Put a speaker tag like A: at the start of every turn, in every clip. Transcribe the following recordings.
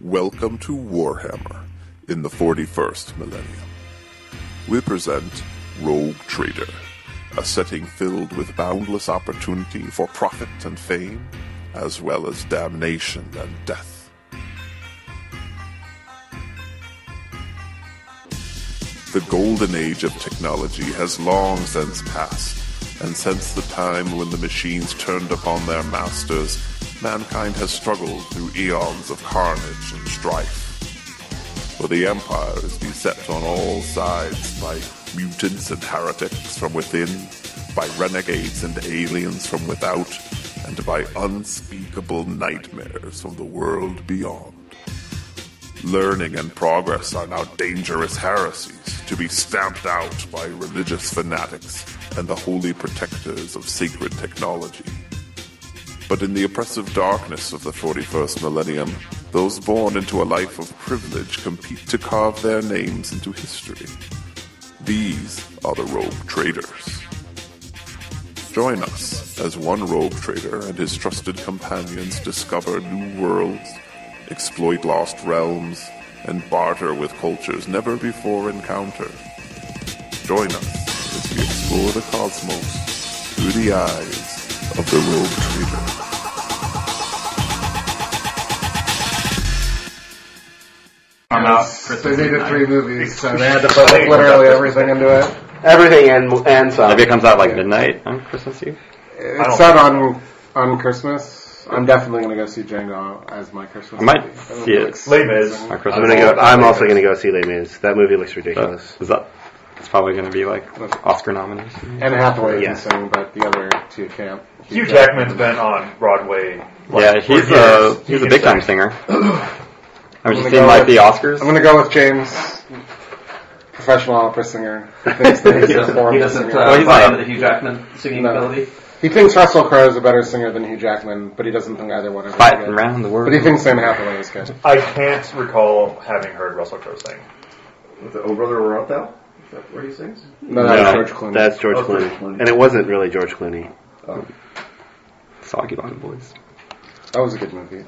A: Welcome to Warhammer in the 41st millennium. We present Rogue Trader, a setting filled with boundless opportunity for profit and fame, as well as damnation and death. The golden age of technology has long since passed, and since the time when the machines turned upon their masters, mankind has struggled through eons of carnage and strife. For the Empire is beset on all sides by mutants and heretics from within, by renegades and aliens from without, and by unspeakable nightmares from the world beyond. Learning and progress are now dangerous heresies to be stamped out by religious fanatics and the holy protectors of sacred technology. But in the oppressive darkness of the 41st millennium, those born into a life of privilege compete to carve their names into history. These are the rogue traders. Join us as one rogue trader and his trusted companions discover new worlds, exploit lost realms, and barter with cultures never before encountered. Join us as we explore the cosmos through the eyes of the rogue trader.
B: come out Christmas
C: They did the
B: night.
C: three movies, so
D: They
C: they had
D: had to
C: to
D: put
C: put
D: like-
C: literally everything into it.
E: Everything and and some.
D: Maybe it comes out like midnight on Christmas Eve.
C: It's set on on Christmas. I'm definitely gonna go see Django as my Christmas.
D: I might
C: movie.
D: see it.
B: Les Mis.
D: On
E: I'm
D: Christmas
E: gonna go. I'm also gonna go see Les Mis. That movie looks ridiculous.
D: Is that? It's probably gonna be like Oscar nomination.
C: Anne Hathaway
E: Yeah.
C: can sing, but the other two can't.
B: Hugh Jackman's been on Broadway.
D: yeah, he's
B: for
D: a
B: years.
D: he's
B: He
D: a
B: can
D: big time
B: sing.
D: singer. I was
C: gonna
D: just seeing
C: go
D: like
C: with-
D: the Oscars.
C: I'm gonna go with James, professional opera singer. He thinks that he's a
F: He
C: form
F: doesn't
C: singer.
D: Well,
F: uh,
D: he's
F: buy
D: not-
F: into the Hugh Jackman singing
C: No.
F: ability.
C: He thinks Russell Crowe is a better singer than Hugh Jackman, but he doesn't think either one of them
D: Fighting
C: is good.
D: around the world.
C: But he thinks Anne Hathaway is good.
B: I can't recall having heard Russell Crowe sing.
F: With the Oh Brother Where Art Thou? Is that where he sings?
C: No, that's
D: No.
C: uh, George Clooney.
E: That's George
F: Oh, George
E: Clooney.
F: Clooney.
E: and it wasn't really George Clooney.
D: Oh. Soggy Bottom Boys.
C: that was a good movie.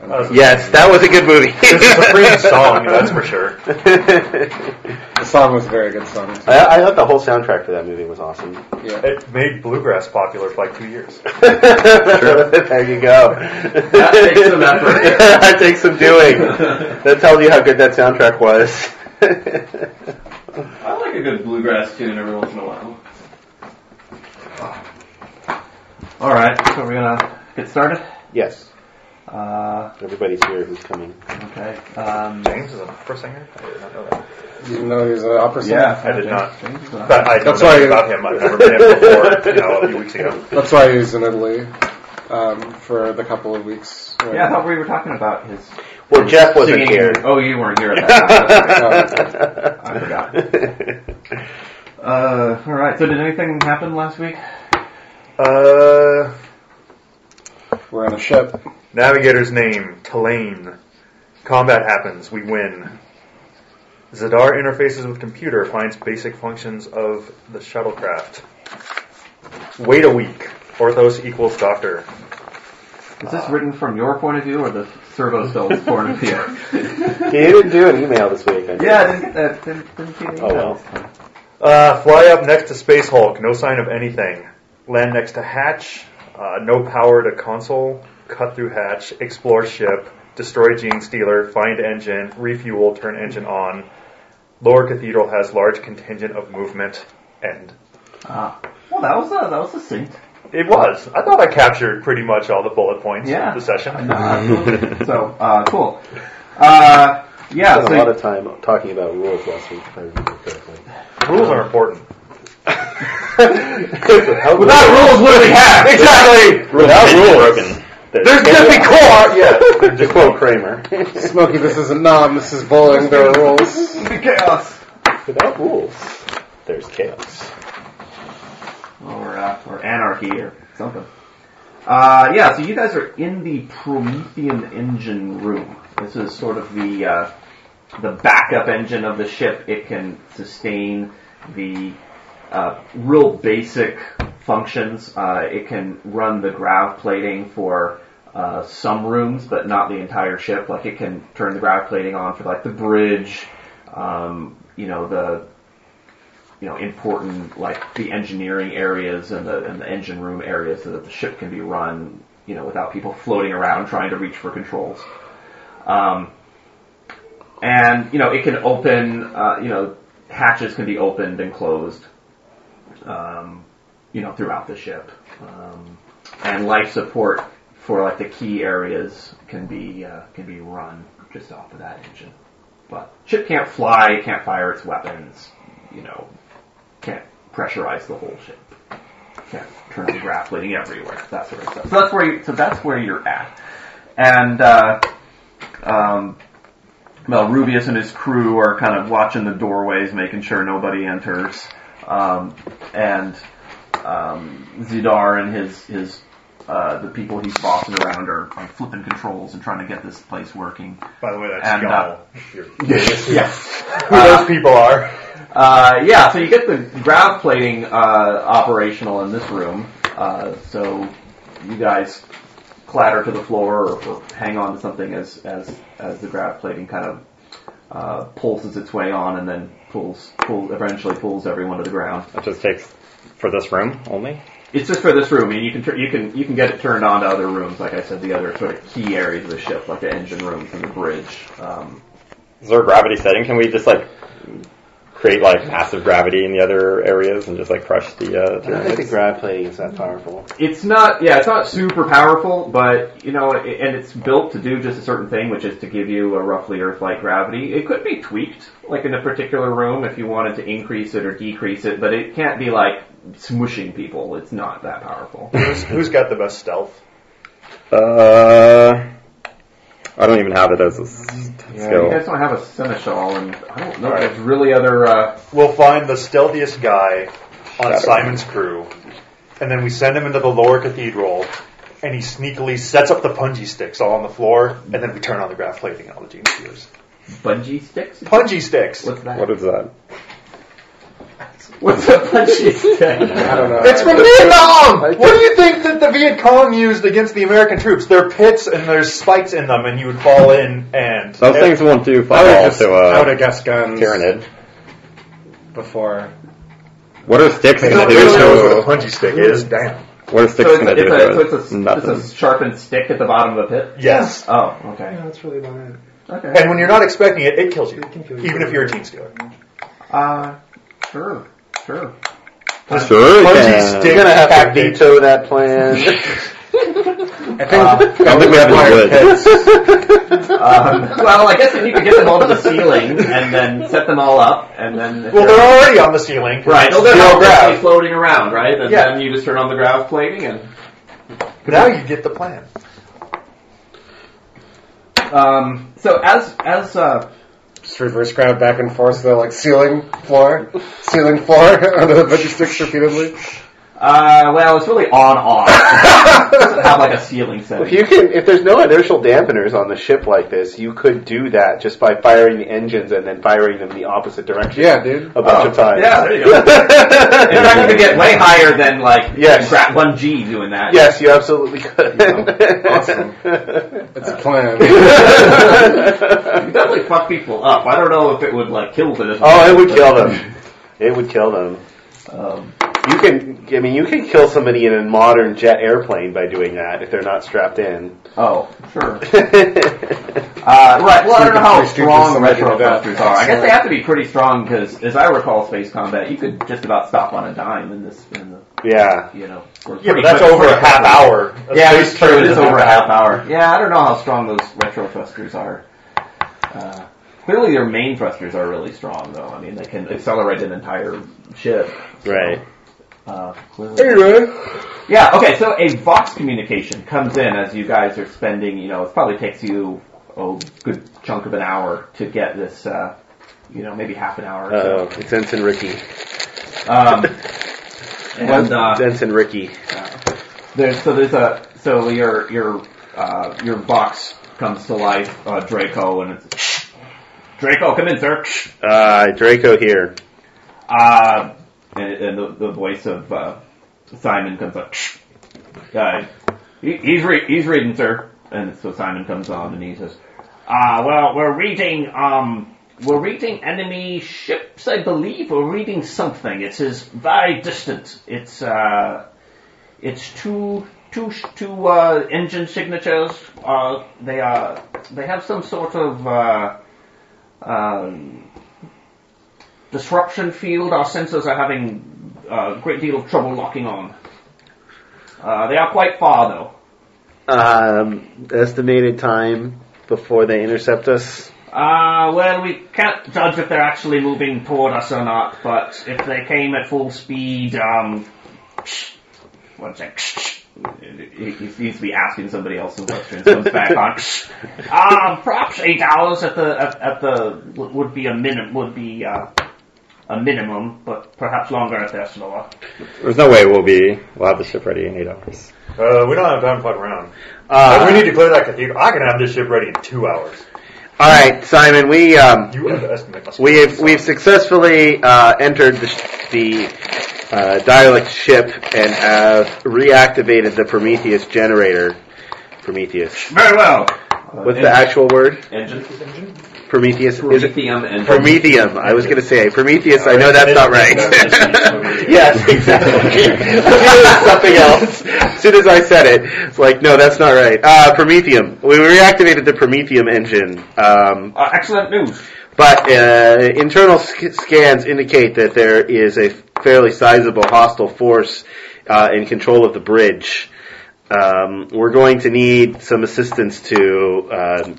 B: Uh,
E: Yes, that was a good movie.
B: It's a pretty song, that's for sure.
C: The song was a very good song. Too.
E: I, I thought the whole soundtrack for that movie was awesome.
C: Yeah.
B: It made bluegrass popular for like two years.
E: there you go. That
F: takes some effort.
E: that takes some doing. That tells you how good that soundtrack was.
F: I like a good bluegrass tune every once in a while. All right, so we're gonna get started.
E: yes,
F: Uh,
E: everybody's here who's coming.
F: okay. Um,
B: James is an opera singer. I did not know that.
C: Even though he was an opera singer.
F: yeah,
B: I did not.
F: James is not-
B: But I don't
C: That's
B: know
C: why-
B: anything about him. I've never met him before. You know, a few weeks ago.
C: That's why he was in Italy um, for the couple of weeks. where-
F: Yeah, I thought we were talking about his
E: Well, Jeff wasn't
F: singing.
E: here.
F: Oh, you weren't here at that time.
C: Uh,
F: I forgot. Uh, all right. So, did anything happen last week?
B: Uh,
C: We're on a ship.
B: navigator's name, Tulane. Combat happens. We win. Zadar interfaces with computer, finds basic functions of the shuttlecraft. Wait a week. Orthos equals doctor.
F: Is this written from your point of view or the servo cell's point of view?
E: he didn't do an email this week. I think.
F: yeah, didn't, uh, didn't, didn't see any
E: Oh, well.
F: emails.
B: Uh, fly up next to Space Hulk. No sign of anything. Land next to hatch. Uh, no power to console. Cut through hatch. Explore ship. Destroy gene stealer. Find engine. Refuel. Turn engine on. Lower Cathedral has large contingent of movement. End.
F: Ah, well, that was uh, that was succinct.
B: It was. I thought I captured pretty much all the bullet points
F: Yeah.
B: of the session.
F: Absolutely. so uh, cool. Uh, yeah.
E: Spent a lot
F: So,
E: of time talking about rules last week, if I remember correctly.
B: Rules are important.
E: Without rules, what do we have? Exactly. Without rules,
D: Broken.
E: there's gonna be core. Yeah, to quote Kramer.
C: Smokey, this isn't nom, this is bowling, there are rules.
F: chaos.
E: Without rules, there's chaos.
F: Or uh, or anarchy or something. Uh, yeah. So you guys are in the Promethean engine room. This is sort of the uh, the backup engine of the ship. It can sustain the uh, real basic functions. Uh, it can run the grav plating for uh, some rooms, but not the entire ship. Like it can turn the grav plating on for like the bridge, um, you know the you know important like the engineering areas and the and the engine room areas so that the ship can be run you know without people floating around trying to reach for controls. Um, and you know it can open uh, you know hatches can be opened and closed um, you know throughout the ship um, and life support for like the key areas can be uh, can be run just off of that engine but ship can't fly it can't fire its weapons you know can't pressurize the whole ship can't turn on grappling everywhere that sort of stuff so that's where you, so that's where you're at and uh, um, well, Rubius and his crew are kind of watching the doorways, making sure nobody enters. Um, and um, Zidar and his his uh, the people he's bossing around are, are flipping controls and trying to get this place working.
B: By the way, that's
F: And, uh,
B: Who
F: Yeah.
B: those people are?
F: Uh, yeah, so you get the grav plating uh, operational in this room. Uh, so you guys clatter to the floor or, or hang on to something as, as, as the grav plating kind of uh, pulses its way on and then pulls, pulls, eventually pulls everyone to the ground.
D: That just takes for this room only.
F: It's just for this room, and you can tur- you can you can get it turned on to other rooms. Like I said, the other sort of key areas of the ship, like the engine rooms and the bridge. Um,
D: Is there a gravity setting? Can we just like create like massive gravity in the other areas and just like crush the? Uh,
E: I don't think the
D: pyramids?
E: grab plating is that powerful.
F: it's not yeah it's not super powerful but you know i and it's built to do just a certain thing which is to give you a roughly earth-like gravity it could be tweaked like in a particular room if you wanted to increase it or decrease it but it can't be like smushing people it's not that powerful
B: Who's, who's got the best stealth?
D: uh, I don't even have it as a s-
F: you
D: skill.
F: guys don't have a seneschal and i don't know if there's really other uh,
B: We'll find the stealthiest guy on
D: Shadow.
B: Simon's crew, and then we send him into the lower cathedral, and he sneakily sets up the punji sticks all on the floor, and then we turn on the graph plating and all the gene spears.
F: bungee sticks
B: Punji sticks!
F: what's that
D: What is that?
F: what's a bungee stick
C: I don't
D: uh,
C: know.
B: It's from Vietnam! What do you think that the Viet Cong used against the American troops? They're pits and there's spikes in them, and you would fall in and.
D: Those things won't do
C: I would
D: fireball
C: just,
D: to
C: I
B: uh,
C: would
D: a
C: have guessed guns
D: pyramid.
C: before.
D: What are sticks
B: Nobody knows
D: gonna do?
B: what a punji stick is. Damn.
D: to- What are
F: so
D: sticks
F: it's,
D: gonna
F: it's,
D: do
F: a, so
D: to
F: it's,
D: it?
F: a, it's a
D: Nothing.
F: sharpened stick at the bottom of a pit
B: Yes.
F: oh okay
G: that's really about it.
F: okay
B: Uh, And when you're not expecting it, it kills you,
G: It can kill you.
B: even if you're a gene stealer.
F: Uh, sure, sure.
D: Sure,
B: Punji
D: yeah.
B: stick.
E: You're gonna have to
B: tactic.
E: veto that plan.
B: Uh,
D: I don't think we have any wood.
F: Um, well, I guess if you could get them all to the ceiling and then set them all up, and then if
B: Well,
F: they're-
B: they're already on the ceiling.
F: right, well, they're
B: Zero
F: all
B: grav.
F: grav. floating around, right? And
B: Yeah.
F: then you just turn on the grav plating, and
B: Now you get the plan.
F: um, so as as uh,
C: Just reverse grab back and forth to the like ceiling floor, ceiling floor under the bungee sticks repeatedly.
F: uh, well, it's really on off. It doesn't have like a ceiling
E: if
F: setting.
E: you can, if there's no inertial dampeners on the ship like this, you could do that just by firing the engines and then firing them the opposite direction
C: Yeah, dude.
E: a bunch of times.
F: Oh, Yeah, there you go. In fact, you could get way higher than like
E: Yes.
F: gra- one G doing that.
E: Yes, you absolutely could.
C: Awesome. It's a plan.
F: you definitely fuck people up. I don't know if it would like kill them.
E: oh, it would kill them. It would kill them.
F: Um,
E: You can, I mean, you can kill somebody in a modern jet airplane by doing that if they're not strapped in.
F: oh, sure. Uh, right. Well, I don't know how
C: Pretty stupid
F: strong
C: somebody
F: retro
C: did that.
F: thrusters are. I guess they have to be pretty strong because, as I recall, space combat, you could just about stop on a dime in this. In the,
E: yeah.
F: you know.
B: Yeah, but that's over a half hour. A
F: Yeah,
B: space
F: it's true. It
B: train
F: is
B: a
F: over a half hour. Yeah, I don't know how strong those retro thrusters are. Uh, clearly, their main thrusters are really strong, though. I mean, they can accelerate an entire ship.
D: Right.
F: Uh, clearly.
C: anyway,
F: Yeah, okay, so a Vox communication comes in as you guys are spending, you know, it probably takes you a good chunk of an hour to get this, uh, you know, maybe half an hour or so.
E: Oh, it's Ensign Ricky.
F: Um, and,
E: It's
F: uh,
E: Ensign Ricky.
F: there's, so there's a, so your, your, uh, your Vox comes to life, uh, Draco, and it's, Draco, come in, sir.
E: Uh, Draco here.
F: Uh, and, and the, the voice of, uh, Simon comes up. Uh, He, he's, re- he's reading, sir. And so Simon comes on and he says, Ah, well, we're reading, um, we're reading enemy ships, I believe. We're reading something. It says very distant. It's, uh, it's two, two, sh- two, uh, engine signatures. Uh, they are, they have some sort of, uh, um, disruption field. Our sensors are having a great deal of trouble locking on. Uh, they are quite far, though.
E: Um, estimated time before they intercept us.
F: Uh, well, we can't judge if they're actually moving toward us or not, but if they came at full speed, um, one sec. He, he seems to be asking somebody else some questions. Comes back on. Um, perhaps eight hours at the at, at the would would be a minimum would be uh, a minimum, but perhaps longer if they're slower.
D: There's no way we'll be. We'll have the ship ready in eight hours.
B: Uh, we don't have time to fuck around.
E: Uh,
B: we need to clear that cathedral. I can have this ship ready in two hours.
E: all right, Simon. We um,
B: You underestimate my
E: we have we've successfully uh, entered the, the uh, dialect ship and have reactivated the Prometheus generator. Prometheus.
F: Very well. Uh,
E: What's the actual word?
F: engine?
E: Prometheus. Is it
F: engine.
E: Promethium? I was going to say Prometheus. I know that's not right. yes, exactly. I knew it was something else. As soon as I said it, it's like no, that's not right. Uh, Promethium. We reactivated the Promethium engine. Um,
F: Uh, excellent news.
E: But uh, internal sc- scans indicate that there is a fairly sizable hostile force uh, in control of the bridge. Um, we're going to need some assistance to uh,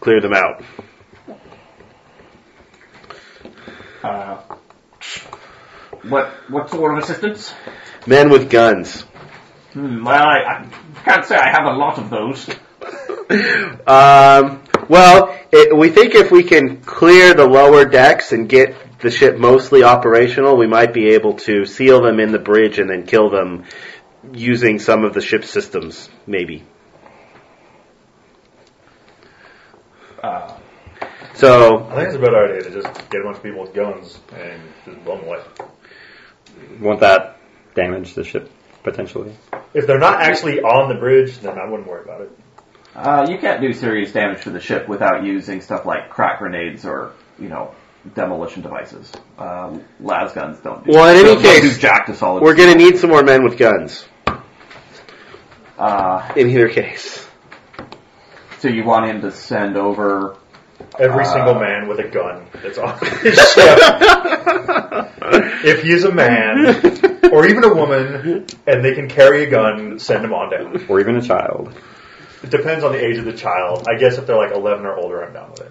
E: clear them out.
F: Uh, what what sort of assistance?
E: Men with guns.
F: Hmm, well, I, I can't say I have a lot of those.
E: Um, well, it, we think if we can clear the lower decks and get the ship mostly operational, we might be able to seal them in the bridge and then kill them using some of the ship's systems, maybe. Ah.
F: Uh,
E: So,
B: I think it's a better idea to just get a bunch of people with guns and just blow them away.
D: Won't that damage the ship potentially?
B: If they're not actually on the bridge, then I wouldn't worry about it.
F: uh, you can't do serious damage to the ship without using stuff like crack grenades or you know demolition devices. Um, las guns don't. Do
E: Well, in any
F: don't- don't
E: case,
F: do jack to solid.
E: we're going to need some more men with guns,
F: Uh,
E: in either case.
F: so you want him to send over?
B: Every
F: Uh.
B: single man with a gun that's on his ship. if he's a man or even a woman and they can carry a gun, send them on down.
D: Or even a child?
B: It depends on the age of the child. I guess if they're like 11 or older, I'm down with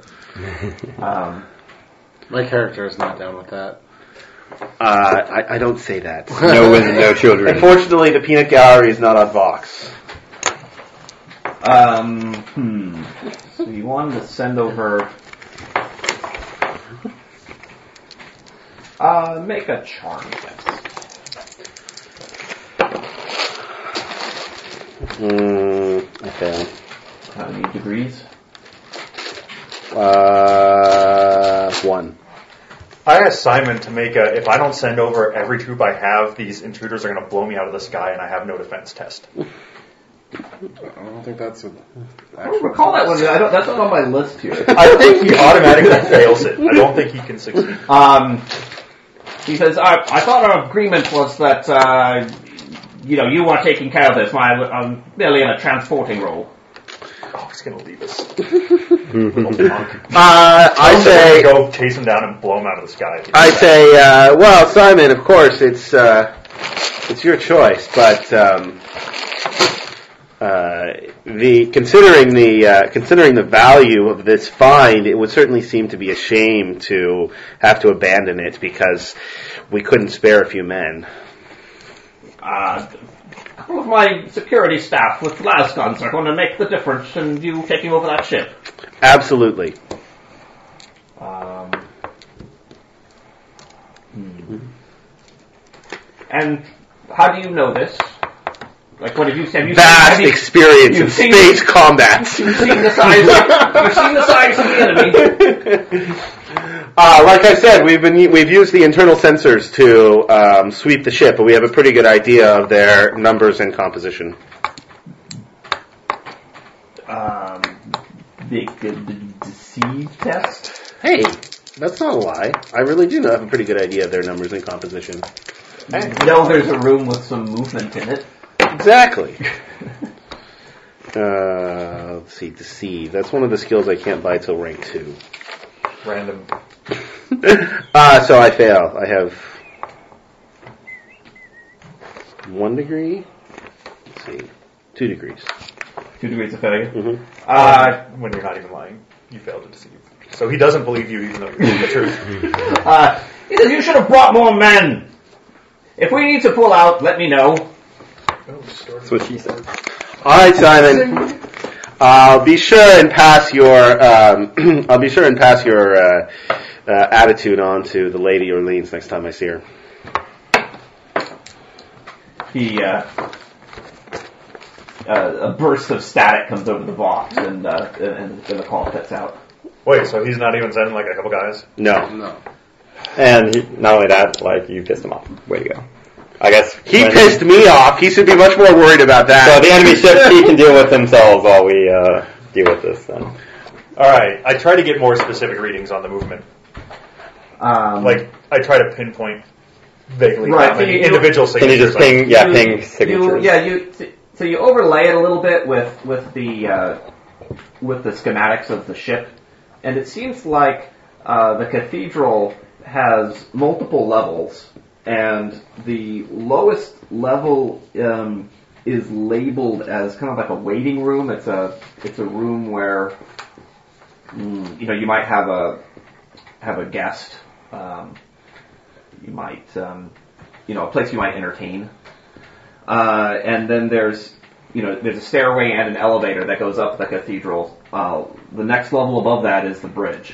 B: it.
F: Um,
C: My character is not down with that.
E: Uh, I, I don't say that.
D: No women, no children.
E: Unfortunately, the peanut gallery is not on Vox.
F: um, hmm. So you want him to send over? Uh, make a charm test.
E: Mm, okay.
F: How many degrees?
E: Uh, one.
B: I asked Simon to make a if I don't send over every troop I have, these intruders are going to blow me out of the sky and I have no defense test.
C: I don't think that's a.
F: I don't recall that one. I don't, that's not on my list here.
B: I think he automatically fails it. I don't think he can succeed.
F: Um, he says, I, I thought our agreement was that, uh, you know, you are taking care of this. My, I'm merely in a transporting role.
B: Oh, he's going to leave us.
E: Uh, I say.
B: go chase him down and blow him out of the sky.
E: I say, uh, well, Simon, of course, it's uh, it's your choice, but um, uh, the considering the uh, considering the value of this find, it would certainly seem to be a shame to have to abandon it because we couldn't spare a few men.
F: Uh, a couple of my security staff with las guns are going to make the difference in you taking over that ship.
E: Absolutely.
F: Um, and how do you know this? Like, what have you said? Have you
E: Vast
F: have you-
E: experience in
F: you've seen-
E: space combat.
F: You've seen the size. You've seen the size of the enemy.
E: Uh, like I said, we've been we've used the internal sensors to um, sweep the ship, but we have a pretty good idea of their numbers and composition.
F: um, the, the, the deceive test.
E: Hey, that's not a lie. I really do know, have a pretty good idea of their numbers and composition.
F: No, there's a room with some movement in it.
E: Exactly. Uh, let's see, deceive. That's one of the skills I can't buy till rank two.
B: Random.
E: uh, so I fail. I have one degree. Let's see, two degrees.
F: Two degrees of failure.
E: Mm-hmm.
F: Uh,
B: when you're not even lying, you failed to deceive. So he doesn't believe you, even though you're telling the truth.
F: uh, he says, you should have brought more men. If we need to pull out, let me know.
D: That's what she said.
E: All right, Simon. I'll be sure and pass your. Um, I'll be sure and pass your uh, uh, attitude on to the lady Orleans next time I see her.
F: He, uh, uh, a burst of static comes over the box and, uh, and, and the call cuts out.
B: Wait, so he's not even sending like a couple guys?
E: No,
C: No.
D: And he, not only that, like you pissed him off. Way to go. I guess
E: he
D: when-
E: pissed me off. He should be much more worried about that.
D: So Uh, the enemy ships he can deal with themselves while we uh, deal with this. Then
B: All right, I try to get more specific readings on the movement.
F: Um,
B: Like I try to pinpoint vaguely
F: Right,
B: how
F: can
B: many
F: you-
B: individual
D: can you
B: signatures.
D: just
B: I-
D: ping? Yeah,
F: you-
D: ping
F: you-
D: signatures.
F: yeah, you. So you overlay it a little bit with with the uh, with the schematics of the ship, and it seems like uh, the cathedral has multiple levels, and the lowest level um, is labeled as kind of like a waiting room. It's a it's a room where mm, you know you might have a have a guest. Um, you might um, you know a place you might entertain. Uh, and then there's, you know, there's a stairway and an elevator that goes up the cathedral. Uh, the next level above that is the bridge.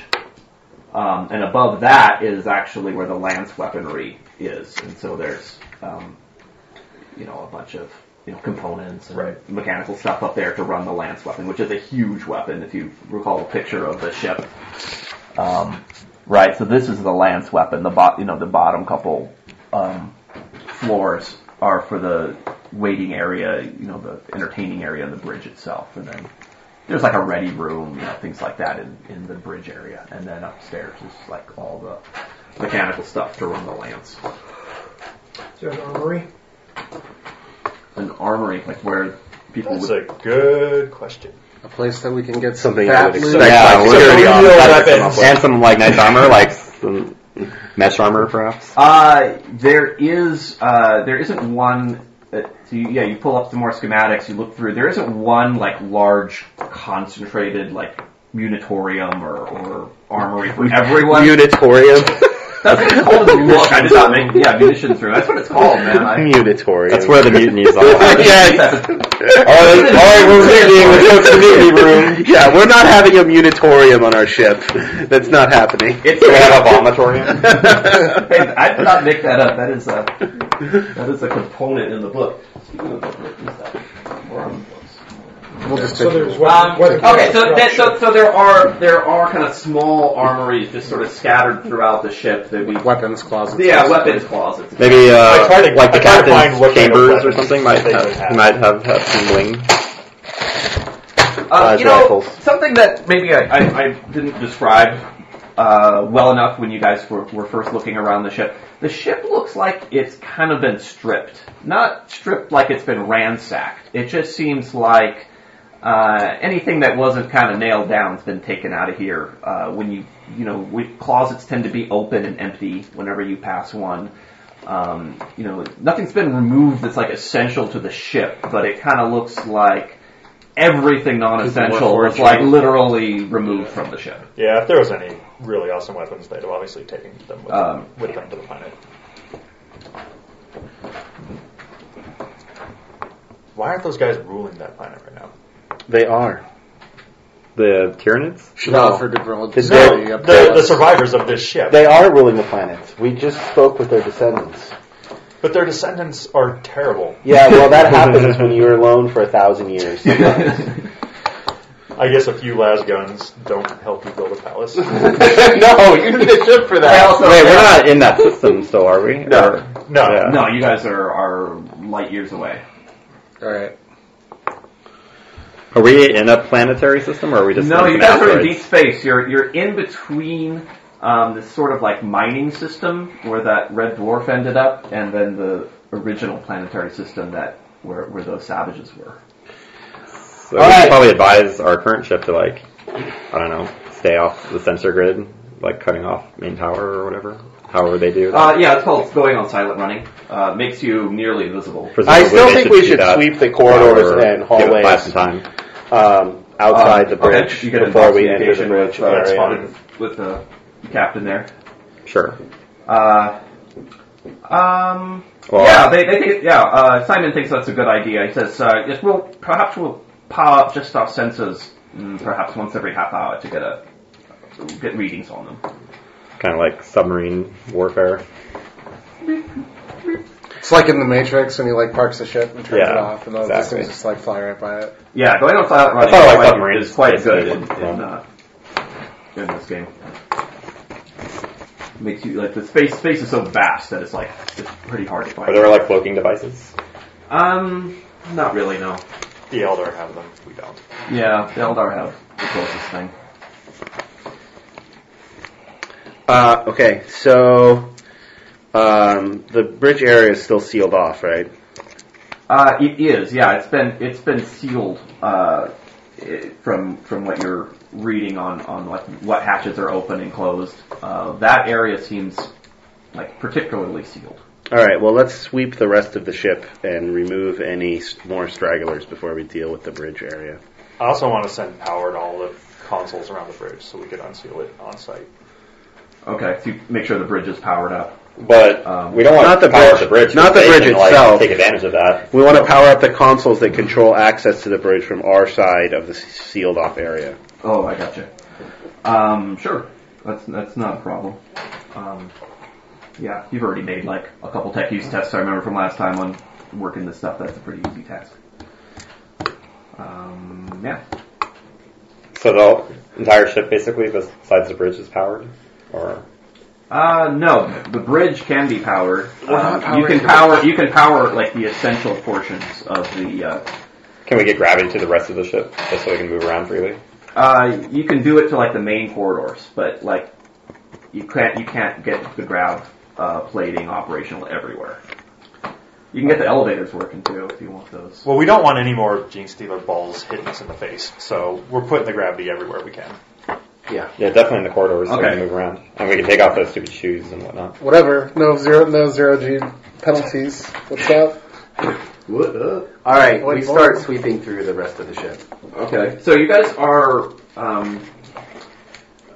F: Um, and above that is actually where the lance weaponry is. And so there's, um, you know, a bunch of, you know, components and
B: Right.
F: mechanical stuff up there to run the lance weapon, which is a huge weapon if you recall a picture of the ship. Um, right, so this is the lance weapon, the bot, you know, the bottom couple, um, floors are for the waiting area, you know, the entertaining area and the bridge itself. And then there's like a ready room, you know, things like that in, in the bridge area. And then upstairs is like all the mechanical stuff to run the lance. An armory, like where people
B: That's
F: would.
B: a good question.
C: A place that we can get
E: Something I
C: fat
E: would
C: loot.
E: expect.
D: Yeah,
E: my
D: like,
E: security
D: so
E: officer to
D: weapons.
E: come up with.
D: and some like nice armor, like some mesh armor, perhaps.
F: Uh, there is, uh, there isn't one. Uh, so you, yeah, you pull up some more schematics, you look through. There isn't one like large, concentrated like munitorium or, or armory for everyone.
E: Munitorium.
F: That's what it's called. in the Look, I did not make. Yeah, munitions room. That's what it's called, man. I,
E: Munitorium.
D: That's where the mutinies are.
E: yes.
D: All right, all right, we're mutinying. Let's go to the mutiny room.
E: Yeah, we're not having a munitorium on our ship. That's not happening.
F: it's.
D: Do we have a vomitorium?
F: Hey, I did not make that up. That is a. That is a component in the book. Speaking of the book, is that where are the books?
C: We'll just take it.
F: Um, okay, so, that, so so there are there are kind of small armories just sort of scattered throughout the ship that we
C: weapons closet.
F: yeah weapons closets.
D: Maybe
B: I try
D: uh,
B: to-
D: like the
B: I try to find what kind of
D: captain's chambers or
B: weapons
D: something might
B: they would
D: have,
B: have.
D: might have, have some bling.
F: Uh,
D: Size
F: Um, you know,
D: rifles.
F: something that maybe I, I, I didn't describe uh, well enough when you guys were, were first looking around the ship. The ship looks like it's kind of been stripped. Not stripped like it's been ransacked. It just seems like uh, anything that wasn't kind of nailed down has been taken out of here. Uh, when you, you know, we, closets tend to be open and empty whenever you pass one. Um, you know, nothing's been removed that's like essential to the ship, but it kind of looks like everything non-essential was like literally removed from the ship.
B: Yeah, if there was any really awesome weapons, they'd have obviously taken them with,
F: Um,
B: with them to the planet. Why aren't those guys ruling that planet right now?
E: They are.
D: The Tyranids?
C: No. For Gavril.
E: Is
C: No,
E: there-
C: yeah,
B: The, the survivors of this ship.
E: They are ruling the planet. We just spoke with their descendants.
B: but their descendants are terrible.
E: Yeah, well, that happens when you're alone for a thousand years.
B: I guess a few las guns don't help you build a palace.
E: no, you need a ship for
F: I
E: that.
F: also-
D: Wait, we're not in that system still, are we?
E: No.
D: Or-
B: No.
D: Yeah.
F: No, you guys are, are light years away.
C: All right.
D: Are we in a planetary system, or are we just
F: no,
D: in
F: you guys are in
D: asteroids?
F: deep space. You're you're in between um, this sort of like mining system where that red dwarf ended up, and then the original planetary system that where where those savages were.
D: So we
C: All
D: should
C: right.
D: probably advise our current ship to like, I don't know, stay off the sensor grid, like cutting off main tower or whatever. However they do. that.
F: Uh, yeah, it's called going on silent running. Uh, makes you nearly invisible.
D: Presumably
E: I still
D: they
E: think we
D: do
E: should
D: that
E: sweep the
D: while
E: corridors
D: we're-
E: and
D: give it
E: hallways
D: Last time.
E: um, outside
F: Um,
E: the
F: okay,
E: bridge
F: you get a
E: before we
F: box
E: enter the
F: communication
E: bridge
F: with, uh,
E: area.
B: fine.
F: with the captain there.
D: Sure.
F: Uh, um,
D: Well-
F: yeah, they, they think, yeah, uh, Simon thinks that's a good idea. He says, uh, yes, well, perhaps we'll power up just our sensors, mm, perhaps once every half hour to get a, get readings on them.
D: Kind of like submarine warfare.
C: It's like in the Matrix when he like parks the ship and turns
D: Yeah,
C: it off, and the
D: exactly.
C: systems just like fly right by it.
F: Yeah, going on silent running
D: I thought, like,
F: is, quite, is
D: submarines
F: quite good in,
D: basically look
F: in,
D: fun.
F: uh, in this game. Makes you, like, the space, space is so vast that it's like, it's pretty hard to
D: Are
F: find.
D: there like floating devices?
F: Um, not really, no.
B: The Elder have them. We don't.
F: Yeah, the Eldar have the closest thing.
E: Uh, okay, so um, the bridge area is still sealed off, right?
F: Uh, it is, yeah. It's been it's been sealed uh, i from from what you're reading on on what what hatches are open and closed. Uh, that area seems like particularly sealed.
E: All right. Well, let's sweep the rest of the ship and remove any s- more stragglers before we deal with the bridge area.
B: I also want to send power to all the consoles around the bridge so we could unseal it on site.
F: Okay, so you make sure the bridge is powered up.
D: But
F: Um,
D: we don't want
E: Not
D: to
E: the
D: power
E: bridge.
D: the bridge.
E: Not
D: but
E: the
D: they
E: bridge
D: can, like,
E: itself.
D: Take advantage of that.
E: We want to power up the consoles that control access to the bridge from our side of the sealed off area.
F: Oh, I gotcha. Um, sure, that's that's not a problem. Um, yeah, you've already made like a couple tech use tests. I remember from last time on working this stuff. That's a pretty easy task. Um, yeah.
D: So the entire ship, basically, besides the bridge, is powered. Or
F: Uh, no, the bridge can be powered. Um,
C: not
F: you
C: powering
F: can
C: the
F: power, you can power like the essential portions of the. Uh,
D: can we get gravity to the rest of the ship just so we can move around freely?
F: uh, you can do it to like the main corridors, but like you can't you can't get the grab uh, plating operational everywhere. You can get the elevators working too if you want those.
B: Well, we don't want any more Gene Stealer balls hitting us in the face, so we're putting the gravity everywhere we can.
D: Yeah, definitely in the corridors so we
F: Okay.
D: can move around. And we can take off those stupid shoes and whatnot.
C: Whatever. No zero. No zero G penalties. What's up?
F: What up?
G: All right,
C: What
G: we
C: do you want?
G: start sweeping through the rest of the ship.
F: Okay, so you guys are um,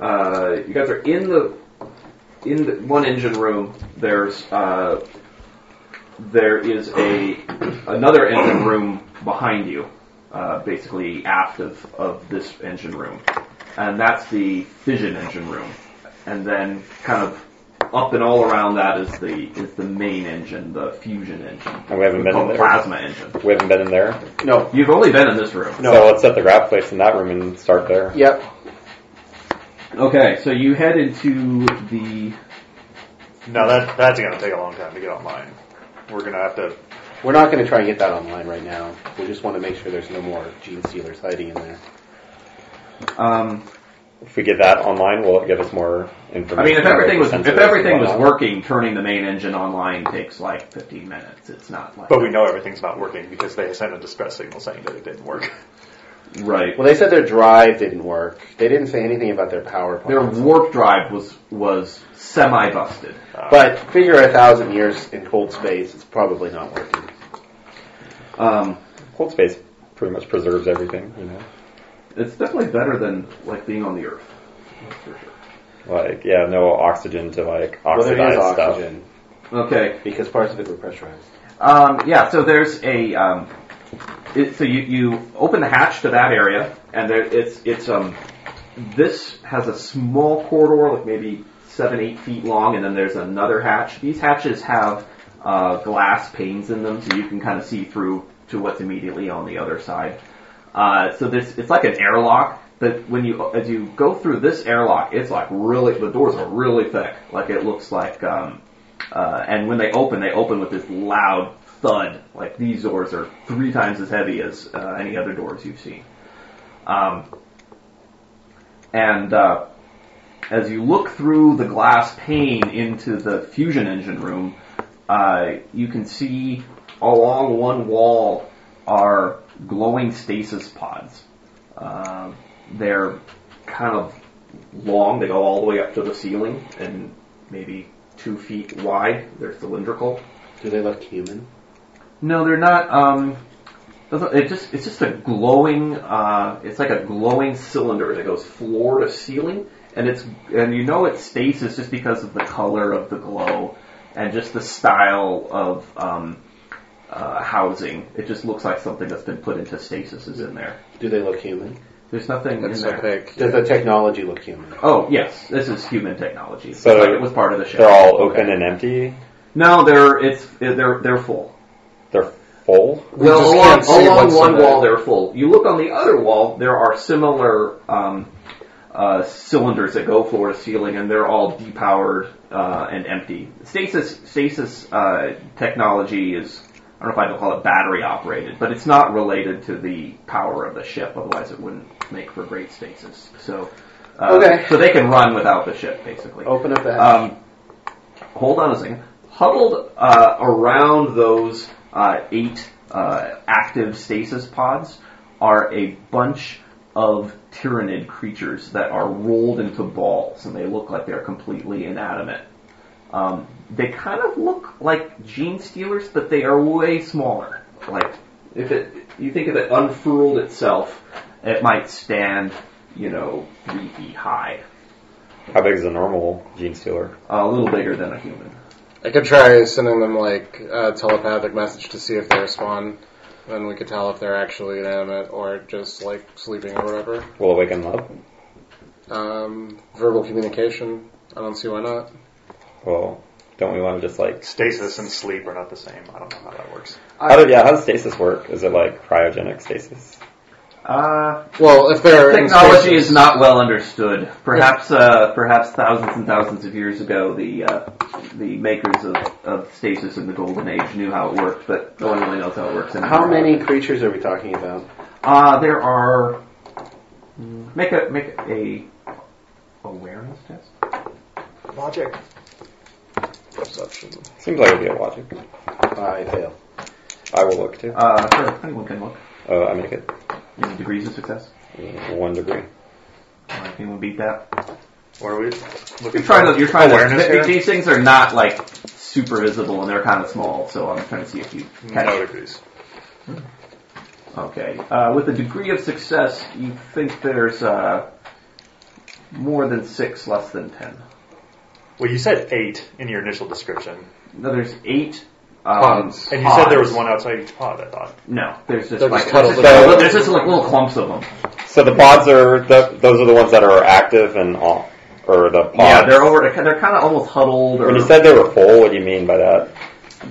F: uh, you guys are in the in the one engine room. There's uh, there is a another engine room behind you, uh, basically aft of, of this engine room, and that's the fission engine room. And then kind of up and all around that is the is the main engine, the fusion engine,
D: And we haven't been in
F: called
D: there.
F: plasma engine.
D: We haven't been in there.
G: No.
F: You've only been in this room.
D: So let's set the grab plates in that room and start there.
G: Yep.
F: Okay, so you head into the
B: No, that that's going to take a long time to get online. We're going to have to.
G: We're not going to try and get that online right now. We just want to make sure there's no more gene stealers hiding in there.
F: um,
D: If we get that online, will it give us more information?
F: I mean, if
D: about
F: everything
D: the
F: was if
D: sensors
F: everything
D: and
F: was
D: whatnot?
F: working, turning the main engine online takes like 15 minutes. It's not like
B: But we know everything's not working because they sent a distress signal saying that it didn't work.
F: right.
G: Well, they said their drive didn't work. They didn't say anything about their power
F: Their
G: plant.
F: warp drive was was semi busted.
G: But figure a thousand years in cold space, it's probably not working.
F: Um,
D: cold space pretty much preserves everything, you know.
F: it's definitely better than like being on the Earth. That's for sure.
D: Like, yeah, no oxygen to like
G: Well,
D: oxidize
G: there is
D: stuff.
G: oxygen
F: Okay,
G: because parts of it were pressurized.
F: Um, yeah, so there's a um, it, so you, you open the hatch to that area, and there it's it's um this has a small corridor, like maybe seven eight feet long, and then there's another hatch. These hatches have uh, glass panes in them, so you can kind of see through to what's immediately on the other side. Uh, so this it's like an airlock. But when you as you go through this airlock, it's like really the doors are really thick. Like it looks like um, uh, and when they open, they open with this loud thud. Like these doors are three times as heavy as uh, any other doors you've seen. Um, and uh, as you look through the glass pane into the fusion engine room, uh, you can see along one wall are glowing stasis pods. Um they're kind of long. They go all the way up to the ceiling and maybe two feet wide. They're cylindrical.
G: Do they look human?
F: No, they're not. Um, doesn't- it just it's just a glowing. Uh, it's like a glowing cylinder that goes floor to ceiling, and it's and you know it's stasis just because of the color of the glow and just the style of um, uh, housing. It just looks like something that's been put into stasis is in there.
G: Do they look human?
F: There's nothing in there.
G: Does the technology look human?
F: Oh yes, this is human technology.
D: So
F: like it was part of the show.
D: They're all open and empty.
F: no, they're it's they're they're full.
D: They're full.
F: Well,
C: just
F: along,
C: can't see
F: along
C: what's
F: one
C: in it.
F: wall they're full. You look on the other wall, there are similar um, uh, cylinders that go floor to ceiling, and they're all depowered uh, and empty. Stasis stasis uh, technology is I don't know if I'd call it battery operated, but it's not related to the power of the ship. Otherwise, it wouldn't make for great stasis. So. Uh,
C: Okay.
F: So they can run without the ship, basically.
G: Open up the
D: Uh,
F: Um, hold on a second. Huddled uh, around those uh, eight uh, active stasis pods are a bunch of tyrannid creatures that are rolled into balls, and they look like they're completely inanimate. Um, they kind of look like gene stealers, but they are way smaller. Like if it, you think if it unfurled itself, it might stand, you know, three feet high,
D: How big is a normal gene stealer?
F: a little bigger than a human.
C: I could try sending them like a telepathic message to see if they respond. Then we could tell if they're actually inanimate or just like sleeping or whatever.
D: Will it waken them up?
C: Um, verbal communication. I don't see why not.
D: Well, don't we want to just like?
B: Stasis and sleep are not the same. I don't know how that works.
D: How do, yeah, how does stasis work? Is it like cryogenic stasis?
F: Uh,
C: Well, if they're in
F: Technology
C: stasis-
F: is not well understood. Perhaps, uh, perhaps thousands and thousands of years ago, the uh, the makers of, of stasis in the Golden Age knew how it worked, but no one really knows how it works anymore.
G: How many creatures are we talking about?
F: Uh, there are.
G: Hmm.
F: Make a make a awareness test.
B: Logic.
C: perception.
D: Seems like it'd be illogic.
G: I fail.
D: I will look too.
F: Uh, sure, anyone can look.
D: Uh, I make it
F: Any degrees of success?
D: one degree.
F: All right, anyone beat that?
B: What are we looking
F: You're trying to. You're trying
B: Awareness
F: to.
B: here?
F: th- These things are not like super visible, and they're kind of small. So I'm trying to see if you catch
B: No degrees.
F: Okay. Uh, with a degree of success, you think there's uh, more than six, less than ten.
B: Well, you said eight in your initial description,
F: No, there's eight. Um,
C: Pods.
B: and you said there was
F: pods.
B: one outside each pod. I thought.
F: No, there's just
C: They're
F: like
C: just
F: there's
C: huddled
F: just,
D: together.
F: there's just like little clumps of them.
D: So the pods are the, those are the ones that are active and off, or the pods.
F: Yeah, Uh, they're over. They're kind of almost huddled,
D: When
F: or
D: you said they were full, what do you mean by that?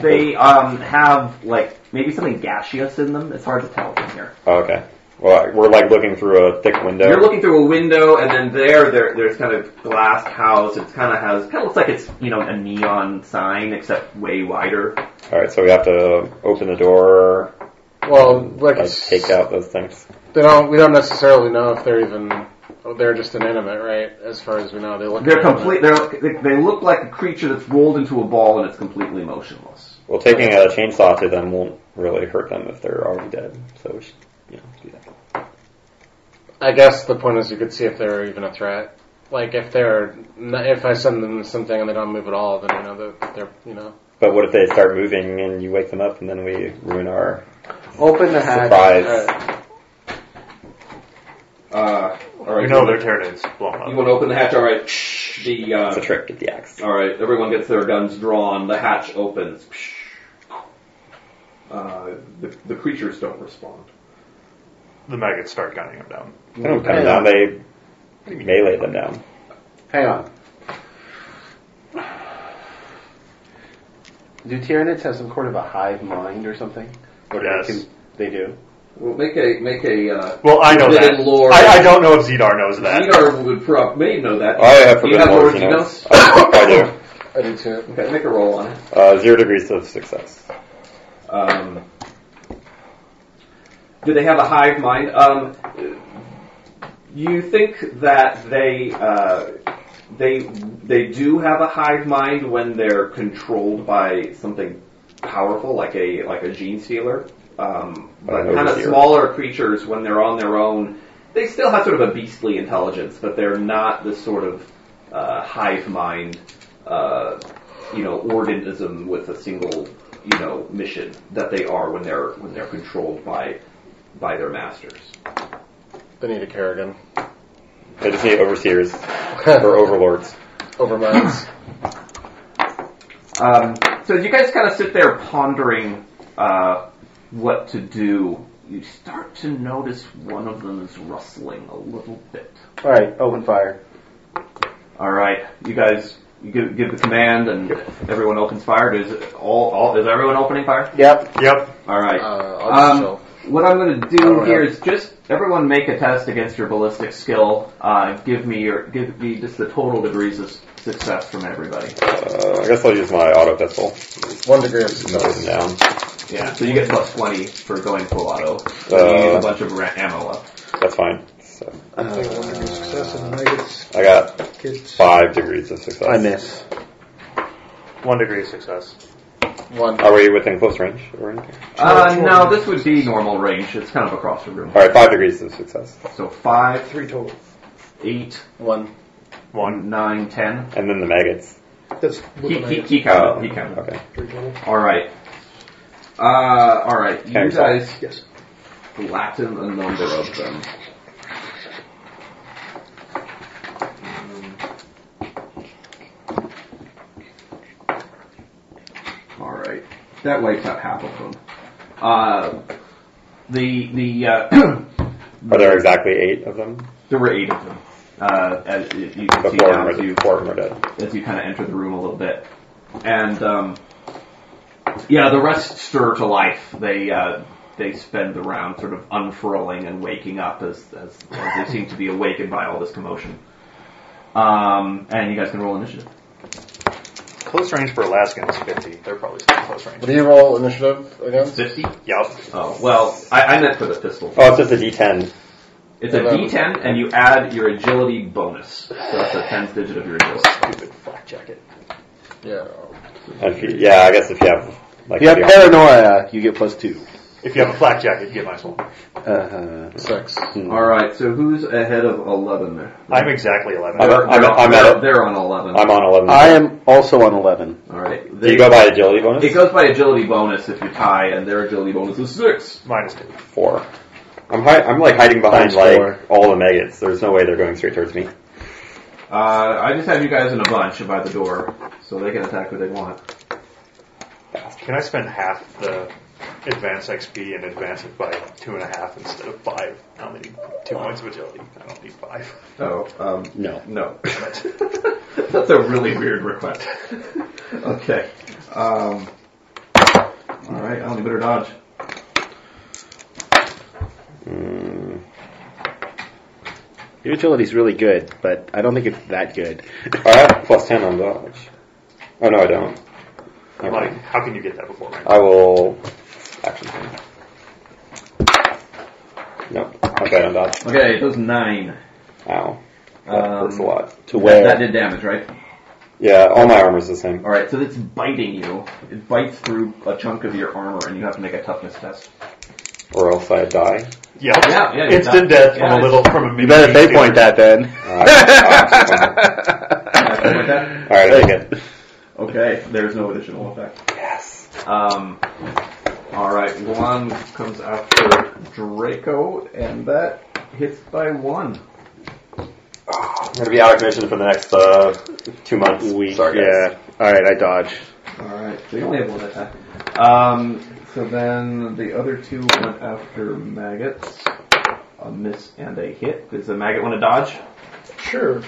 F: they um, have like maybe something gaseous in them. It's hard to tell from here.
D: Oh, okay. Well, we're like looking through a thick window.
F: You're looking through a window, and then there, there, there's kind of glass house. It's kind of has kind of looks like it's you know a neon sign, except way wider.
D: All right, so we have to open the door,
C: Well, like,
D: like take out those things.
C: They don't. We don't necessarily know if they're even. They're just inanimate, right? As far as we know, they look.
F: They're
C: inanimate.
F: complete. They're, they- they look like a creature that's rolled into a ball and it's completely motionless.
D: Well, taking a chainsaw to them won't really hurt them if they're already dead. So we should, you know, do that.
C: I guess the point is you could see if they're even a threat. Like if they're, n- if I send them something and they don't move at all, then you know that they're, you know.
D: But what if they start moving and you wake them up and then we ruin our
G: Open the hatch.
D: surprise?
C: Alright.
F: Uh,
B: All right, we know they're Tyranids. Blow 'em up.
F: you want to open the hatch? All right. Psh, The
D: It's a
F: uh,
D: trick. Get the axe.
F: all right. Everyone gets their guns drawn. The hatch opens. Psh. Uh, the, the creatures don't respond.
B: The maggots start gunning them down.
D: They don't cut them down. They melee them down.
G: Hang on. Do Tyranids have some sort of a hive mind or something? Or do
B: Yes.
G: They, can- they do.
F: Well, make a make a. Uh,
B: Well, I know
F: Forbidden
B: that.
F: lore.
B: I, I don't know if Zedar knows that.
F: Zedar would prob may know that.
D: Oh, I have
F: Do you
D: forbidden
F: have
D: lore,
F: Lord
D: you know.
F: Genos?
D: I, I do.
C: I do too.
F: Okay, make a roll on it.
D: Uh, zero degrees of success.
F: Um, do they have a hive mind? Um, you think that they uh, they they do have a hive mind when they're controlled by something powerful like a like a gene stealer. Um, but
D: an
F: kind of
D: overseer.
F: smaller creatures when they're on their own, they still have sort of a beastly intelligence, but they're not the sort of uh, hive mind, uh, you know, organism with a single you know mission that they are when they're when they're controlled by by their masters.
C: They need a Kerrigan.
D: They just need overseers or overlords.
C: Overminds.
F: Um, so as you guys kind of sit there pondering uh, what to do, you start to notice one of them is rustling a little bit.
E: All right, open fire.
F: All right, you guys you give, give the command, and everyone opens fire. Is it all, all is everyone opening fire?
E: Yep.
B: Yep.
F: All
C: Uh,
F: right.
C: I'll
F: Um,
C: just chill.
F: what I'm going to
C: All
F: do
C: right.
F: here is just everyone make a test against your ballistic skill. Uh, give me your give me just the total degrees of success from everybody.
D: Uh, I guess I'll use my auto pistol.
C: One degree of
D: Move them
C: success.
D: down.
F: Yeah, so you get plus 20 for going full auto. So you use a
D: Uh,
F: bunch of ra- ammo up.
D: That's fine. So
H: Take one degree of success and nuggets.
D: I got
H: Kids.
D: five degrees of success.
E: I miss.
B: One degree of success.
C: One.
D: Are we within close range or anything?
F: Uh,
B: sure.
F: no, this would be normal range. It's kind of across the room.
D: All right, five degrees of success,
F: So 5,
H: Three total.
F: 8,
C: One.
B: One.
F: 9, 10.
D: and then the maggots.
H: That's
F: He,
H: looking
F: he,
H: like
F: he counted. He counted.
D: Oh, Okay.
H: three total.
F: Alright. Uh, alright. You
D: Carry
F: guys
H: Yes.
F: flatten a number of them. Um, Alright. That wipes out half of them. Uh, the, the, uh,
D: Are there exactly eight of them?
F: There were eight of them. Uh, as you can
D: But
F: see
D: four of
F: now
D: them are
F: as you,
D: dead. Four of them are dead.
F: as you kind of enter the room a little bit. And, um, yeah, the rest stir to life. They, uh, they spend the round sort of unfurling and waking up as, as, as they seem to be awakened by all this commotion. Um, and you guys can roll initiative.
B: Close range for Alaskan is 50. They're probably still close range.
C: What do you roll initiative against?
F: 50?
B: Yep.
F: Oh, well, I, I meant for the pistol.
D: Oh, it's just a D10.
F: It's a
C: Eleven.
F: D10, and you add your agility bonus. So that's the 10th digit of your agility.
B: Stupid flak jacket.
C: Yeah.
D: And if you, yeah, I guess if you have
E: If
D: like
E: you have
D: the-
E: paranoia, you get plus two.
B: If you have a flak jacket, get minus one.
E: Uh-huh.
C: Six.
F: Alright, so who's ahead of 11 there?
B: I'm exactly 11.
D: I'm-
F: They're,
D: I'm-
F: they're-
D: I'm at
F: they're-
D: it.
F: they're on 11.
D: I'm on eleven.
E: I am also on eleven.
F: All right.
D: Do
F: They,
D: you go by agility bonus?
F: it goes by agility bonus if you tie, and their agility bonus is 6.
B: Minus two.
D: Four. I'm hi- I'm like hiding behind
E: Times
D: like
E: four.
D: all the maggots. There's no way they're going straight towards me.
F: Uh, I just have you guys in a bunch by the door, so they can attack what they want.
B: Can I spend half the advance XP and advance it by two and a half instead of five? I only need two points of agility. I don't need five.
F: So, um,
E: No.
F: no. That's a really weird request. okay. Um, all right, Alan, you better dodge.
D: Mm.
E: Your agility's really good, but I don't think it's that good.
D: I have plus ten on dodge. Oh no, I don't.
B: You
D: Okay.
B: like, how can you get that before rank?
D: I will action. point. Nope. Okay, I'm dodge.
F: Okay, it does 9.
D: Ow. That
F: Um,
D: hurts a lot.
E: To
F: That, that
E: where?
F: did damage, right?
D: Yeah, all my armor's the same.
F: All right, so it's biting you. It bites through a chunk of your armor, and you have to make a toughness test.
D: Or else I die.
B: Yeah.
F: Yeah, yeah,
B: Instant
F: yeah.
B: death
F: Yeah,
B: from a little, from a mini
E: You better pay point that then.
D: Uh-huh.
F: Okay.
D: Alright, I take it.
F: Okay, there's no additional effect.
D: Yes.
F: Um, all right, one comes after Draco, and that hits by one.
D: I'm gonna be out of commission for the next uh, two months.
E: Weak.
D: Sorry, guys.
E: yeah. All right, I dodge.
F: All right, so you only have one attack. Um, so then the other two went after maggots. A miss and a hit. Does the maggot want to dodge?
H: Sure.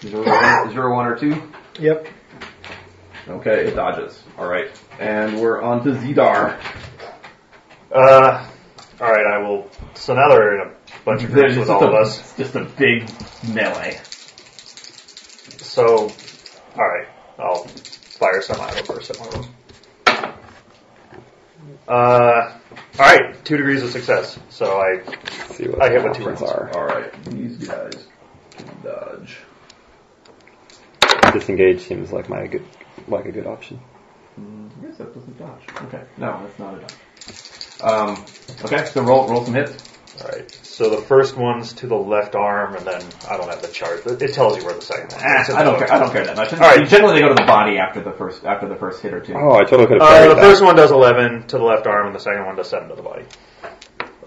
F: Zero, one- zero, one, or two?
H: Yep.
F: Okay, it dodges. All right, and we're on to Zedar.
B: Uh, alright, I will. So now they're in a bunch of groups with all of us.
F: It's just a big melee.
B: So, alright, I'll fire some out of first at one of them. Uh, All right, two degrees of success. So I
D: See what
B: I hit
D: my
B: with two
D: options
B: rounds.
D: are.
I: Alright, these guys can dodge.
D: Disengage seems like my good, like a good option.
F: I guess that doesn't dodge. Okay, no, that's not a dodge. Um, okay, so roll roll some hits.
B: all right. So the first one's to the left arm, and then I don't have the chart. It it tells you where the second one.
F: Ah,
B: is.
F: I don't care. I don't care that much.
B: All right.
F: Generally, they go to the body after the first after the first hit or two.
D: Oh, I totally could have
B: Uh,
D: parried
B: the
D: that.
B: first one does 11 to the left arm, and the second one does 7 to the body.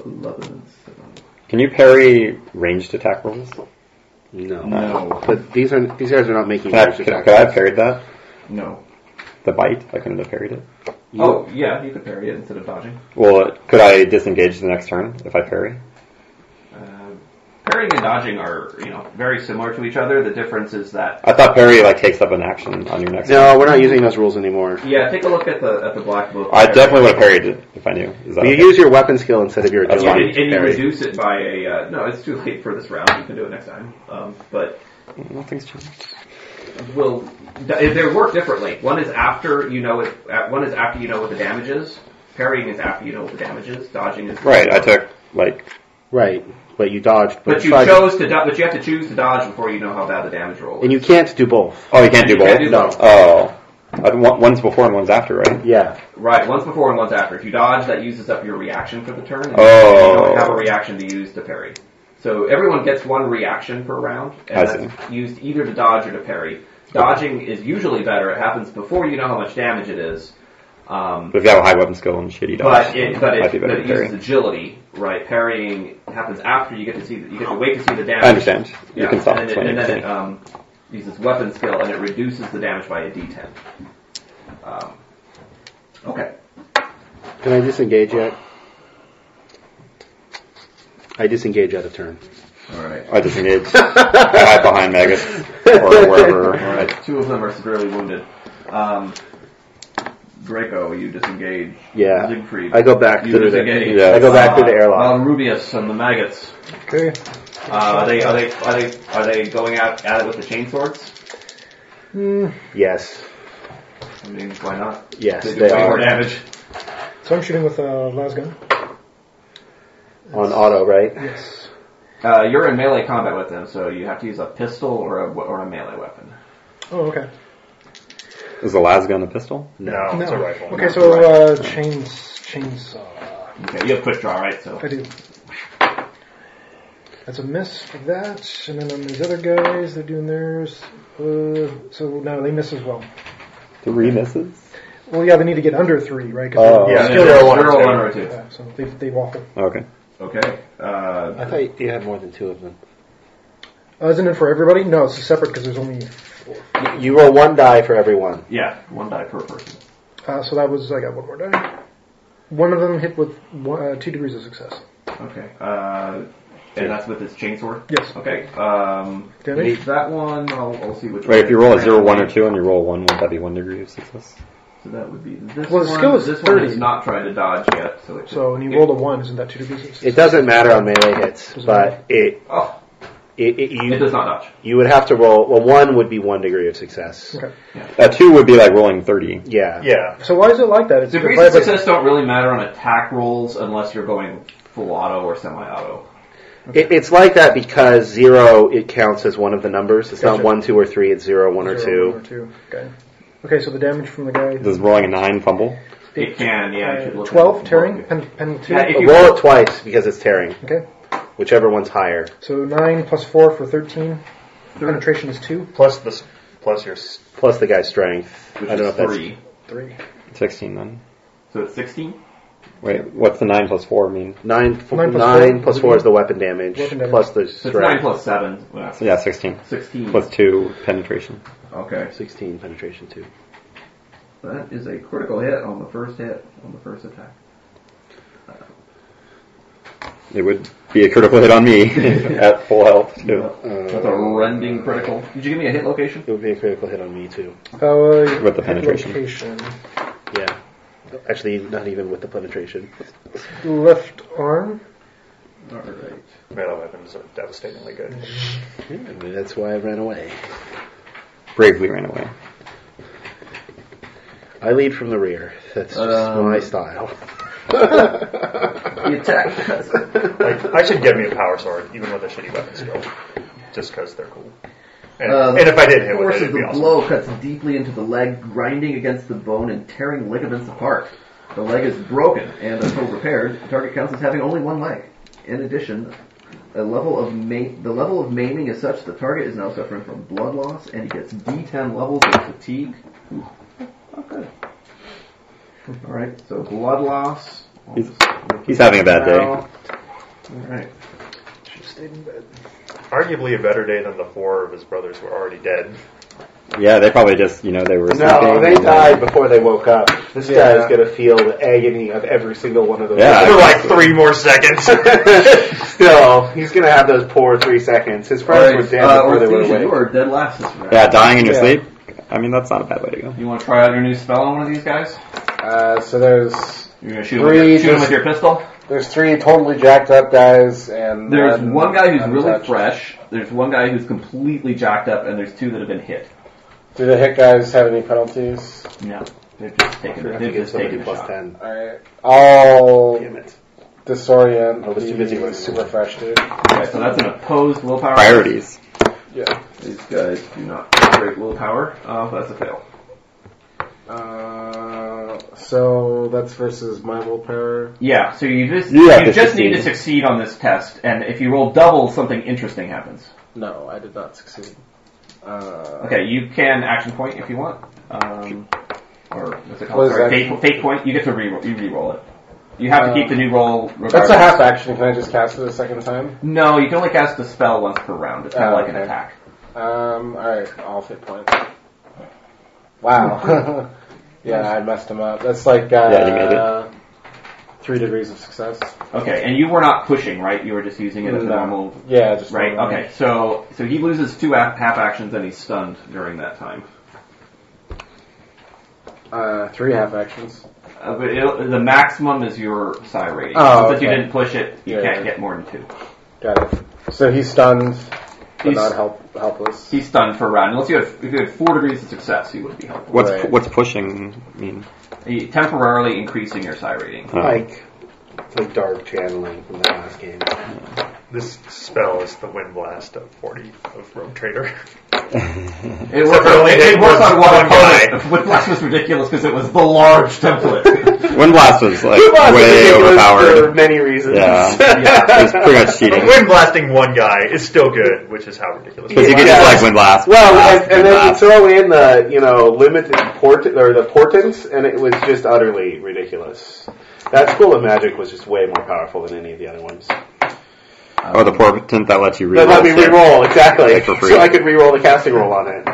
F: Eleven. seven.
D: Can you parry ranged attack rolls?
G: No.
F: No,
E: But these are these guys are not making
D: Can I,
E: ranged
D: could, I-
E: attacks.
D: could I have parried that?
F: no.
D: The bite? I couldn't have parried it.
F: Oh, yeah, you could parry it instead of dodging.
D: Well, could I disengage the next turn if I parry?
F: Uh, parrying and dodging are you know very similar to each other. The difference is that
D: I thought parry like takes up an action on your next. turn.
E: No, we're not using those rules anymore.
F: yeah. Take a look at the at the black book.
D: I definitely would have parried it if I knew. Is that
E: You
D: okay?
E: use your weapon skill instead of your
D: That's
E: agility.
F: Yeah, and,
D: fine.
F: and you
E: Parry.
F: reduce it by a uh, no. It's too late for this round. You can do it next time. Um, but
D: Nothing's changed.
F: will th- they work differently. One is after you know it. uh, One is after you know what the damage is. Parrying is after you know what the damage is. Dodging is
D: Right, I took like
E: Right, but you dodged. But,
F: But you
E: tried-
F: chose to, do- but you have to choose to dodge before you know how bad the damage roll.
E: and
F: is.
E: you can't do both.
D: oh you can't do
F: You can't
D: both.
F: do both.
D: Oh, I, one- one's before and one's after, right?
E: Yeah,
F: Right, once before and once after. If you dodge, that uses up your reaction for the turn. And
D: Oh.
F: You don't have a reaction to use to parry. So everyone gets one reaction per round, and
D: I
F: that's used either to dodge or to parry. Dodging is usually better. It happens before you know how much damage it is. Um,
D: But if you have a high weapon skill and shitty dodge,
F: but it, but
D: might
F: it,
D: be
F: but
D: better
F: it
D: to
F: uses
D: parry.
F: agility, right? Parrying happens after you get to see the, you get to wait to see the damage.
D: I understand. You
F: Yeah,
D: can stop
F: and,
D: at
F: it, and then it
D: 20%.
F: um, uses weapon skill and it reduces the damage by a d10. Um, okay.
E: can I disengage yet? I disengage out of turn.
F: All right.
D: I disengage. I hide behind Magus or wherever.
F: Alright, two of them are severely wounded. Um, Draco, you disengage.
E: Yeah.
F: Siegfried.
E: I go back
F: you
E: to the
F: disengage.
D: yeah.
E: I go back to
F: Uh,
E: the airlock.
F: Malrubius and the maggots.
H: Okay.
F: Uh, are they are they are they are they going out at it with the chain swords?
H: Mm,
E: Yes,
F: I mean, why not?
E: yes,
F: They do
E: they
F: way
E: are
F: more damage.
H: so I'm shooting with a uh, lasgun.
E: on auto, right?
H: Yes.
F: Uh, you're in melee combat with them, so you have to use a pistol or a or a melee weapon.
H: Oh, okay.
D: Is the las gun a pistol?
B: No, it's a
H: No.
B: rifle.
H: Okay, so uh, chains, chainsaw.
F: Okay, you have quick draw, right? So
H: I do. That's a miss for that, and then on these other guys, they're doing theirs. Uh, so no, they miss as well.
D: Three misses.
H: Well, yeah, they need to get under three, right? 'Cause
D: Oh.
H: they're
B: Yeah,
H: still-
B: zero, one, or two.
F: one or a two.
H: yeah, so they they waffle.
D: Okay.
F: Okay. Uh,
E: I thought you had more than two of them.
H: Uh, isn't it for everybody? No, it's separate because there's only.
E: You roll one die for everyone.
F: yeah, one die per person.
H: Uh, so that was I got one more die. One of them hit with one, uh, two degrees of success.
F: Okay. Uh, and that's with this chainsword?
H: Yes.
F: Okay. Um,
H: Damage.
F: that one, I'll, I'll see which
D: Wait, if you roll a zero, one, or
F: two.
D: two, and you roll one, would that be one degree of success?
F: So that would be this
H: Well,
F: one.
H: the skill is
F: this
H: 30.
F: one has not tried to dodge yet, so it
H: So and he
F: it-
H: rolled a one. Isn't that two degrees of success?
E: It doesn't matter on melee hits, but it,
F: Oh,
E: it, it
F: it
E: you
F: does not dodge.
E: you would have to roll. Well, one would be one degree of success.
H: Okay.
D: A two would be like rolling thirty.
E: Yeah.
B: Yeah.
H: So why is it like that? It's
F: Degrees of
H: divided by-
F: success don't really matter on attack rolls unless you're going full auto or semi-auto.
E: It, it's like that because zero it counts as one of the numbers. It's
H: Gotcha.
E: not one, two, or three. It's zero, one, or
H: Zero,
E: two.
H: one or two. Okay. Okay, so the damage from the guy.
D: Does rolling a nine fumble?
F: It can, yeah. I should
H: Uh,
F: look at
H: Twelve
F: it.
H: tearing pen, pen two.
F: Yeah, if you-
E: roll it twice because it's tearing.
H: okay.
E: Whichever one's higher.
H: So nine plus four for thirteen. Penetration is two,
B: Plus, this, plus your. s-
E: Plus the guy's strength.
F: Which
E: I don't know
F: is
E: if that's
F: three.
H: three.
D: Sixteen then.
F: So it's 16?
D: Wait, what's the nine plus four mean?
E: nine. F-
H: Nine
E: nine
H: plus
E: plus
H: four.
E: four, is the weapon damage.
H: Weapon damage.
E: Plus the
F: So it's 9
E: strength.
F: plus 7. Well,
D: So yeah, sixteen
F: 16.
D: plus two penetration.
F: Okay.
E: Sixteen penetration two.
F: That is a critical hit on the first hit, on the first attack.
D: It would be a critical hit on me at full health too.
F: That's a rending critical. Did you give me a hit location?
E: It would be a critical hit on me too.
H: Oh, uh,
D: With the penetration.
H: location.
E: Yeah. Actually, not even with the penetration.
H: Left arm.
F: Alright.
B: Melee weapons are devastatingly good.
E: Yeah,
D: Hmm.
E: that's why I ran away.
D: Bravely ran away.
E: I lead from the rear. That's just
F: Um,
E: my style.
F: The attack.
B: Like, I should get me a power sword, even with a shitty weapon skill, just because they're cool. And,
F: Uh,
B: and if I did hit
F: The
B: with
F: force
B: it,
F: of
B: it'd
F: the
B: be awesome.
F: blow cuts deeply into the leg, grinding against the bone and tearing ligaments apart. The leg is broken, and until repaired, the target counts as having only one leg. In addition, a level of ma- the level of maiming is such the target is now suffering from blood loss, and he gets D10 levels of fatigue. Ooh, not good. All right, so blood loss.
D: He's- He's having a bad day.
F: All right.
B: Arguably a better day than the four of his brothers were already dead.
D: Yeah, they probably just, you know, they were
E: No,
D: sleeping
E: they
D: and, uh,
E: died before they woke up. This
J: Yeah.
E: guy is going to feel the agony of every single one of those.
D: Yeah.
B: For like three more seconds.
E: Still, he's going to have those poor three seconds. His
F: All
E: friends
F: right.
E: were dead
F: uh,
E: before they were
F: Orthosia,
E: awake.
F: you are dead last this round.
D: Yeah, dying in your
J: Yeah.
D: sleep. I mean, that's not a bad way to go.
F: You want to try out your new spell on one of these guys?
K: Uh, so there's
F: You're gonna shoot,
K: Three
F: him, with, shoot him
K: just-
F: with your pistol.
K: there's three totally jacked up guys, and
F: There's one guy who's really
K: untouched.
F: fresh. There's one guy who's completely jacked up, and there's two that have been hit.
K: Do the hit guys have any penalties?
F: No, they're just taking.
E: I
F: They're
E: have to give
F: just
E: somebody
F: taking a
E: plus
F: shot.
E: 10.
K: Alright. I'll
E: Damn it.
K: disorient.
E: I was too
K: the
E: busy with-
K: super fresh dude.
F: Okay, so that's an opposed willpower.
D: Priorities.
K: Yeah.
F: These guys do not have great willpower. Oh, that's a fail.
K: Uh, so that's versus my willpower.
F: Yeah, so you just
D: You
F: you,
D: have to
F: just need to
D: succeed.
F: succeed on this test, and if you roll double, something interesting happens.
K: No, I did not succeed. Uh,
F: Okay, you can action point if you want. Um, or what's it
K: What
F: called?
K: is
F: Sorry,
K: that?
F: fate, fate point. You get to re-roll, you re-roll it. You have to
K: Uh,
F: keep the new roll. Regardless.
K: that's a half action. Can I just cast it a second time?
F: No, you can only cast the spell once per round. It's kind of
K: Oh,
F: like an
K: okay.
F: attack.
K: Um, alright, all hit points. Wow. yeah, I messed him up. That's like, uh,
D: Yeah, you made it.
K: three degrees of success.
F: Okay, and you were not pushing, right? You were just using it as a
K: No.
F: normal,
K: Yeah, just
F: right?
K: normal.
F: Okay, so so he loses two half, half actions and he's stunned during that time.
K: Uh, three half actions.
F: Uh, but it'll, the maximum is your psi rating.
K: Oh,
F: Since you
K: okay.
F: didn't push it, you
K: Yeah,
F: can't
K: yeah.
F: get more than two.
K: Got it. So he's stunned, but
F: He's-
K: not help helpless.
F: He's stunned for a round. Unless you had if you had four degrees of success, you would be helpful.
D: What's
K: Right.
D: what's pushing mean?
F: He- temporarily increasing your psi rating.
D: Uh,
E: Like, it's like dark channeling from the last game.
B: this spell is the wind blast of 40 of Rogue Trader.
F: It works,
B: for only
F: it,
B: eight
F: it works on
B: words,
F: one
B: one guy.
F: opponent. Whiplash was ridiculous because it was the large template.
D: Windblast was like way
E: For
D: overpowered.
E: many reasons.
D: Yeah. It was pretty much cheating.
B: Wind blasting one guy is still good, which is how ridiculous.
D: Because you can
E: Yeah.
D: just like Windblast.
E: Well,
D: blast,
E: and, and then you
D: Windblast.
E: throw in the you know limited port or the portents, and it was just utterly ridiculous. That school of magic was just way more powerful than any of the other ones.
D: Or Oh, the portent that lets you
E: That
D: reroll.
E: let me
D: stuff.
E: reroll exactly,
D: Like for free.
E: so I could reroll the casting roll on it.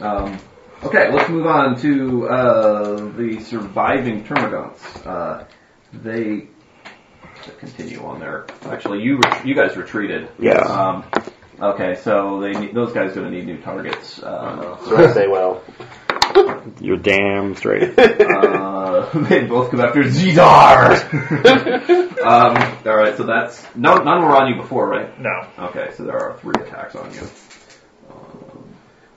F: Um, okay, let's move on to uh, the surviving termagants. Uh, they continue on their. Actually, you ret- you guys retreated.
D: Yeah.
F: Um, okay, so they need, those guys are going to need new targets. Uh,
E: So I say, well,
D: You're damn straight.
F: uh, they both come after Zidar. um, all right, so that's no none were on you before, right?
B: No.
F: Okay, so there are three attacks on you.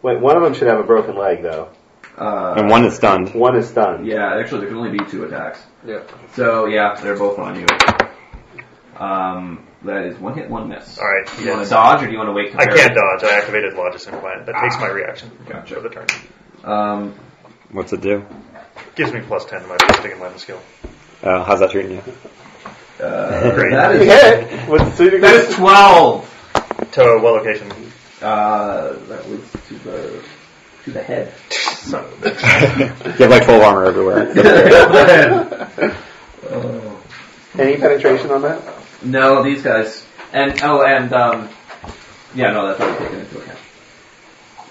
E: wait, one of them should have a broken leg though.
F: Uh,
D: And one is stunned.
E: One is stunned.
F: Yeah, actually, there can only be two attacks.
K: Yeah.
F: So yeah, they're both on you. Um, that is one hit, one miss.
B: All right.
F: Do you want
B: Yes.
F: to dodge or do you want to wait? To
B: I
F: parry?
B: can't dodge. I activated Logis Implant. That takes my reaction
F: Ah. Gotcha.
B: for the turn.
F: Um,
D: What's it do?
B: Gives me plus 10 to my ballistic and weapon skill.
D: Uh, how's that treating you?
F: uh,
D: Great.
F: that
E: You
F: is
E: hit with two
F: that is
E: degrees.
F: twelve.
B: To what location?
F: Uh, that was to the to the head.
B: Son of a bitch.
D: You have like full armor everywhere.
F: The head. Oh.
E: Any penetration on that?
F: No, these guys. And oh, and um, yeah, no, that's not taken into account.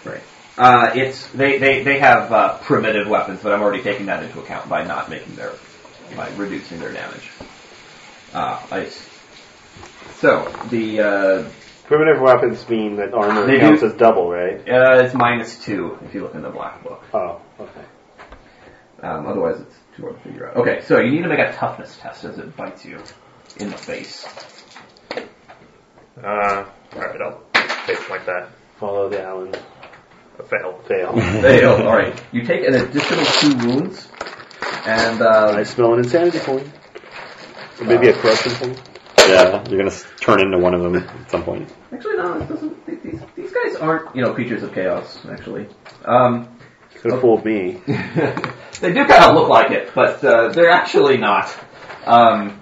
F: Right. Uh, it's they they they have uh, primitive weapons, but I'm already taking that into account by not making their by reducing their damage. Uh, ice. So the uh,
E: Primitive weapons mean that armor
F: They do-
E: counts as double, right?
F: uh, it's minus two if you look in the black book.
E: Oh, okay.
F: Um, otherwise, it's too hard to figure out. Okay, so you need to make a toughness test as it bites you in the face.
B: Uh, Alright, I'll take it like that.
E: Follow the Allen
B: A fail.
E: fail.
F: Mm-hmm. There you go. All right. You take an additional two wounds. And uh,
E: I smell an insanity point. Or maybe a corruption point.
D: Yeah, you're gonna s- turn into one of them at some point.
F: Actually, no, it doesn't. th- These, these guys aren't, you know, creatures of chaos. Actually, um,
E: Could have fooled me.
F: they do kind of look like it, but uh, they're actually not. Um,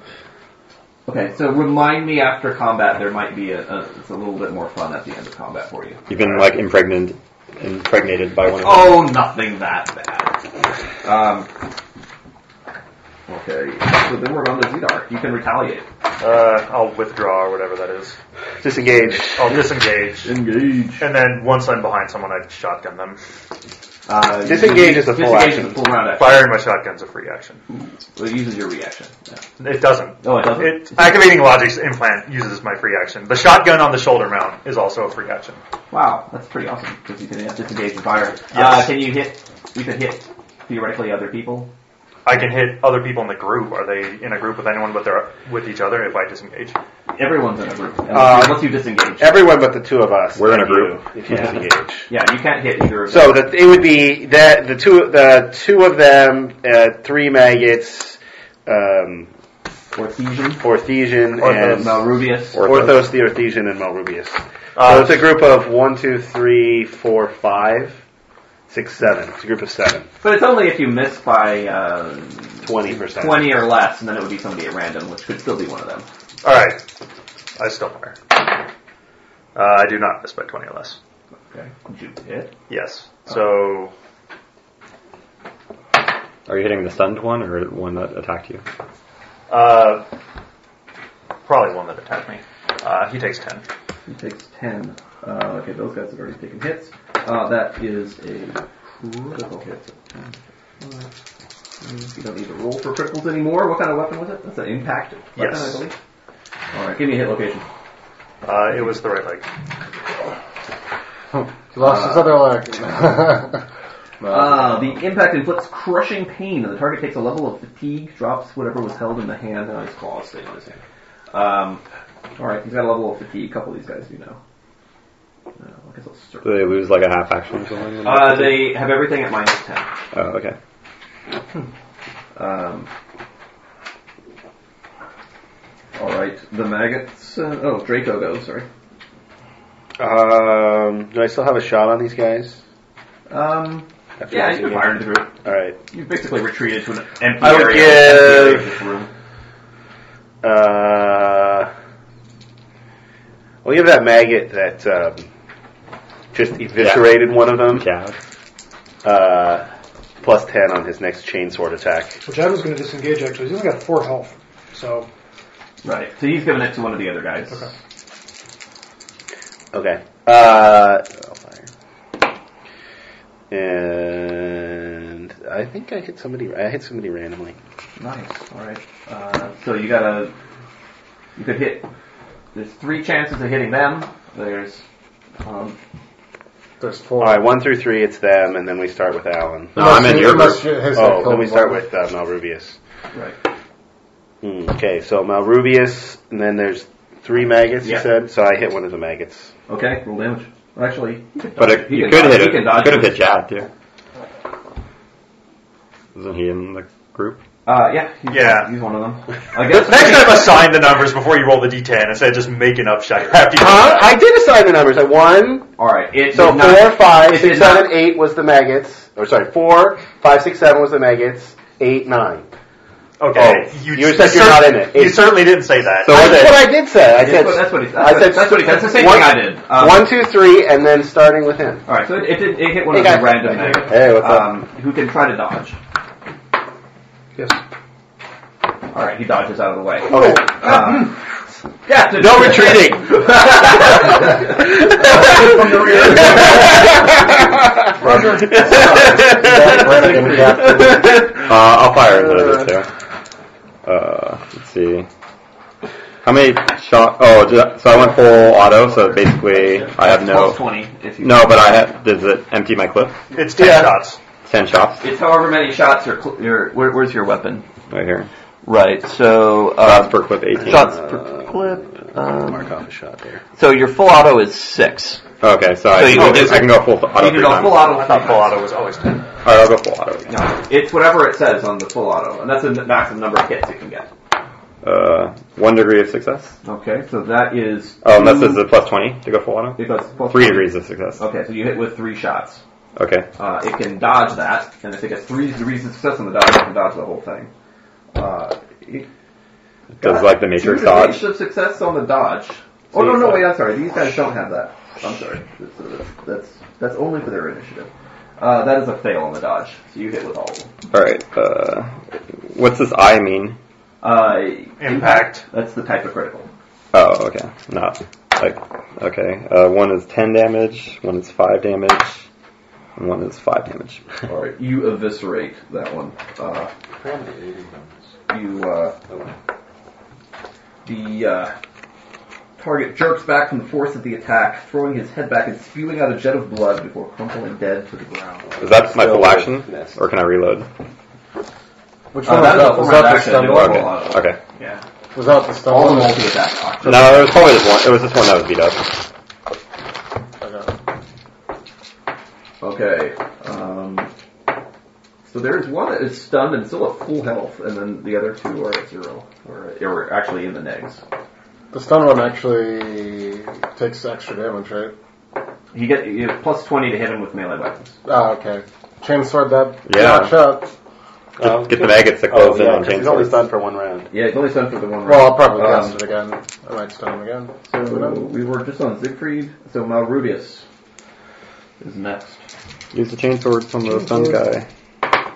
F: okay, so remind me after combat. There might be a, a it's a little bit more fun at the end of combat for you.
D: You've been like impregnated, impregnated by one of them.
F: Oh, nothing that bad. Um, okay, so then we're on to Zedar. You can retaliate.
B: Uh, I'll withdraw or whatever that is.
E: Disengage.
B: I'll disengage.
I: Engage.
B: And then once I'm behind someone, I shotgun them.
F: Uh,
E: Disengage is a full
F: disengage
E: action.
F: Is a full round action.
B: Firing my shotgun's a free action.
F: Well, It uses your reaction. Yeah.
B: It doesn't.
F: Oh, it doesn't.
B: It, activating logic's implant uses my free action. The shotgun on the shoulder mount is also a free action.
F: Wow, that's pretty awesome because you can uh, disengage and fire. Uh,
B: Yes.
F: can you hit? You could hit theoretically other people.
B: I can hit other people in the group. Are they in a group with anyone but they're with each other if I disengage?
F: Everyone's in a group and
E: Uh,
F: once you disengage.
E: Everyone but the two of us.
D: We're in a
E: and
D: group.
E: you, if you
D: Yeah.
E: disengage.
F: yeah, you can't hit either of them.
E: So that it would be that the two the two of them, uh, three maggots, um,
F: Orthesian,
E: Orthesian and
F: Malrubius.
E: Orthos the Orthesian and Malrubius. so
B: Uh,
E: it's a group of one, two, three, four, five, six, seven. It's a group of seven.
F: but it's only if you miss by uh,
E: Twenty percent.
F: twenty or less, and then it would be somebody at random, which could still be one of them.
B: All right. I still fire. Uh, I do not miss by 20 or less.
F: Okay, did you hit?
B: Yes. So
D: Are you hitting the stunned one or the one that attacked you?
B: uh, probably one that attacked me. Uh, he takes 10.
F: He takes ten. Uh, okay, those guys have already taken hits. Uh, that is a critical hit. You don't need to roll for criticals anymore. What kind of weapon was it? That's an impact weapon,
B: Yes.
F: I believe. All right, give me a hit location.
B: Uh, it was the right leg.
C: He lost his other leg. No.
F: Uh, the impact inflicts crushing pain, and the target takes a level of fatigue, drops whatever was held in the hand, and his claws stay on his hand. Um, all right, he's got a level of fatigue. A couple of these guys do now. Uh, I guess I'll start.
D: Do they lose like a half action or something?
F: Uh, they have everything at minus ten.
D: oh, okay.
F: Um, all right, the maggots. Uh, oh, Draco goes. Sorry.
E: Um, do I still have a shot on these guys?
F: Um,
E: After
F: yeah,
E: I
F: you can
E: disengage?
F: fire into the group.
E: All right.
F: You've basically retreated to an empty
E: I would
F: area.
E: give-
F: Empty area of this room.
E: Uh, we'll give that maggot that um, just eviscerated one of them
D: Yeah.
E: uh, plus ten on his next chainsword attack.
H: Which I was going to disengage actually. He's only got four health. So
F: Right. So he's giving it to one of the other guys.
H: Okay.
E: Okay. Uh, I'll fire. And I think I hit somebody. I hit somebody randomly.
F: Nice. All right. Uh, so you got to you could hit. There's three chances of hitting them. There's um,
C: There's
E: All
C: four.
E: right, one through three, it's them, and then we start with Alan.
D: No, I'm in your
C: Unless
D: group.
C: you- his
E: Oh,
C: head
E: then we
C: comes
E: start
C: off.
E: with uh, Malrubius.
F: right.
E: Hmm, okay, so Malrubius, and then there's three maggots.
F: Yeah.
E: You said so. I hit one of the maggots.
F: Okay. Roll damage. Actually,
D: But it,
F: He
D: you
F: can
D: could
F: dodge-
D: hit
F: he
D: it.
F: can
D: You
F: dodge
D: could have
F: it.
D: hit Chad too. Isn't he in the group?
F: uh, yeah. He's,
B: Yeah.
F: He's one of them. I guess.
B: Next time, assign the numbers before you roll the d10 instead of just making up shit.
E: Huh? I did assign the numbers. I one,
F: All right. It
E: so
F: did not-
E: four, five,
F: it
E: six,
F: did not-
E: seven, eight was the maggots. Or sorry, four, five, six, seven was the maggots. Eight, nine.
B: Okay.
E: Oh, you said you're not in it.
B: You certainly didn't say that.
E: So
D: was
E: that's
D: it-
E: what I did say. I said
F: That's what, that's what he. That's,
E: I
F: what,
E: said-
F: that's what he. That's the same
E: one-
F: thing I did. Um,
E: one, two, three, and then starting with him.
F: All right. So it, it, did, it hit one
E: Hey,
F: of the
E: guys.
F: random maggots.
E: Hey, what's up?
F: um, Who can try to dodge?
H: yes,
F: All right. He dodges out of the way.
E: Okay.
F: Um, yeah.
E: No retreating.
D: Uh, I'll fire into this too. Uh, let's see. How many shot? Oh, did I- so I went full auto. So basically, I have
F: Plus
D: no.
F: twenty. If you
D: No, but I have. Does it empty my clip?
B: It's 10 shots.
D: Ten shots
F: It's however many shots your cl- your where, where's your weapon?
D: right here.
F: Right. So uh,
D: Shots per clip, eighteen. Uh,
F: per clip. uh,
E: Mark off a shot there.
F: so your full auto is six.
D: Okay, so, I,
F: you
D: can,
F: can do-
D: I can go full auto.
F: You can
D: three
F: go
D: times.
F: full auto.
B: I thought full auto was always 10.
D: All right, I'll go full auto. again.
F: No, it's whatever it says on the full auto, and that's the maximum number of hits you can get.
D: Uh, one degree of success.
F: Okay, so that is.
D: Oh, and that says a plus twenty to go full auto.
F: It goes plus
D: Three
F: one.
D: degrees of success.
F: Okay, so you hit with three shots.
D: Okay.
F: Uh, it can dodge that, and if it gets three degrees of success on the dodge, it can dodge the whole thing. Uh, it
D: Does
F: got
D: like the Matrix
F: two
D: dodge?
F: degrees of success on the dodge. Oh no, no, wait, I'm sorry. These guys don't have that. I'm sorry. That's that's, that's only for their initiative. Uh, that is a fail on the dodge, so you hit with all of them.
D: All right. Uh, what's this I mean?
F: Uh,
B: Impact.
F: That's the type of critical.
D: Oh, okay. Not like okay. Uh, one is ten damage. One is five damage. And one is five damage.
F: All right, you eviscerate that one. Uh, you uh, the uh, target jerks back from the force of the attack, throwing his head back and spewing out a jet of blood before crumpling dead to the ground.
D: Is that my full action, or can I reload?
K: Which
F: Uh,
K: one
F: that
K: was
F: is
K: that?
F: a
K: Was
F: form of
K: that the
F: action.
K: stun
F: They
K: one?
F: all-
D: Okay. Okay.
K: Was that the stun
F: All the
K: one?
F: multi attack. options.
D: No, it was probably this one. It was this one that was beat up.
K: Okay.
F: Okay. Um, so there's one that is stunned and still at full health, and then the other two are at zero, or, or actually in the negs.
K: The stun one actually takes extra damage, right?
F: He get you have plus twenty to hit him with melee weapons.
K: Ah, okay. Chain sword that
D: Yeah.
K: notch up.
D: Get, get the maggots to
E: Oh,
D: close in
E: yeah,
D: on
E: 'cause he's
D: chains.
E: only stunned for one round.
F: Yeah, he's only stunned for the one.
K: Well, I'll probably
F: Um,
K: cast it again. I might stun him again.
F: So we were just on Siegfried. So Malrudius is next.
D: Use the chain swords on the stun guy.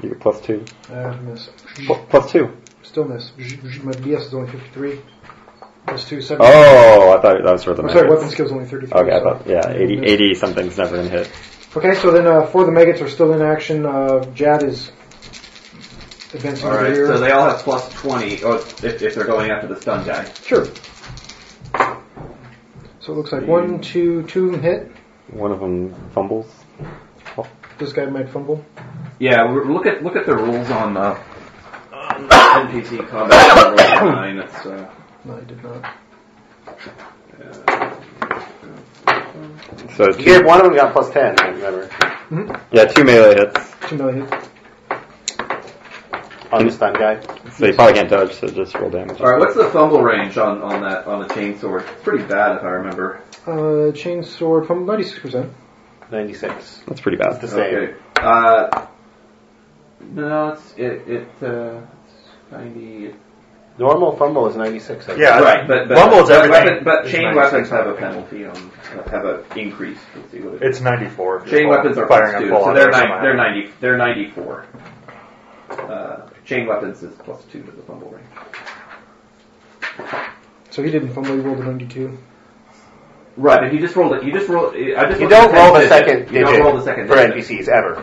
D: You get plus two.
H: Uh, miss.
D: Pl- plus two.
H: Still miss. My BS is only 53. Plus 2, 70.
D: Oh, I thought that was for the
H: I'm sorry, Mm-hmm.
D: maggots.
H: weapon skill's only 33.
D: Okay, I
H: so-
D: thought, yeah, 80, 80 something's never been hit.
H: Okay, so then uh, four of the maggots are still in action. Uh, Jad is advancing
F: All
H: over
F: right.
H: here.
F: So they all have plus twenty. Oh, if, if they're going after the stun guy.
H: sure. So it looks like one, two, two hit.
D: One of them fumbles.
H: This guy might fumble.
F: Yeah. We're, look at look at the rules on uh, on NPC combat on roll nine. It's, uh,
H: No, he did not.
D: So
E: You gave
D: two,
E: one of them got plus ten. I remember
D: yeah, two melee hits.
H: Mm-hmm. Two melee hit.
E: on the stun guy.
D: So you probably can't dodge, so just roll damage.
F: all right. What's the fumble range on on that on the chainsword? It's pretty bad if I remember.
H: Uh, chain sword fumble, 96%.
E: Ninety six.
D: That's pretty
E: It's the
D: bad.
E: same.
F: Okay. Uh, no, it's it it uh, it's ninety.
E: Normal fumble is ninety six.
B: Yeah,
F: Right, but but,
B: Fumbles
F: but,
B: everything.
F: weapon, but
B: It's
F: chain
B: 96
F: weapons have a
B: on everything.
F: penalty on have an increase. Let's see what it is.
B: It's 94. if you're
F: Chain
B: full-
F: weapons are
B: firing
F: plus two,
B: on full
F: so
B: auto
F: they're
B: or
F: nine,
B: something.
F: they're ninety they're ninety four. Uh, chain weapons is plus two to the fumble range.
H: So he didn't fumble, he rolled a 92.
F: Right, but you just rolled it. You just rolled. I just
E: You
F: looked
E: don't
F: at
E: roll the
F: digit.
E: second
F: You
E: digit
F: don't roll the second
E: for
F: digit.
E: NPCs ever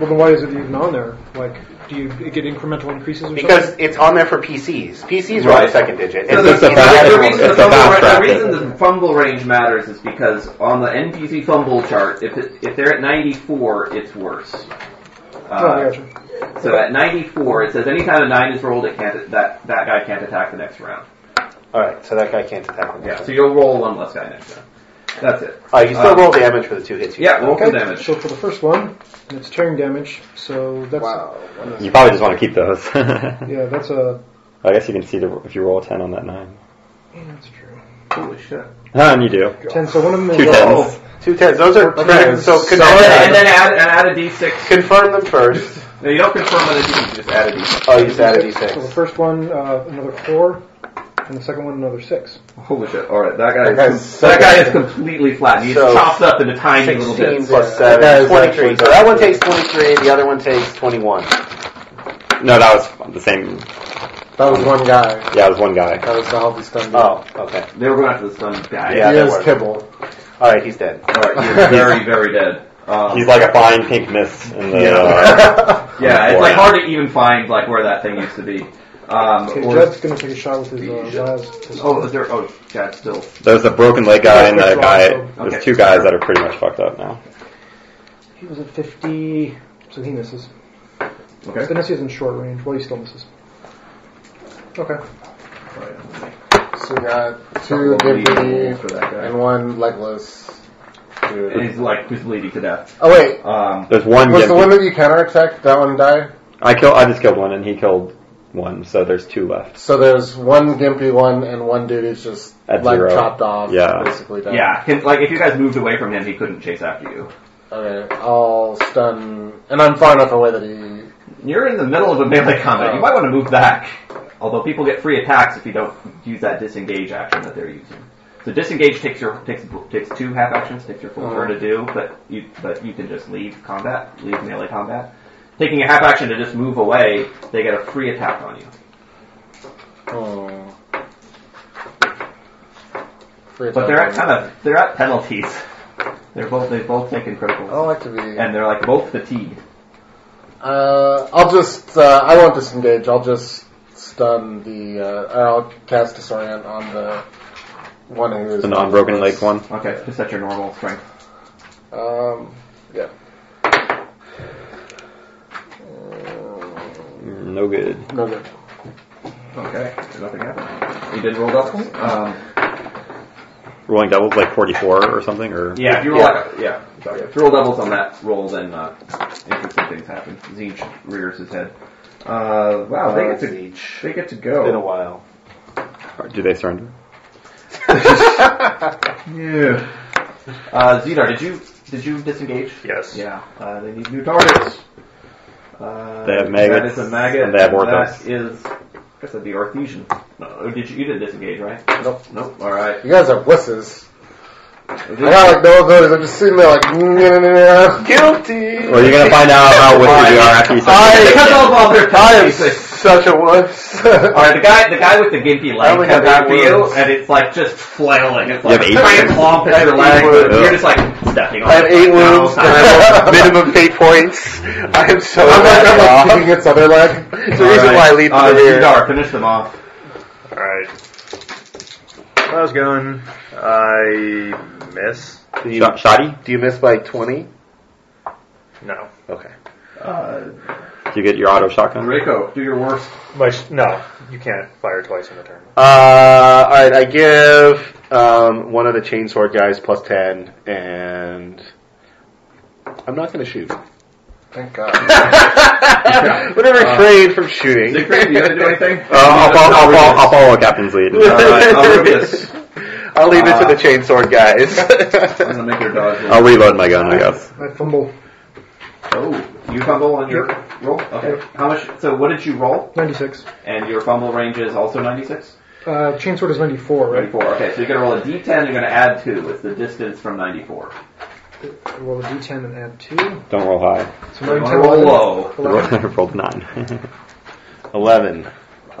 H: Well, then why is it even on there? Like, do you get incremental increases or
E: because
H: something?
E: it's on there for PCs. PCs roll
F: Right.
E: the second digit.
F: So
E: It's
F: the,
D: just a
E: PCs
D: fact-
E: have
F: the
E: to roll
F: reason, the
D: it's a
F: fumble,
D: fast
F: ra-
D: track
F: the, reason
D: digit.
F: the fumble range matters is because on the NPC fumble chart, if it, if they're at 94, it's worse.
H: Oh,
F: Uh,
H: I gotcha.
F: So at 94, it says anytime a 9 is rolled, it can't, that, that guy can't attack the next round.
E: All right, so that guy can't attack him.
F: Yeah, so you'll roll one less guy next round. That's it.
E: Uh, you still
F: Um,
E: roll damage for the two hits. You
F: Yeah, roll for
H: Okay,
F: damage.
H: so for the first one, and it's tearing damage, so that's
D: You probably just want to keep those. I
H: yeah, that's a
D: guess you can see the, if you roll a 10 on that 9.
H: yeah, that's true.
F: Holy shit.
D: Huh, and you do.
H: Ten. So one of them is
D: Two
H: uh,
D: tens.
E: Two tens. Those are
H: Fourteen.
E: correct. So
H: So-
E: confirm,
F: And then add, and add a d6.
E: confirm them first.
F: No, you don't confirm it, you just add a d6.
E: Oh, you just added
H: So the
E: d6.
H: first one, uh, another four, and the second one, another six.
F: Holy shit. Alright, that guy
E: That
F: is,
E: guy's
F: that
E: so-
F: guy is completely flat. He's
E: So-
F: chopped up into tiny little bits.
E: Plus
K: That
E: seven,
K: is
E: 23. So
K: actually-
E: that one takes 23, the other one takes 21.
D: No, that was the same.
K: That was one guy.
D: Yeah, it was one guy.
K: That was the healthy stun. guy.
E: Oh, okay.
F: They were going after the stun guy.
E: Yeah,
K: he
E: that
K: is
E: worked.
K: kibble.
E: Alright, he's dead.
F: Alright, he's very, very dead. Um,
D: He's like a fine pink mist in the. Uh,
E: Yeah.
F: yeah, it's like hard to even find like where that thing used to be. Um,
H: Okay,
F: or-
H: Jed's gonna take a shot with his uh, last. his-
F: oh, is there, oh, God, still.
D: there's a broken leg guy and that guy.
F: Okay.
D: There's two guys that are pretty much fucked up now.
H: He was at fifty, so he misses.
F: Okay.
H: So now he's in short range. Well, he still misses. Okay.
K: So we got
F: Something
K: two
F: unbelievable
K: Gibby
F: for that guy.
K: and one legless.
F: and he's like he's bleeding to death.
K: Oh wait,
F: Um,
D: There's one.
K: was the
D: Genki.
K: one that you counterattacked that one die?
D: I kill. I just killed one, and he killed one. So there's two left.
K: So there's one gimpy one and one dude who's just
D: At
K: like
D: zero.
K: chopped off,
D: Yeah.
K: basically dead.
F: yeah, him- like if you guys moved away from him, he couldn't chase after you.
K: Okay, I'll stun, and I'm far enough away that he. hmm.
F: You're in the middle of a melee combat. You might want to move back. Although people get free attacks if you don't use that disengage action that they're using. So disengage takes your takes takes two half actions, takes your full turn to do, but you but you can just leave combat, leave melee combat. Taking a half action to just move away, they get a free attack on you.
K: Oh.
F: But they're at kind of they're at penalties. They're both they've both taken critical,
K: I don't like to be.
F: and they're like both fatigued.
K: Uh, I'll just. Uh, I won't disengage. I'll just stun the. Uh, or I'll cast disorient on the one who is
D: The non-broken leg one.
F: Okay, just at your normal strength.
K: Um. Yeah. Uh,
D: No good.
K: No good.
F: Okay, nothing happened. You did roll doubles. Um,
D: Rolling doubles like 44 or something, or
F: Yeah, if you roll, yeah, yeah, sorry. If you roll doubles on that roll, then uh, interesting things happen. Zeech rears his head. Uh, wow, they get to they get to go.
G: Been a while.
D: or do they surrender?
F: Yeah. Uh, Zedar, did you did you disengage?
B: Yes.
F: Yeah. Uh, they need new targets. Uh,
D: They have maggots,
F: That is a maggot.
D: and they have
F: and
D: orthos.
F: That is, I guess that'd be Arthesian. No, oh, did you, you didn't disengage, right?
K: Nope.
F: Nope. All right.
K: You guys are wusses. I got like no abilities. I'm just sitting there like. Guilty.
D: Well, you're gonna find out how wicked you are after you
F: They
D: surrender.
F: cut off all their penalties.
G: Such a wuss.
F: All right, the guy, the guy with the gimpy leg
G: only
F: comes
G: have eight
F: after you,
G: words.
F: and it's like just flailing. It's
D: You
F: like
D: have eight
F: trying to
D: words?
F: claw at your
G: eight
F: leg.
G: words.
F: You're just like stepping on.
G: I have
F: it.
G: eight
F: No,
G: wounds
F: no.
G: and I rolled minimum fate points. I am so
K: I'm like, I'm like
G: bad.
K: kicking its other leg.
G: It's the reason why I lead
F: Uh,
G: from the rear.
F: Zidar, finish them off.
B: Alright. I was going. I miss.
G: Do you,
D: Sh- Shoddy,
G: do you miss by 20?
B: No.
G: Okay.
F: Uh,
D: do you get your auto shotgun?
F: Rico, do your worst.
B: My sh- no, you can't fire twice in a turn.
E: Uh, alright, I give um, one of the chainsword guys plus 10, and I'm not going to shoot.
K: Thank God.
E: I'm going to
F: Uh,
E: refrain from shooting. Um,
F: Siegfried, do you gonna do anything?
D: Uh, I'll, follow, I'll, follow, I'll follow captain's lead.
F: Alright, I'll do this.
E: I'll leave it
F: Uh,
E: to the chainsword guys.
F: I'm gonna make your dodge roll.
D: I'll reload my gun, I guess.
H: I fumble.
F: Oh, you fumble on your roll? Okay. How much, so what did you roll?
H: 96.
F: And your fumble range is also 96?
H: Uh, Chainsword is 94, right?
F: 94. Okay, so you're gonna roll a d10, you're gonna add 2. It's the distance from 94.
H: Roll a d10 and add 2.
D: Don't roll high.
H: So
F: You
H: 9,
F: wanna
H: 10,
F: roll
H: 11.
F: low.
H: Eleven.
D: I rolled nine.
E: 11.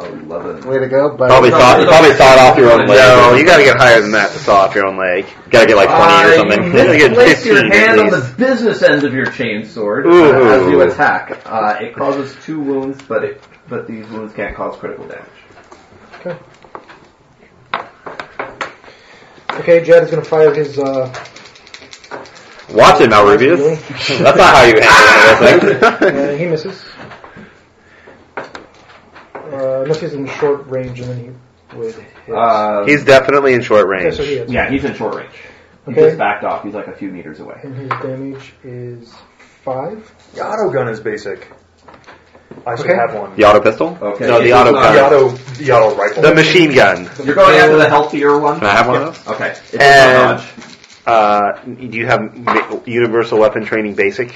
F: 11.
K: Way to go, buddy.
D: Probably saw, probably saw it off your own leg.
E: No, you got to get higher than that to saw off your own leg.
D: gotta get like 20 or something.
E: missed.
F: You
E: Get
F: place
E: 15
F: your
E: at
F: hand on
E: least.
F: the business end of your chainsword
E: Ooh.
F: as you attack. Uh, it causes two wounds, but it, but these wounds can't cause critical damage.
H: Okay, Jed is going to fire his. Uh,
D: Watch it, Malrubius. That's not how you handle one of those things.
H: and he misses. Uh, unless he's in short range, and then he would hit.
F: Uh,
E: He's definitely in short
H: okay,
E: range.
H: so he is.
F: yeah, he's in short range. He
H: Okay.
F: just backed off. He's like a few meters away.
H: And his damage is 5.
B: The auto gun is basic. I should
H: Okay.
B: have one.
D: The auto pistol?
F: Okay.
D: No, the
F: It's
D: auto
F: not-
D: gun.
B: The auto, the auto rifle.
E: The machine gun.
F: You're going after the healthier one.
D: Can I have one of those?
F: Okay. It's a
E: And-
F: dodge.
E: Uh, do you have ma- universal weapon training basic?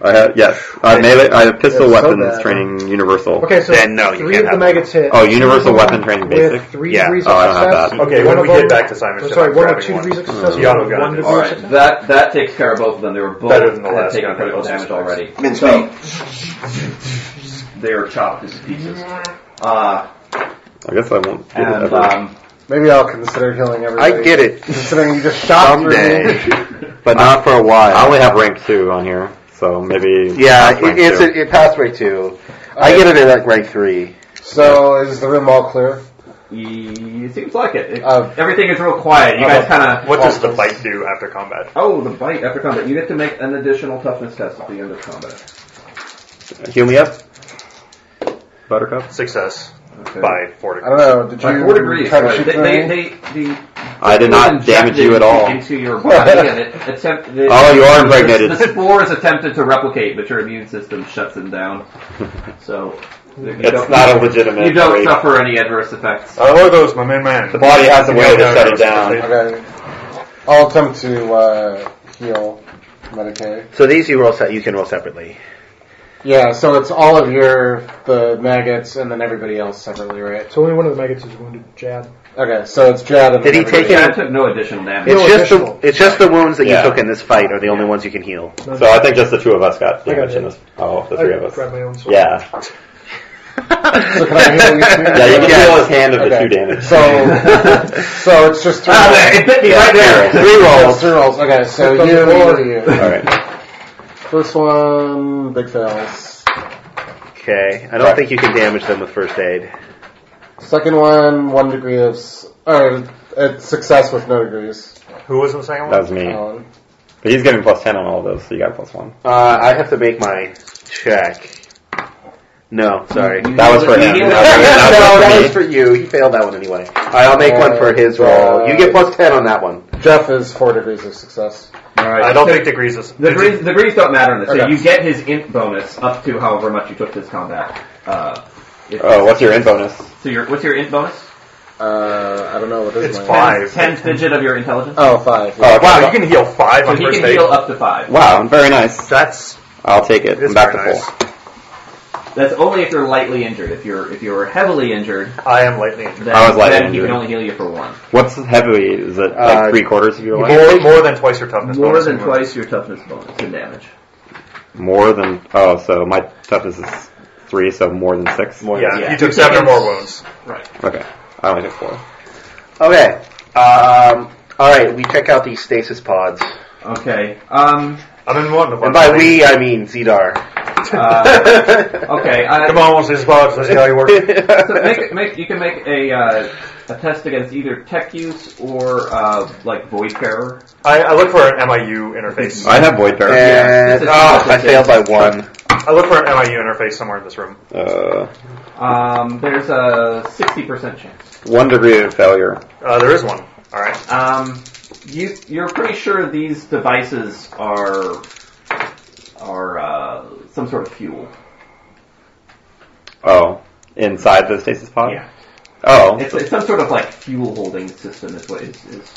D: I have, yes. I have melee, I have pistol
K: Yeah, so
D: weapons
K: bad.
D: training universal.
H: Okay, so
E: Then no, you
H: three
E: can't
H: of the
E: have
H: maggots hit.
D: Oh, universal
H: One of
D: weapon
H: them
D: training
H: with
D: basic?
H: Three
E: Yeah.
H: degrees
D: Oh, I
H: of
D: don't have
H: success.
D: that.
B: Okay,
H: One
B: when we
H: of
B: get
H: them-
B: back to Simon's
H: I'm
B: ship,
H: sorry,
B: I'm
H: one or
B: grabbing
H: two
B: one.
H: degrees of success.
B: The auto
H: one
B: gun is-
H: degree of
F: All right.
H: success.
F: That that takes care of both of them. They were both
B: Better than the
F: had
B: last
F: taken
B: gun,
F: critical
B: in most
F: damage already. So they are chopped into pieces. Uh,
D: I guess I won't get it
F: and
D: ever.
F: um,
K: Maybe I'll consider killing everybody.
E: I get it
K: Considering you just shot through me.
E: someday, but not for a while.
D: I only have rank 2 on here, so maybe...
E: yeah,
D: that's rank
E: it, it's
D: two.
E: a, it passed rank two. I get it at like rank three.
K: So is the room all clear?
F: e- it seems like it. It-
K: Uh,
F: everything is real quiet. You
K: uh,
F: guys kind of.
B: What does the bite do after combat?
F: Oh, the bite after combat. You get to make an additional toughness test at the end of combat.
D: Heal me up. Buttercup.
B: Success
F: Okay.
B: by four
K: I don't
B: degrees.
K: know. Did
F: By
K: you
F: four degrees.
K: try to
F: right.
K: shoot
F: They,
K: through
F: they,
K: me?
F: they, the,
D: I I did not damage you at all.
F: Into your body and it attempt. The,
D: Oh, you are impregnated.
F: The spore is attempted to replicate, but your immune system shuts them down. So you
D: It's
F: don't-
D: not a legitimate
F: You don't
D: rape.
F: suffer any adverse effects.
B: Uh, what are those, my main man?
D: The body has a way to shut it down.
K: Okay. I'll attempt to uh, heal Medicaid.
E: So these you roll se- you can roll separately.
K: Yeah, so it's all of your the maggots and then everybody else separately, right?
H: So only one of the maggots is wounded. Jad.
K: Okay, so it's Jad. And
E: Did he
K: everybody
E: take it?
F: I took no additional damage.
E: It's
H: No
E: just
H: additional.
E: the it's just the wounds that
D: Yeah.
E: you took in this fight are the only ones you can heal.
D: So I think just the two of us got
H: I got
D: damage in
H: it.
D: this. Oh, the
H: I
D: three of us.
H: grabbed my own sword.
D: Yeah.
K: So can I heal you too?
D: Yeah, you can
E: Yeah.
D: heal his hand of the
K: Okay.
D: two damage.
K: So, so it's just three
D: Ah,
K: rolls.
D: there, it bit me right there. Three
K: rolls. Three rolls. Okay, so
H: Just on the floor.
K: you, you, you.
D: All right.
K: First one, big fails.
E: Okay. I don't
D: Right.
E: think you can damage them with first aid.
K: Second one, one degree of s- or it's success with no degrees. Um,
B: Who was the second
D: That
B: one?
D: was me.
K: Alan.
D: But he's getting plus ten on all those, so you got plus one.
E: Uh, I have to make my check. No, sorry.
F: You-
D: That was for him.
F: you-
E: no,
D: That was- that
E: that
D: was
E: was for you. He failed that one anyway. All right, I'll make one for his
D: Uh,
E: roll. You get plus ten on that one.
K: Jeff is four degrees of success.
F: All right.
B: I don't
F: so
B: think degrees is.
F: The degrees, the degrees don't matter in this. So
K: Okay.
F: you get his int bonus up to however much you took this combat. Uh, if-
D: Oh, what's your in bonus?
F: So your what's your int bonus?
K: Uh, I don't know what is
B: It's
K: my
B: five.
F: Ten digit of your intelligence.
K: Oh, five. Yeah.
E: Uh,
D: Oh,
B: Wow, you can heal five
F: so
B: on
F: he
B: first
F: can
B: aid.
F: heal up to five.
D: Wow, very nice.
E: That's
D: I'll take it. I'm back to full.
F: That's only if you're lightly injured. If you're if you're heavily injured,
B: I am lightly injured.
F: then,
D: I was lightly
F: then he
D: injured.
F: can only heal you for one.
D: What's heavy? Is it like
E: Uh,
D: three quarters of your life?
B: More, more than twice your toughness.
F: More
B: bonus
F: than
B: anyway.
F: twice your toughness bonus in damage.
D: More than oh, so my toughness is three, so more than six. More
B: Yeah,
F: Yeah.
B: you took seven or more wounds.
F: Right.
D: Okay, I only took four.
E: Okay. Um, all right, we check out these stasis pods.
F: Okay. Um.
B: I'm in one of
E: And
B: them.
E: by we, I mean Zedar.
F: Uh, okay. I,
B: Come on, we'll see the spots. Let's see how you work.
F: so make, make, you can make a uh, a test against either tech use or uh, like voidfarer.
B: I, I look for an MIU interface.
D: I have void barrier.
E: and, oh, I failed by one.
B: I look for an MIU interface somewhere in this room.
D: Uh,
F: Um, there's a sixty percent chance.
D: one degree of failure.
B: Uh, there is one. All right.
F: Um, you you're pretty sure these devices are are uh, some sort of fuel.
D: Oh, inside the stasis pod.
F: Yeah.
D: Oh,
F: It's, it's some sort of like fuel holding system. Is what is, is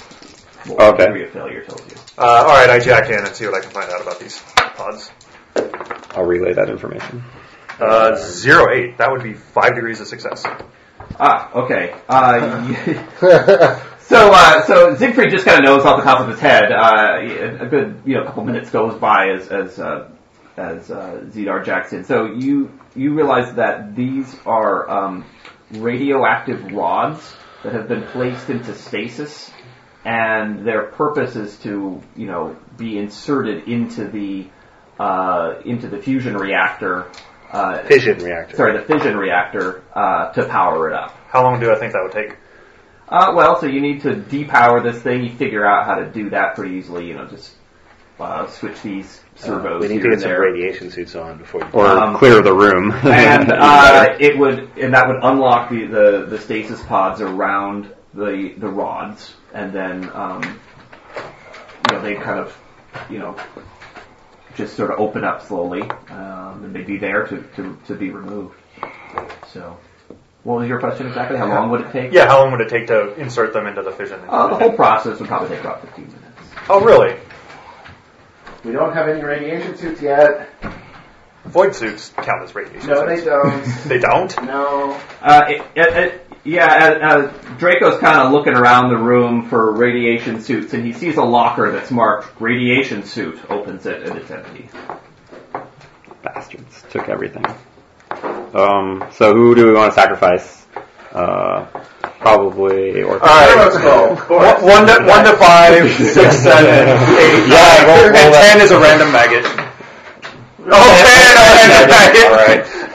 F: what
D: Okay.
F: degree of failure tells you.
B: Uh, all right. I jack in and see what I can find out about these pods.
D: I'll relay that information.
B: Uh, zero eight. That would be five degrees of success.
F: Ah, okay. Uh, you- so, uh, so Siegfried just kind of knows off the top of his head. Uh, a good, you know, couple minutes goes by as as uh, as uh, Zedar Jackson. So you you realize that these are um, radioactive rods that have been placed into stasis, and their purpose is to you know be inserted into the uh, into the fusion reactor. Uh,
E: Fission reactor.
F: Sorry, the fission reactor uh, to power it up.
B: How long do I think that would take?
F: Uh, well, so you need to depower this thing. You figure out how to do that pretty easily. You know, just uh, switch these servos
E: we need
F: here
E: to get
F: and
E: some
F: there.
E: radiation suits on before you.
D: Or
F: Um,
D: clear the room.
F: and uh, it would, and that would unlock the, the, the stasis pods around the the rods, and then um, you know they kind of you know just sort of open up slowly, um, and they'd be there to, to, to be removed. So, what was your question exactly? How long would it take?
B: Yeah. How long would it take to insert them into the fission?
F: Uh, the whole process would probably take about 15 minutes.
B: oh, really?
I: We don't have any radiation suits yet.
B: Void suits count as radiation.
I: No,
B: suits.
I: they don't.
B: They don't.
I: No.
F: Uh, it, it, it, yeah, uh, uh, Draco's kind of looking around the room for radiation suits, and he sees a locker that's marked "radiation suit." Opens it, and it's empty.
D: Bastards took everything. Um, so who do we want to sacrifice? Uh, probably or
B: One, one to one to five, six, seven, eight.
D: Yeah, roll- roll
B: and
D: that.
B: ten is a random maggot. Oh, ten, a random maggot.
D: All right.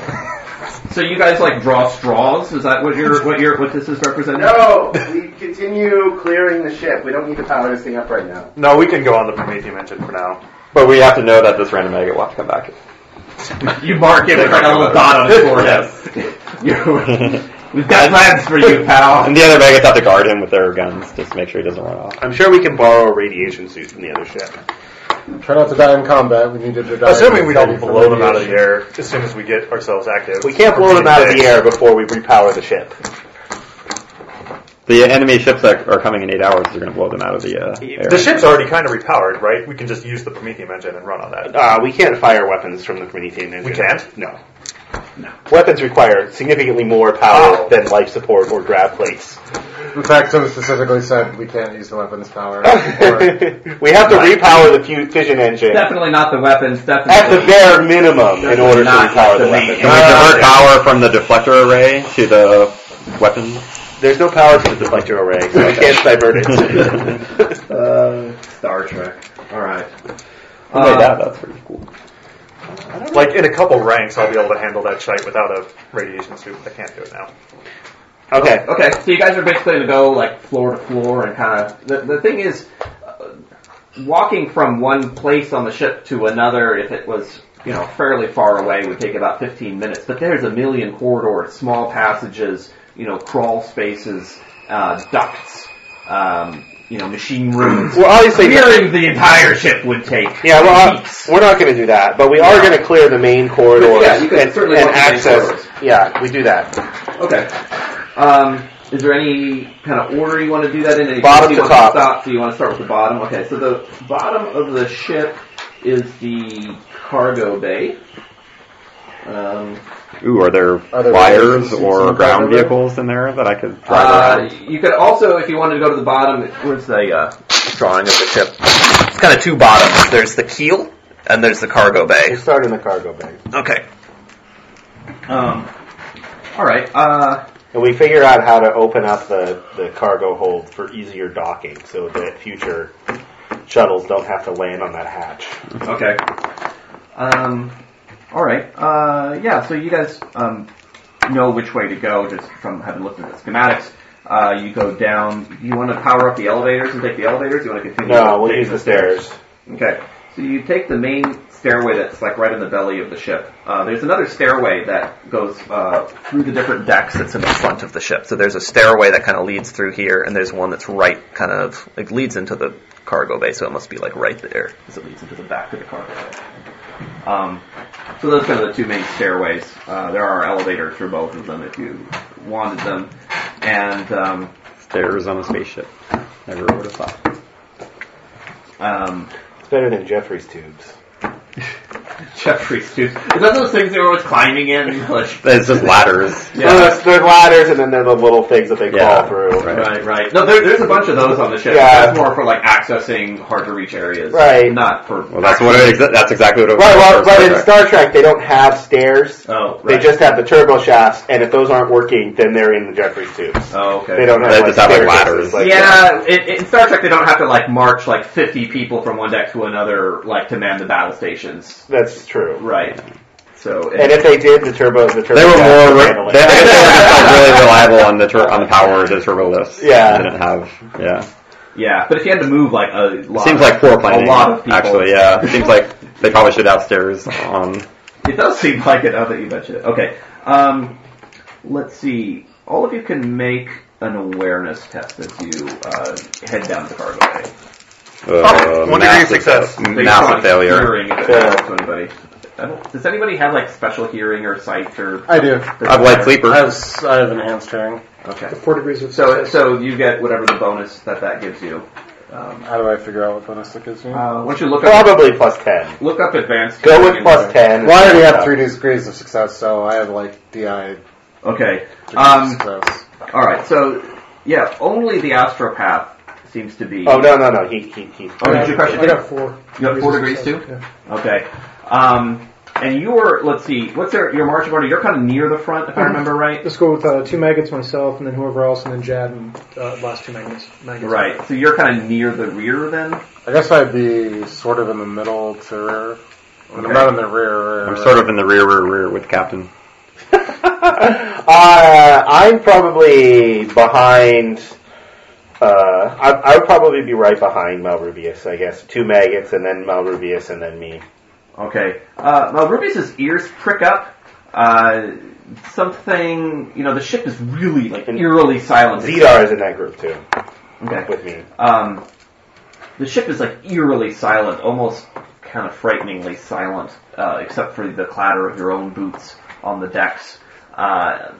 F: So you guys like draw straws? Is that what your what your what this is representing?
I: No!
F: Oh.
I: We continue clearing the ship. We don't need to power this thing up right now.
B: No, we can go on the Prometheum engine for now.
D: But we have to know that this random maggot will have to come back.
F: You mark it with like a little dot on his forehead. We've got plans for you, pal.
D: And the other maggots have to guard him with their guns just to make sure he doesn't run off.
E: I'm sure we can borrow a radiation suit from the other ship.
K: Try not to die in combat. We needed to die.
B: Assuming we don't blow them out of the air as soon as we get ourselves active.
E: We can't blow them out of the air before we repower the ship.
D: The enemy ships that are coming in eight hours are going to blow them out of the uh, air.
B: The ship's already kind of repowered, right? We can just use the Prometheum engine and run on that.
E: Uh, we can't fire weapons from the Promethean engine.
B: We can't?
E: No. Weapons require significantly more power
B: Oh.
E: than life support or grab plates.
K: In fact, someone specifically said we can't use the weapons power.
E: we
K: or-
E: have to repower the fu- fission engine
F: Definitely not the weapons. Definitely
E: at the bare minimum in order to
F: Not
E: repower the
F: the main.
E: weapon.
D: Can we divert power from the deflector array to the weapon?
E: There's no power to the deflector array, so we can't divert it.
F: uh, Star Trek. All right.
D: Oh my God, that's pretty cool.
B: Like, in a couple ranks, I'll be able to handle that shite without a radiation suit. I can't do it now.
E: okay.
F: Okay, so you guys are basically going to go like floor to floor and kind of. The, the thing is, uh, walking from one place on the ship to another, if it was, you know, fairly far away, would take about 15 minutes. But there's a million corridors, small passages, you know, crawl spaces, uh, ducts, um, you know, machine rooms.
E: Well, obviously,
F: Clearing the entire ship would take.
E: yeah, well, uh,
F: weeks.
E: we're not going to do that, but we are going to clear the main corridors
F: Yeah, you could
E: and,
F: certainly
E: and
F: walk the main
E: access.
F: corridors.
E: Yeah, we do that.
F: Okay. Um, is there any kind of order you want to do that in? Any
E: Bottom
F: you
E: to
F: want
E: top.
F: Stop, so you want to start with the bottom. Okay. So the bottom of the ship is the cargo bay. Um,
D: Ooh, are there
K: Are there
D: flyers
K: vehicles in
D: or
K: some
D: ground
K: kind of-
D: vehicles in there that I could drive
F: uh,
D: around?
F: you could also, if you wanted to go to the bottom, it- where's the uh,
L: drawing of the ship. It's kind of two bottoms. There's the keel and there's the cargo
G: We
L: bay.
G: start in the cargo bay.
L: Okay.
F: um, all right. Uh,
E: And we figure out how to open up the, the cargo hold for easier docking so that future shuttles don't have to land on that hatch.
F: okay. Um, all right. Uh, yeah. So you guys um, know which way to go just from having looked at the schematics. Uh, you go down. Do you want to power up the elevators and take the elevators? Do you want to continue?
E: No, we'll
F: taking
E: use the stairs.
F: Okay. So you take the main stairway that's like right in the belly of the ship. Uh, there's another stairway that goes uh, through the different decks.
L: That's in the front of the ship. So there's a stairway that kind of leads through here, and there's one that's right, kind of like leads into the cargo bay. So it must be like right there.
F: as it leads into the back of the cargo. Um, so those are kind of the two main stairways. Uh, there are elevators for both of them if you wanted them. And um,
D: Stairs on a spaceship. Never would have thought.
F: um,
E: It's better than Jeffrey's tubes.
F: Jeffrey's too. Is that those things they were always climbing in? Like,
D: It's just ladders.
E: Yeah.
F: yeah.
E: they're ladders and then they're the little things that they
D: Yeah,
E: crawl through.
D: right.
F: Right, right. No, there, there's a bunch of those on the ship.
E: Yeah.
F: That's more for like accessing hard to reach areas.
E: Right.
F: Not for.
D: Well, that's what it, exa- that's exactly what it was.
E: Right, well,
D: for
E: but in
D: Star Trek.
E: Star Trek, they don't have stairs.
F: Oh,
E: They
F: right.
E: just have the turbo shafts, and if those aren't working, then they're in the Jeffrey's tubes.
F: Oh, okay.
E: They don't have
D: They
E: like,
D: just have, like,
E: staircases,
D: ladders.
E: like-
F: yeah, in, in Star Trek they don't have to like march like 50 people from one deck to another like to man the battle stations.
E: that's true.
F: Right. So
E: And if they did, the turbo, the turbo
D: They were
E: shafts
D: more.
E: would
D: Re-
E: handle it.
D: they, I guess they were just like really reliable on the tur- on the power of the turbo lifts.
E: Yeah.
D: They didn't have. Yeah.
F: yeah, but if you had to move like a
D: It
F: lot,
D: seems like poor planning.
F: A lot of people.
D: Actually, yeah. It seems like they probably should have stairs on.
F: It does seem like it. Now that you mention it. Okay. Um, let's see. All of you can make an awareness test as you uh, head down the cargo bay.
D: Uh,
E: one degree of
D: massive-
E: success.
F: So you
D: Massive
F: probably
D: failure.
F: Hearing if it
E: Yeah.
F: helps anybody. I don't- Does anybody have like special hearing or sight or?
K: I do.
D: I've like sleeper.
C: I have, s- I have enhanced hearing.
F: Okay.
H: Four degrees of
F: So so you get whatever the bonus that that gives you. Um,
K: How do I figure out what bonus it gives me?
F: uh, once you look up
E: Probably plus 10.
F: look up advanced.
E: Go
F: hearing
E: with
F: and
E: plus 10.
K: well, I already
B: uh,
K: have three degrees of success, so I have like DI degrees
F: Okay.
K: of
F: Um,
K: success.
F: All right, so yeah, only the astropath seems to be.
E: Oh, no, no, no. He, he, he.
F: Oh, did you press
H: I got four.
F: You got four degrees too. Okay. Um, and you're let's see, what's your your marching order? You're kind of near the front, if I remember right.
H: Let's go with uh, two maggots, myself, and then whoever else, and then Jad and uh, last two maggots. maggots.
F: Right. So you're kind of near the rear then.
K: I guess I'd be sort of in the middle to rear. When I'm
F: Okay.
K: not in the rear, rear.
D: I'm sort of in the rear, rear, rear with Captain.
E: uh, I'm probably behind. Uh, I, I would probably be right behind Malrubius, I guess. Two maggots, and then Malrubius, and then me.
F: Okay. Uh, well, Rubius' ears prick up. Uh, something, you know, the ship is really, like, eerily silent.
G: Zedar is in that group too.
F: Okay.
G: With me.
F: Um, the ship is like eerily silent, almost kind of frighteningly silent, uh, except for the clatter of your own boots on the decks. Uh,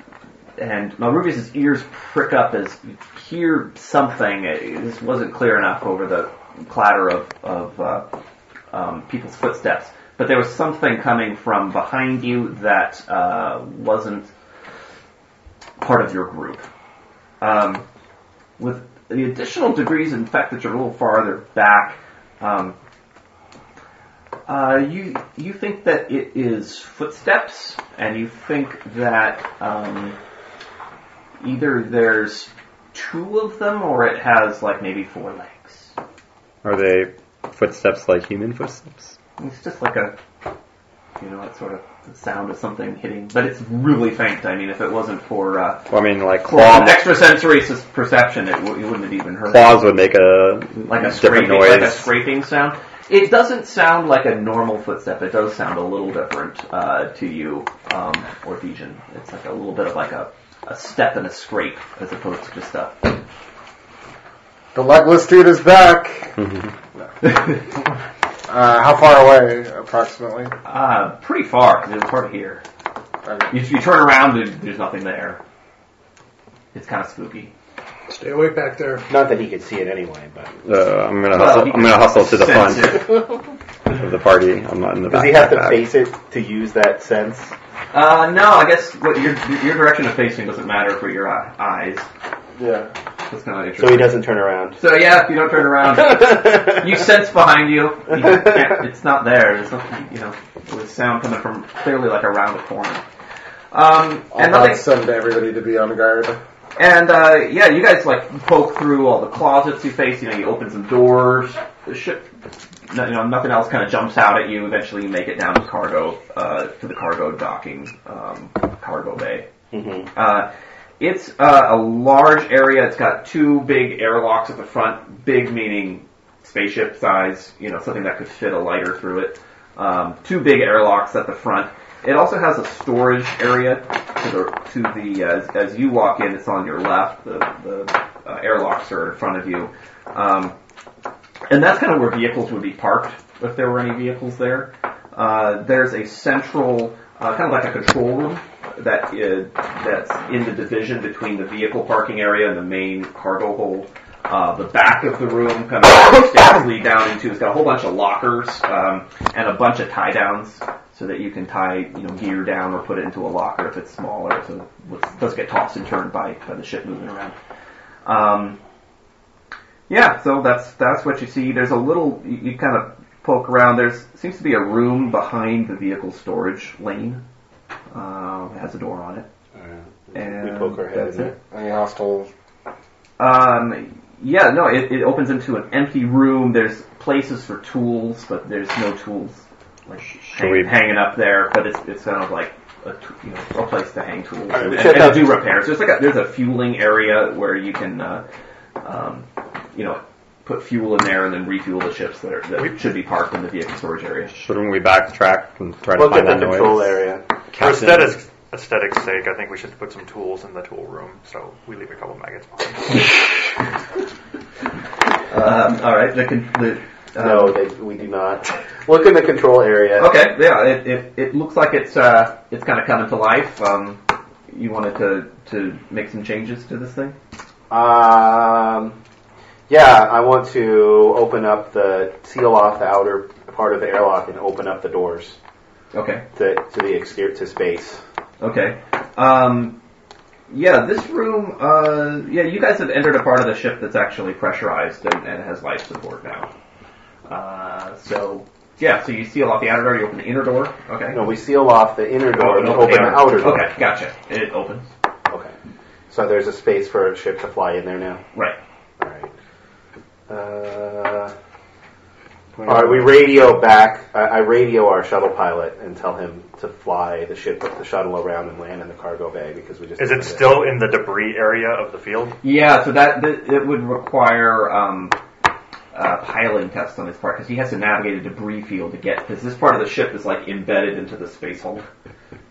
F: and Malrubius' ears prick up as you hear something. It- This wasn't clear enough over the clatter of, of uh, um, people's footsteps, but there was something coming from behind you that uh, wasn't part of your group. Um, with the additional degrees, in fact, that you're a little farther back, um, uh, you you think that it is footsteps, and you think that um, either there's two of them, or it has like maybe four legs.
D: Are they footsteps like human footsteps?
F: It's just like a you know, that sort of sound of something hitting, but it's really faint. I mean, if it wasn't for uh,
D: Well, I mean, like
F: for
D: claw,
F: extrasensory sus- perception, it w- you wouldn't have even heard. it.
D: claws would make a
F: like a
D: different
F: scraping,
D: noise.
F: like a scraping sound. It doesn't sound like a normal footstep. It does sound a little different uh, to you, um, Orthesian. It's like a little bit of like a, a step and a scrape as opposed to just a.
K: The legless dude is back. Uh, how far away, approximately?
F: Uh, pretty far because it was hard to hear. You, you turn around, there's, there's nothing there. It's kind of spooky.
H: Stay away back there.
G: Not that he could see it anyway, but
D: Uh, I'm gonna
F: Well,
D: hustle.
F: he
D: I'm gonna
F: can
D: hustle to the
F: sense
D: front of the party. I'm not in the
G: does
D: back.
G: he have to
D: back.
G: face it to use that sense?
F: Uh, no, I guess what your your direction of facing doesn't matter for your eye- eyes.
K: Yeah.
F: That's kind of
G: So he
F: interesting.
G: doesn't turn around.
F: So, yeah, if you don't turn around, you sense behind you. you can't- it's not there. There's nothing, you know, it was sound coming from clearly like around a corner. Um,
K: I'll
F: and
K: not
F: nothing,
K: send everybody to be on guard.
F: and uh, yeah, you guys like poke through all the closets you face. You know, you open some doors. The ship, no, you know, nothing else kind of jumps out at you. Eventually, you make it down to cargo, uh, to the cargo docking, um, cargo bay.
G: hmm
F: Uh, it's uh, a large area. It's got two big airlocks at the front. Big meaning spaceship size, you know, something that could fit a lighter through it. Um, two big airlocks at the front. It also has a storage area to the, to the uh, as, as you walk in, it's on your left. The, the uh, airlocks are in front of you. Um, and that's kind of where vehicles would be parked if there were any vehicles there. Uh, there's a central, uh, kind of like a control room that is, that's in the division between the vehicle parking area and the main cargo hold. Uh, the back of the room kind of stealthily down into it's got a whole bunch of lockers um, and a bunch of tie downs so that you can tie you know gear down or put it into a locker if it's smaller so it doesn't get tossed and turned by, by the ship moving around. Um, yeah, so that's that's what you see. There's a little you, you kind of poke around. There's seems to be a room behind the vehicle storage lane. Uh, it has a door on it. And
G: Oh, we poke our head
F: that's
G: in there.
F: it.
K: Any hostile?
F: Um, yeah, no, it, it opens into an empty room. There's places for tools, but there's no tools like hang,
D: we-
F: hanging up there. But it's it's kind of like a t- you know a place to hang tools
G: right,
F: and,
G: we
F: and,
G: check
F: and
G: out-
F: to do repairs. There's like a, there's a fueling area where you can uh, um, you know put fuel in there and then refuel the ships that are that should be parked in the vehicle storage area.
D: Shouldn't we backtrack and try
G: Look
D: to
G: at
D: find
G: the
D: that
G: control
D: noise?
G: area.
B: For
D: Captain.
B: aesthetics, aesthetics sake, I think we should put some tools in the tool room, so we leave a couple maggots behind.
F: Um, all right, the, con- the uh,
G: No, they, we do not. Look in the control area.
F: Okay, yeah, it, it, it looks like it's uh, it's kind of coming to life. Um, you wanted to, to make some changes to this thing?
G: Um, yeah, I want to open up the seal off the outer part of the airlock and open up the doors
F: Okay,
G: to, to the exterior to space.
F: okay. Um, yeah, this room, uh, yeah, you guys have entered a part of the ship that's actually pressurized and, and has life support now. Uh, so, yeah, so you seal off the outer door, you open the inner door. Okay.
G: No, we seal off the inner door and
F: no,
G: open
F: inner-
G: the outer door.
F: Okay, gotcha. It opens.
G: Okay. So there's a space for a ship to fly in there now.
F: Right.
G: All right. Uh, all right. We radio back. I, I radio our shuttle pilot and tell him to fly the ship with the shuttle around and land in the cargo bay because we just.
B: Is it still in the debris area of the field?
F: Yeah, so that, that it would require um, uh, piloting test on his part because he has to navigate a debris field to get because this part of the ship is like embedded into the space hole.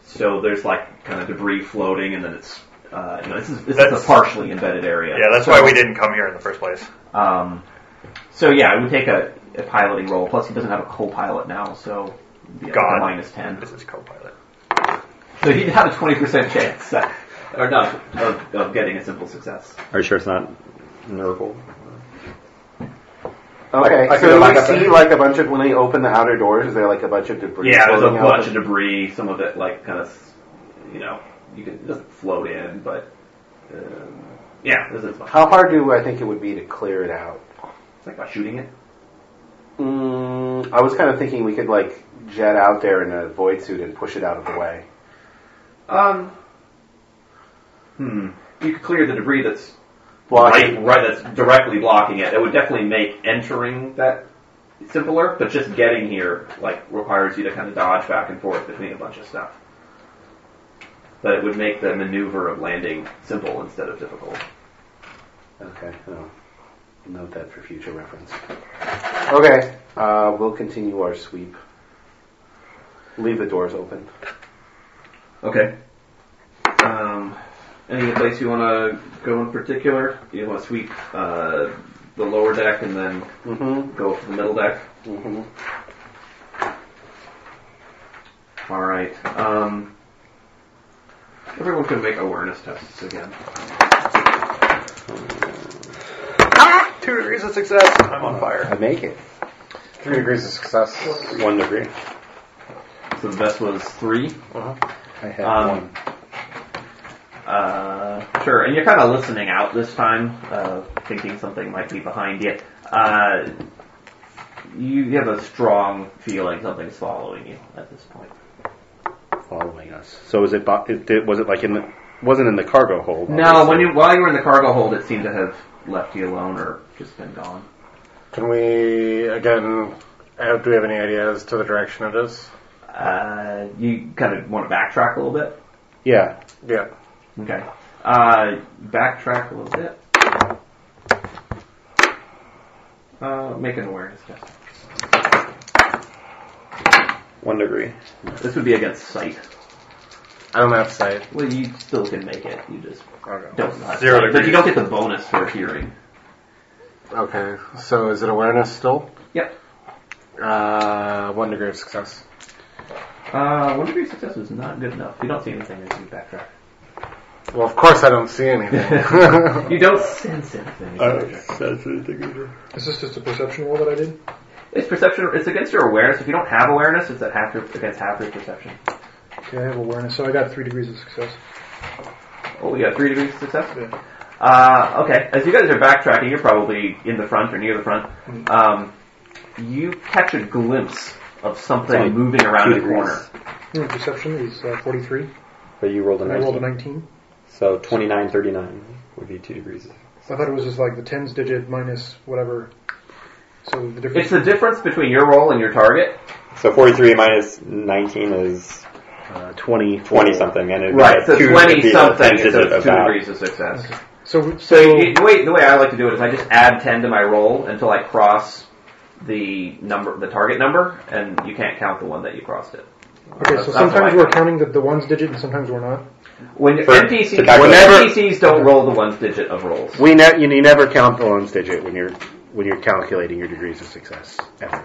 F: So there's like kind of debris floating, and then it's uh, you know this is this is a partially embedded area.
B: Yeah, that's
F: So-
B: why we didn't come here in the first place.
F: Um, so yeah, it would take a, a piloting role. Plus, he doesn't have a co-pilot now, so it'd be like a
B: God.
F: minus ten.
B: This is co-pilot.
F: So he'd have a twenty percent chance, uh, or not, of, of getting a simple success.
D: Are you sure it's not Nurgle?
G: Okay,
F: I- I
G: so
F: can go
G: we
F: back up
G: see
F: there.
G: like a bunch of when they open the outer doors, is there like a bunch of debris?
F: Yeah, there's a
G: floating out
F: bunch of debris. Some of it like kind of, you know, you can it doesn't float in, but um, yeah, this is
G: How hard do I think it would be to clear it out?
F: like by shooting it.
G: Mm, I was kind of thinking we could like jet out there in a void suit and push it out of the way.
F: Um, hmm. You could clear the debris that's
G: Blocking.
F: right, right, that's directly blocking it. That would definitely make entering that simpler, but just getting here like requires you to kind of dodge back and forth between a bunch of stuff. But it would make the maneuver of landing simple instead of difficult.
G: Okay, oh. note that for future reference. Okay, uh, we'll continue our sweep. Leave the doors open.
F: Okay. Um, any place you want to go in particular? You want to sweep uh, the lower deck and then go for the middle deck?
G: Mm-hmm.
F: All right. Um, everyone can make awareness tests again.
B: Two degrees of success. I'm on fire.
G: I make it.
K: Three degrees of success.
D: One degree.
F: So the best was 3
E: I have
F: Um, Uh, sure, and you're kind of listening out this time, uh, thinking something might be behind you. Uh, you have a strong feeling something's following you at this point.
E: following us. So is it, bo- it, it was it like in the, wasn't in the cargo hold?
F: No, when you while you were in the cargo hold, it seemed to have left you alone or just been gone.
K: Can we again? Uh, do we have any ideas to the direction it is?
F: Uh, you kind of want to backtrack a little bit.
E: Yeah.
K: Yeah.
F: Okay. Uh, backtrack a little bit. Uh, make an awareness test.
D: One degree.
F: This would be against sight.
K: I don't have sight.
F: Well, you still can make it. You just
K: Okay.
F: don't know.
B: Zero
F: But you
B: degrees.
F: don't get the bonus for hearing.
K: Okay. So is it awareness still?
F: Yep.
K: Uh, one degree of success.
F: Uh, one degree success is not good enough. You don't see anything as you backtrack.
K: Well, of course I don't see anything.
F: You don't sense anything. as you backtrack.
H: Is this just a perception roll that I did?
F: It's perception. It's against your awareness. If you don't have awareness, it's at half your, against half your perception.
H: Okay, I have awareness, so I got three degrees of success.
F: Oh, we got three degrees of success.
H: Yeah.
F: Uh, okay. As you guys are backtracking, you're probably in the front or near the front. Um, you catch a glimpse of something
D: It's only
F: moving around
D: two
F: a
D: degrees.
F: corner.
H: Hmm, perception is uh, 43.
D: But you rolled a
H: And I rolled a
D: 19.
H: 19.
D: So 29, 39 would be two degrees.
H: I thought it was just like the tens digit minus whatever. So the difference.
F: It's the difference between your roll and your target.
D: So 43 minus 19 is
E: Uh, 20.
D: 20 something, and it'd
F: Right.
D: be
F: So
D: two
F: twenty
D: degrees
F: something
D: of
F: is
D: digit
F: those two
D: about.
F: degrees of success.
H: so,
F: So
H: so
F: you, the way the way I like to do it is I just add ten to my roll until I cross the number, the target number, and you can't count the one that you crossed it.
H: okay, so
F: That's all
H: sometimes
F: I-
H: we're counting the, the ones digit and sometimes we're not.
F: When your
D: For-
F: NPCs,
D: to calculate-
F: when
D: Whenever-
F: NPCs don't roll the ones digit of rolls.
E: We ne- you, you never count the ones digit when you're when you're calculating your degrees of success ever.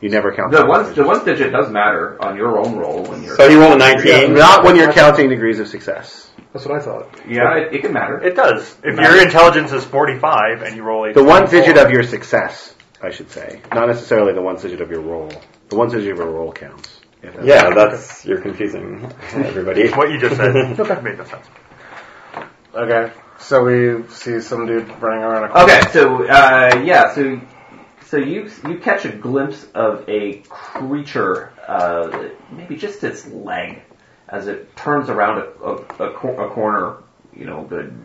E: You never count
F: The
E: ones
F: ones,
E: digit.
F: the ones digit does matter on your own roll when you're.
D: So you rolled a
E: Yeah,
D: 19.
E: not when you're counting degrees of success.
H: That's what I thought.
F: yeah, it, it can matter.
B: It does. If your intelligence is 45 and you roll a
E: The one digit of your success, I should say, not necessarily the one digit of your roll. The one digit of your roll counts. if that's-
D: Yeah, that's you're confusing everybody.
B: what you just said made no sense.
K: okay. So we see some dude running around. A
F: Okay, so uh, yeah, so so you you catch a glimpse of a creature, uh, maybe just its leg, as it turns around a, a, a, cor- a corner, you know, a good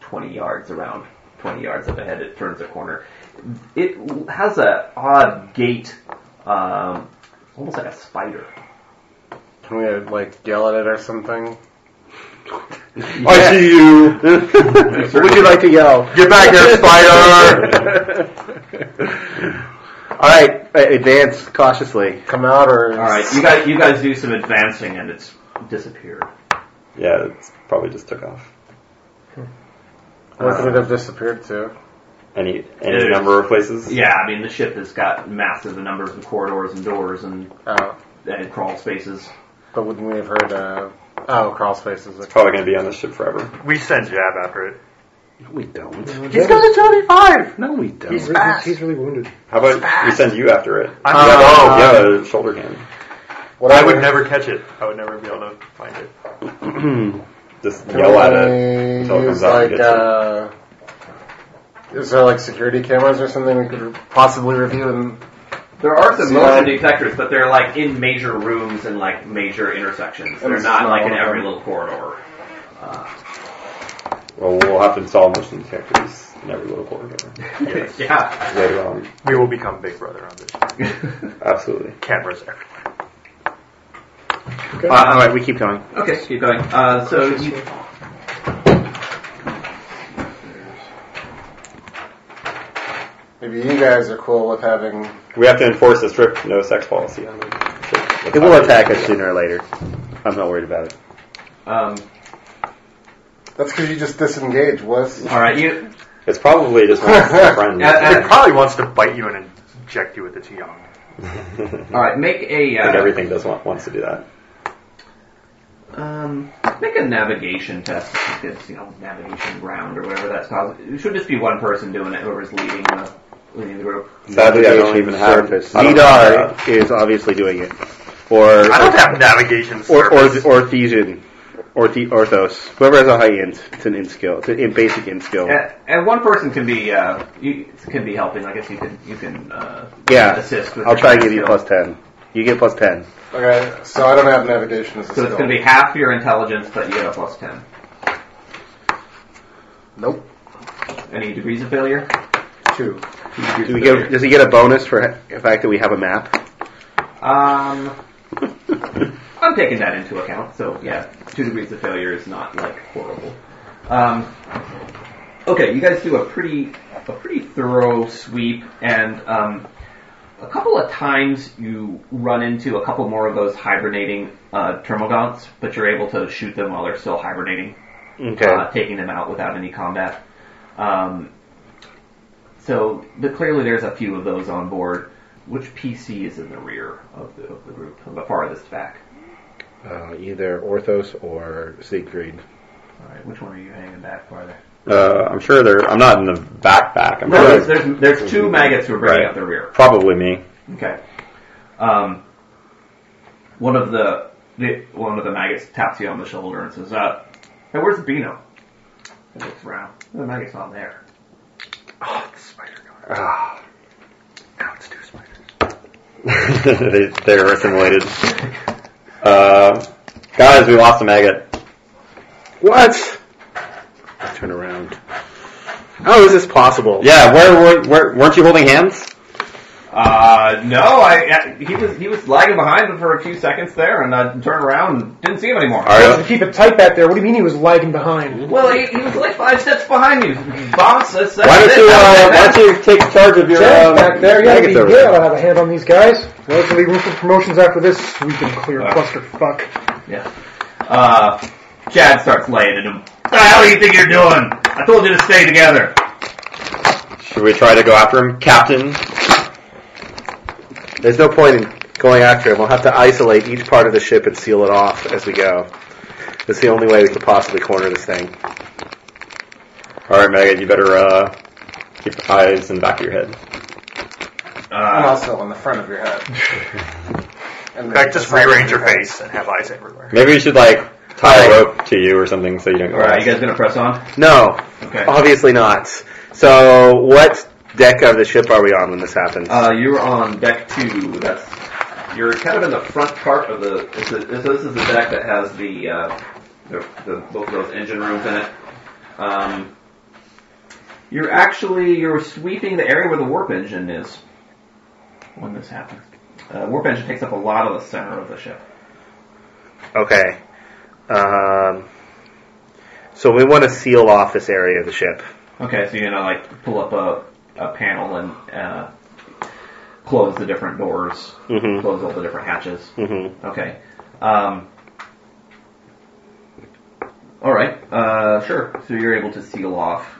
F: twenty yards around, twenty yards up ahead. It turns a corner. It has a odd gait, um, almost like a spider.
K: Can we like yell at it or something?
E: I see you. what would you like to yell? Get back here, spider! All right, a- advance cautiously.
K: Come out or
F: All right, you guys, you guys do some advancing, and it's disappeared.
D: Yeah, it's probably just took off.
K: Where could it have disappeared to?
D: Any any
F: There's-
D: number of places.
F: Yeah, I mean the ship has got massive numbers of corridors and doors and
K: Oh.
F: and crawl spaces.
K: But wouldn't we have heard? Uh, oh, crawl spaces.
D: It's probably going to be on this ship forever.
B: We send Jab after it.
E: We don't.
H: He's got
E: a 25! No, we don't.
H: He's, really, he's really wounded.
D: How about we send you after it?
B: I'm
D: yeah, oh,
B: not-
D: yeah, shoulder cannon.
B: I would never catch it. I would never be able to find it.
D: Just
K: Can
D: yell at
K: we
D: it until it
K: use
D: comes out. and
K: like
D: gets you.
K: uh, is there like security cameras or something we could possibly review and
F: There are some
K: Smell.
F: motion detectors, but they're like in major rooms and like major intersections.
K: And
F: They're not
K: smell
F: like in
K: them.
F: every little corridor. Uh,
D: Well, we'll have to install motion detectors in every little corridor
F: yeah.
D: later on.
B: We will become Big Brother on this.
D: Absolutely.
B: Cameras everywhere.
E: Uh, all right, we keep going.
F: Okay, keep going. Uh, so you,
K: maybe you guys are cool with having
D: We have to enforce a strict no sex policy on the ship.
E: It will attack us sooner or later. I'm not worried about it.
F: um,
K: that's because you just disengage Wes.
F: all right, you.
D: It's probably just one of my friends.
F: Uh,
B: It probably wants to bite you and inject you with its young.
F: All right, make a
D: I think
F: uh,
D: everything does want, wants to do that.
F: um, make a navigation test. It's, you know, navigation round or whatever that's called. It should just be one person doing it. Whoever's leading the leading the group.
D: Sadly, I don't even have.
E: Surface.
D: I don't have
E: Zedar is obviously doing it. Or
B: I don't have navigation
E: or or,
B: service.
E: or Thesian. Or the, Orthos. Whoever has a high int. It's an int skill. It's an int, basic int skill.
F: And, and one person can be uh, you can be helping. I guess you can you can uh,
E: Yeah.
F: assist. With
E: I'll
F: your
E: try and give you
F: skill.
E: plus 10. You get plus 10.
K: Okay, so I don't have navigation as a
F: So it's
K: skill.
F: going to be half your intelligence, but you get a plus ten.
K: nope.
F: Any degrees of failure?
K: Two.
F: Two degrees
E: Do we
F: of
E: get,
F: failure.
E: does he get a bonus for ha- the fact that we have a map?
F: Um, I'm taking that into account. So yeah, two degrees of failure is not like horrible. Um, okay, you guys do a pretty a pretty thorough sweep, and um, a couple of times you run into a couple more of those hibernating uh, termagants, but you're able to shoot them while they're still hibernating.
E: Okay.
F: uh, taking them out without any combat. Um, so but clearly there's a few of those on board. Which PC is in the rear of the, of the group, the farthest back?
E: Uh, either Orthos or Siegfried.
F: All right, which one are you hanging back farther?
D: Uh, I'm sure they're. I'm not in the backpack. I'm
F: No,
D: sure
F: there's, there's, there's two maggots who are bringing
D: Right.
F: up the rear.
D: probably me.
F: Okay. Um, one of the, the one of the maggots taps you on the shoulder and says, uh, "Hey, where's Bino?" And looks around. The maggot's not there.
B: Oh, the spider guy.
D: Ah.
B: Now it's two spiders.
D: they, they're assimilated. Uh, guys, we lost a maggot.
E: What? Turn around. How is this possible?
D: Yeah, where, were where weren't you holding hands?
F: Uh, no, I, I he was he was lagging behind for a few seconds there, and I turned around and didn't see him anymore.
D: All
H: Just to
D: right,
H: keep it tight back there. What do you mean he was lagging behind?
F: Well, he, he was like five steps behind you, boss. That's, that's
D: why don't
F: it.
D: you uh,
F: That's-
D: why don't you take charge of your
H: Jack,
D: um,
H: back there, you gotta be
D: maggots over
H: good. I'll
D: there?
H: have a hand on these guys. Well, there's gonna be room for promotions after this. We can clear
F: Uh.
H: clusterfuck.
F: Yeah. Uh, Chad starts laying at him. What the hell do you think you're doing? I told you to stay together.
D: Should we try to go after him, Captain?
E: There's no point in going after him. We'll have to isolate each part of the ship and seal it off as we go. That's the only way we could possibly corner this thing.
D: All right, maggot, you better uh, keep the eyes in the back of your head.
K: And
F: Uh,
K: also on the front of your head. and
B: In fact, just rearrange your face and have eyes everywhere.
D: Maybe we should like tie a rope to you or something so you don't.
F: all
D: Go
F: right, you guys
D: lost.
F: gonna press on?
E: No,
F: Okay.
E: obviously not. So, what deck of the ship are we on when this happens?
F: Uh, you're on deck two. That's you're kind of in the front part of the. It's a, this this is the deck that has the, uh, the, the both of those engine rooms in it. Um, you're actually you're sweeping the area where the warp engine is when this happens. Uh, warp engine takes up a lot of the center of the ship.
E: okay. Um, So we want to seal off this area of the ship.
F: Okay, so you're gonna like pull up a, a panel and uh, close the different doors,
E: Mhm.
F: close all the different hatches.
E: Mm-hmm.
F: Okay. Um, all right. Uh, sure. So you're able to seal off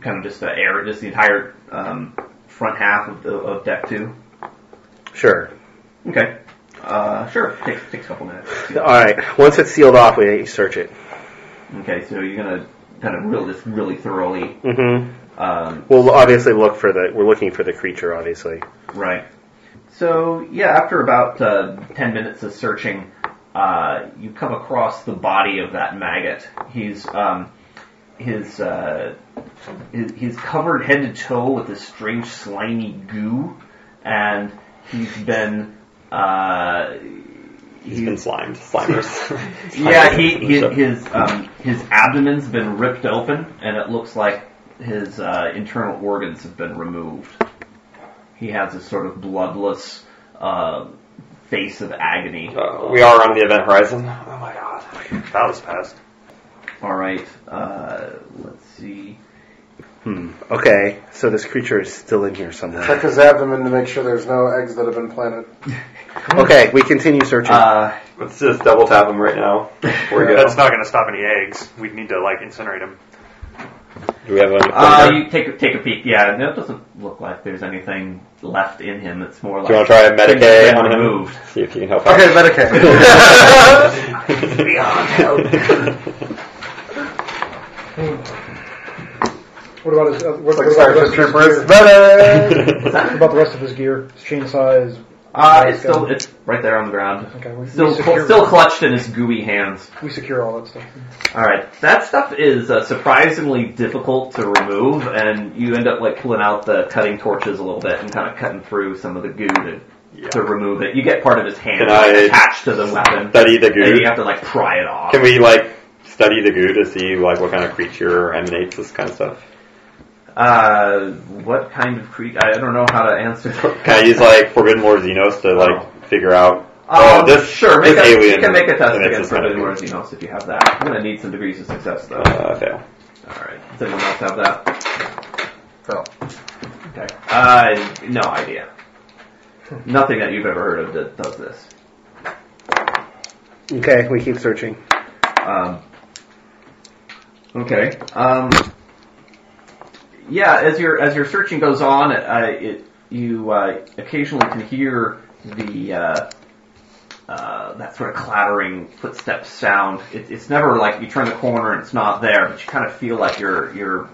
F: kind of just the air, just the entire um, front half of, the, of deck two.
E: Sure.
F: Okay. Uh, sure. Takes takes a couple minutes.
E: All right. Once it's sealed off, we search it.
F: Okay. So you're gonna kind of real just really thoroughly.
E: Mm-hmm.
F: Um,
E: We'll obviously look for the. We're looking for the creature, obviously.
F: right. So yeah, after about uh, ten minutes of searching, uh, you come across the body of that maggot. He's um, his, uh, his he's covered head to toe with this strange slimy goo, and he's been uh,
D: He's been slimed. Slimers.
F: yeah he, he his um, his abdomen's been ripped open, and it looks like his uh, internal organs have been removed. He has this sort of bloodless uh, face of agony.
D: uh, we are on the event horizon. Oh my god. That was fast.
F: All right. Uh, let's see.
E: Hmm. Okay. So this creature is still in here
K: Check
E: somewhere.
K: his abdomen to make sure there's no eggs that have been planted.
E: okay. We continue searching.
F: Uh,
D: Let's just double tap him right now. We're good.
M: That's not going to stop any eggs. We'd need to like incinerate them.
D: Do we have one?
F: Uh, you take a, take a peek. Yeah, no, it doesn't look like there's anything left in him. It's more like
D: Do you want to try a
F: things have
D: Medicaid
F: been
D: on him?
F: removed.
D: See if you can help out.
K: Okay, Medicaid.
F: Beyond
H: What about his? Uh, what,
K: Like
H: what about
K: Starship
H: the rest of his
K: Troopers.
H: gear?
K: Medic!
H: What about the rest of his gear? His chainsaw is.
F: Uh, it's still it's right there on the ground.
H: Okay, we,
F: Still
H: we secure,
F: still clutched in his gooey hands.
H: we secure all that stuff.
F: All right, that stuff is uh, surprisingly difficult to remove, and you end up like pulling out the cutting torches a little bit and kind of cutting through some of the goo to, to remove it. You get part of his hand
D: Can I
F: attached to the weapon.
D: study the
F: And
D: goo?
F: you have to like pry it off.
D: Can we like study the goo to see like what kind of creature emanates this kind of stuff?
F: Uh, what kind of creature? I don't know how to answer. that.
D: Can I use like Forbidden Lord Xenos to like figure out?
F: Oh. Um,
D: oh, this
F: sure,
D: this
F: make a,
D: alien.
F: you can make a test
D: emits
F: against
D: this kind of
F: Forbidden Words
D: goo.
F: Enos if you have that. I'm going to need some degrees of success, though.
D: Uh, fail.
F: Alright, does anyone else have that?
K: Fail.
F: Okay. Uh, no idea. Nothing that you've ever heard of that does this.
E: Okay. We keep searching.
F: Um, okay. Um, yeah, as your as your searching goes on, uh, it you uh, occasionally can hear the uh, uh, that sort of clattering footstep sound. It, it's never like you turn the corner and it's not there, but you kind of feel like you're you're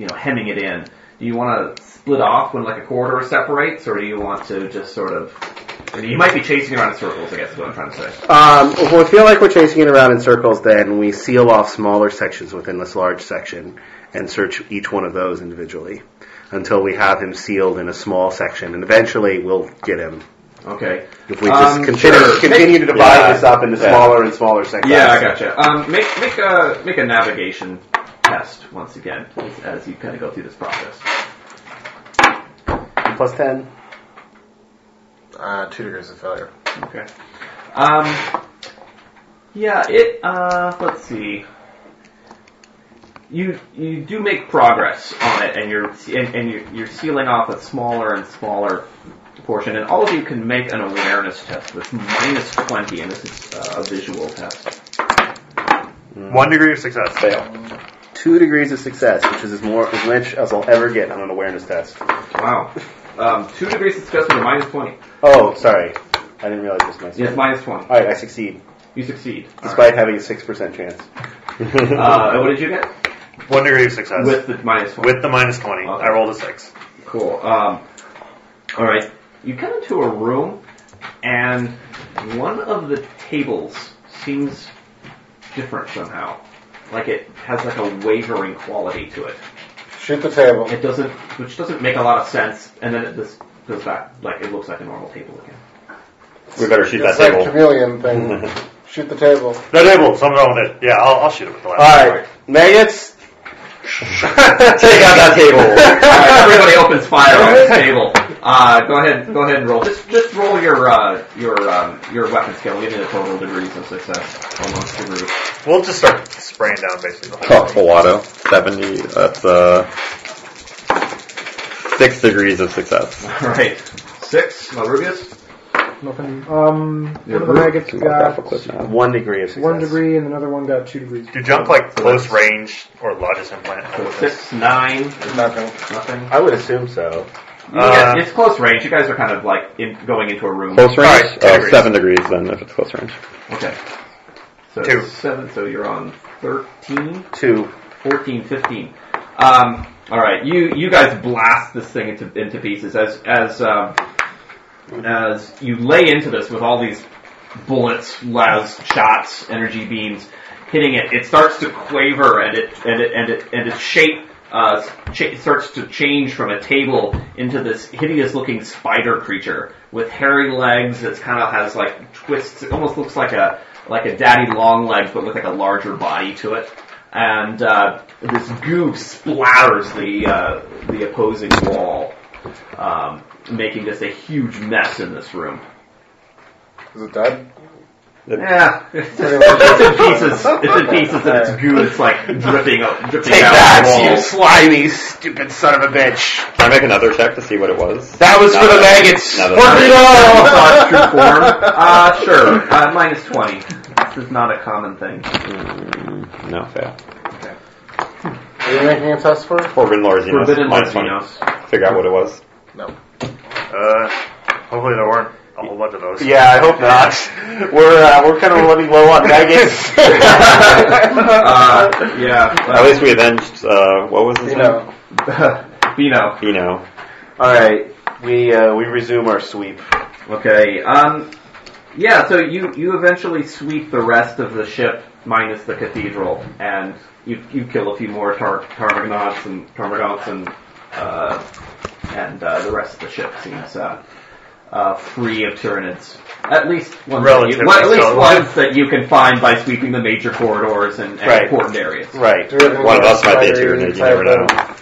F: you know hemming it in. Do you want to split off when like a corridor separates, or do you want to just sort of? You might be chasing around in circles. I guess is what I'm trying to say.
E: Um, if we feel like we're chasing it around in circles, then we seal off smaller sections within this large section and search each one of those individually until we have him sealed in a small section, and eventually we'll get him.
F: Okay.
E: If we just
F: Um,
E: continue,
F: sure.
E: continue to divide
D: Yeah.
E: this up into
D: Yeah.
E: smaller and smaller sections.
F: Yeah, I gotcha. Um, make make a make a navigation test once again as, as you kind of go through this process.
E: Plus 10.
K: Uh, two degrees of failure.
F: Okay. Um, yeah, it. Uh, let's see. You you do make progress on it, and you're and, and you're, you're sealing off a smaller and smaller portion. And all of you can make an awareness test with minus twenty, and this is uh, a visual test.
M: One degree of success.
D: Fail.
E: Two degrees of success, which is as, more, as much as I'll ever get on an awareness test.
F: Wow. Um, two degrees of success with a minus twenty.
E: Oh, sorry. I didn't realize this was my
F: Yes, minus twenty.
E: Alright, I succeed,
F: You succeed. All
E: despite
F: right.
E: having a 6% chance.
F: Uh, what did you get?
M: One degree of success.
F: With the minus one.
M: With the minus 20. I rolled a 6.
F: Cool. Um, all right. You come into a room, and one of the tables seems different somehow. Like it has like a wavering quality to it.
K: Shoot the table.
F: It doesn't, which doesn't make a lot of sense. And then it just goes back, like it looks like a normal table again.
D: We better shoot that
K: It's like
D: table.
K: chameleon thing. Shoot the table.
M: No table. Something wrong with it. Yeah, I'll, I'll shoot it with the last.
E: Alright, maggots,
D: Take out that table.
F: All right, everybody opens fire on this table. Uh, go ahead, go ahead and roll. Just, just roll your uh, your um, your weapon skill. Give me the total degrees of success amongst the group.
M: We'll just start spraying down basically. the whole
D: Top
M: thing.
D: Pilato, 70, that's uh, 6 degrees of success.
F: Alright. Six, Malrubius.
H: Nothing. Um,
D: Your
H: one of the
D: group
H: maggots
D: can walk off a
H: got
D: cliff now.
E: One degree of success.
H: one degree, and another one got two degrees.
M: Do jump like close range or lodges implant?
F: So six, nine,
K: Nothing.
F: nothing.
E: I would assume so.
F: You get-
M: Uh,
F: it's close range. You guys are kind of like in, going into a room.
D: Close range?
M: Alright,
D: oh,
M: degrees.
D: 7 degrees then if it's close range.
F: Okay. So
M: Two.
F: seven. So you're on 13,
E: Two.
F: 14, 15. Um, all right. You you guys blast this thing into into pieces as as um, as you lay into this with all these bullets, las shots, energy beams hitting it. It starts to quaver and it and it and it and its shape. Uh, cha- starts to change from a table into this hideous-looking spider creature with hairy legs. That kind of has like twists. It almost looks like a like a daddy long legs, but with like a larger body to it. And uh, this goo splatters the uh, the opposing wall, um, making just a huge mess in this room.
K: Is it dead?
F: Yeah, it's in pieces. It's in pieces, and it's goo. It's like dripping out, dripping
N: Take
F: out
N: that,
F: the wall.
N: you slimy, stupid son of a bitch.
D: Can I make another check to see what it was?
N: That was
D: Now
N: for the
D: that-
N: maggots.
D: now that-
N: Work it
F: Not true
N: all.
F: form. Uh, sure. Uh, minus twenty. This is not a common thing.
D: Mm, no, fail.
K: Are you making a test for it?
D: Forbidden Lorzinos.
F: Forbidden
D: minus 20.
F: Lorzinos.
D: Figure out what it was.
K: No.
M: Uh, hopefully there weren't a whole bunch of those.
E: Yeah, I hope not. We're uh, we're kind of running low on maggots.
F: Uh, yeah.
D: At least we avenged, uh, what was his name?
K: Bino.
F: Bino.
D: Eno.
E: All right, we uh, we resume our sweep.
F: Okay. Um, yeah. So you you eventually sweep the rest of the ship minus the cathedral, and you you kill a few more tar- tarmagnauts and tarmagnauts and uh, and uh, the rest of the ship seems uh, uh, free of Tyranids. At least ones that you,
M: Relatively
F: well, at least
M: so.
F: ones that you can find by sweeping the major corridors and, and
D: Right.
F: important areas.
E: Right.
D: One of us might be a
K: Spider
D: Tyranid, you
K: inside
D: never know.
K: the-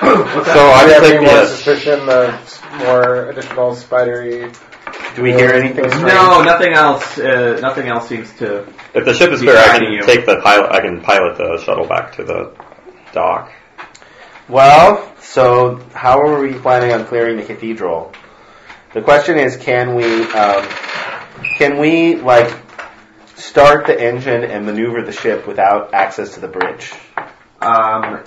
F: What's that?
D: So I
K: Do you have
D: would take
K: any more
D: the.
K: suspicion of more additional spidery?
E: Do we hear anything?
F: No, nothing else. Uh, nothing else seems to.
D: If the ship is
F: Be
D: clear, I
F: tracking
D: can
F: you.
D: take the pilot. I can pilot the shuttle back to the dock.
E: Well, so how are we planning on clearing the cathedral? The question is, can we um, can we like start the engine and maneuver the ship without access to the bridge?
F: Um,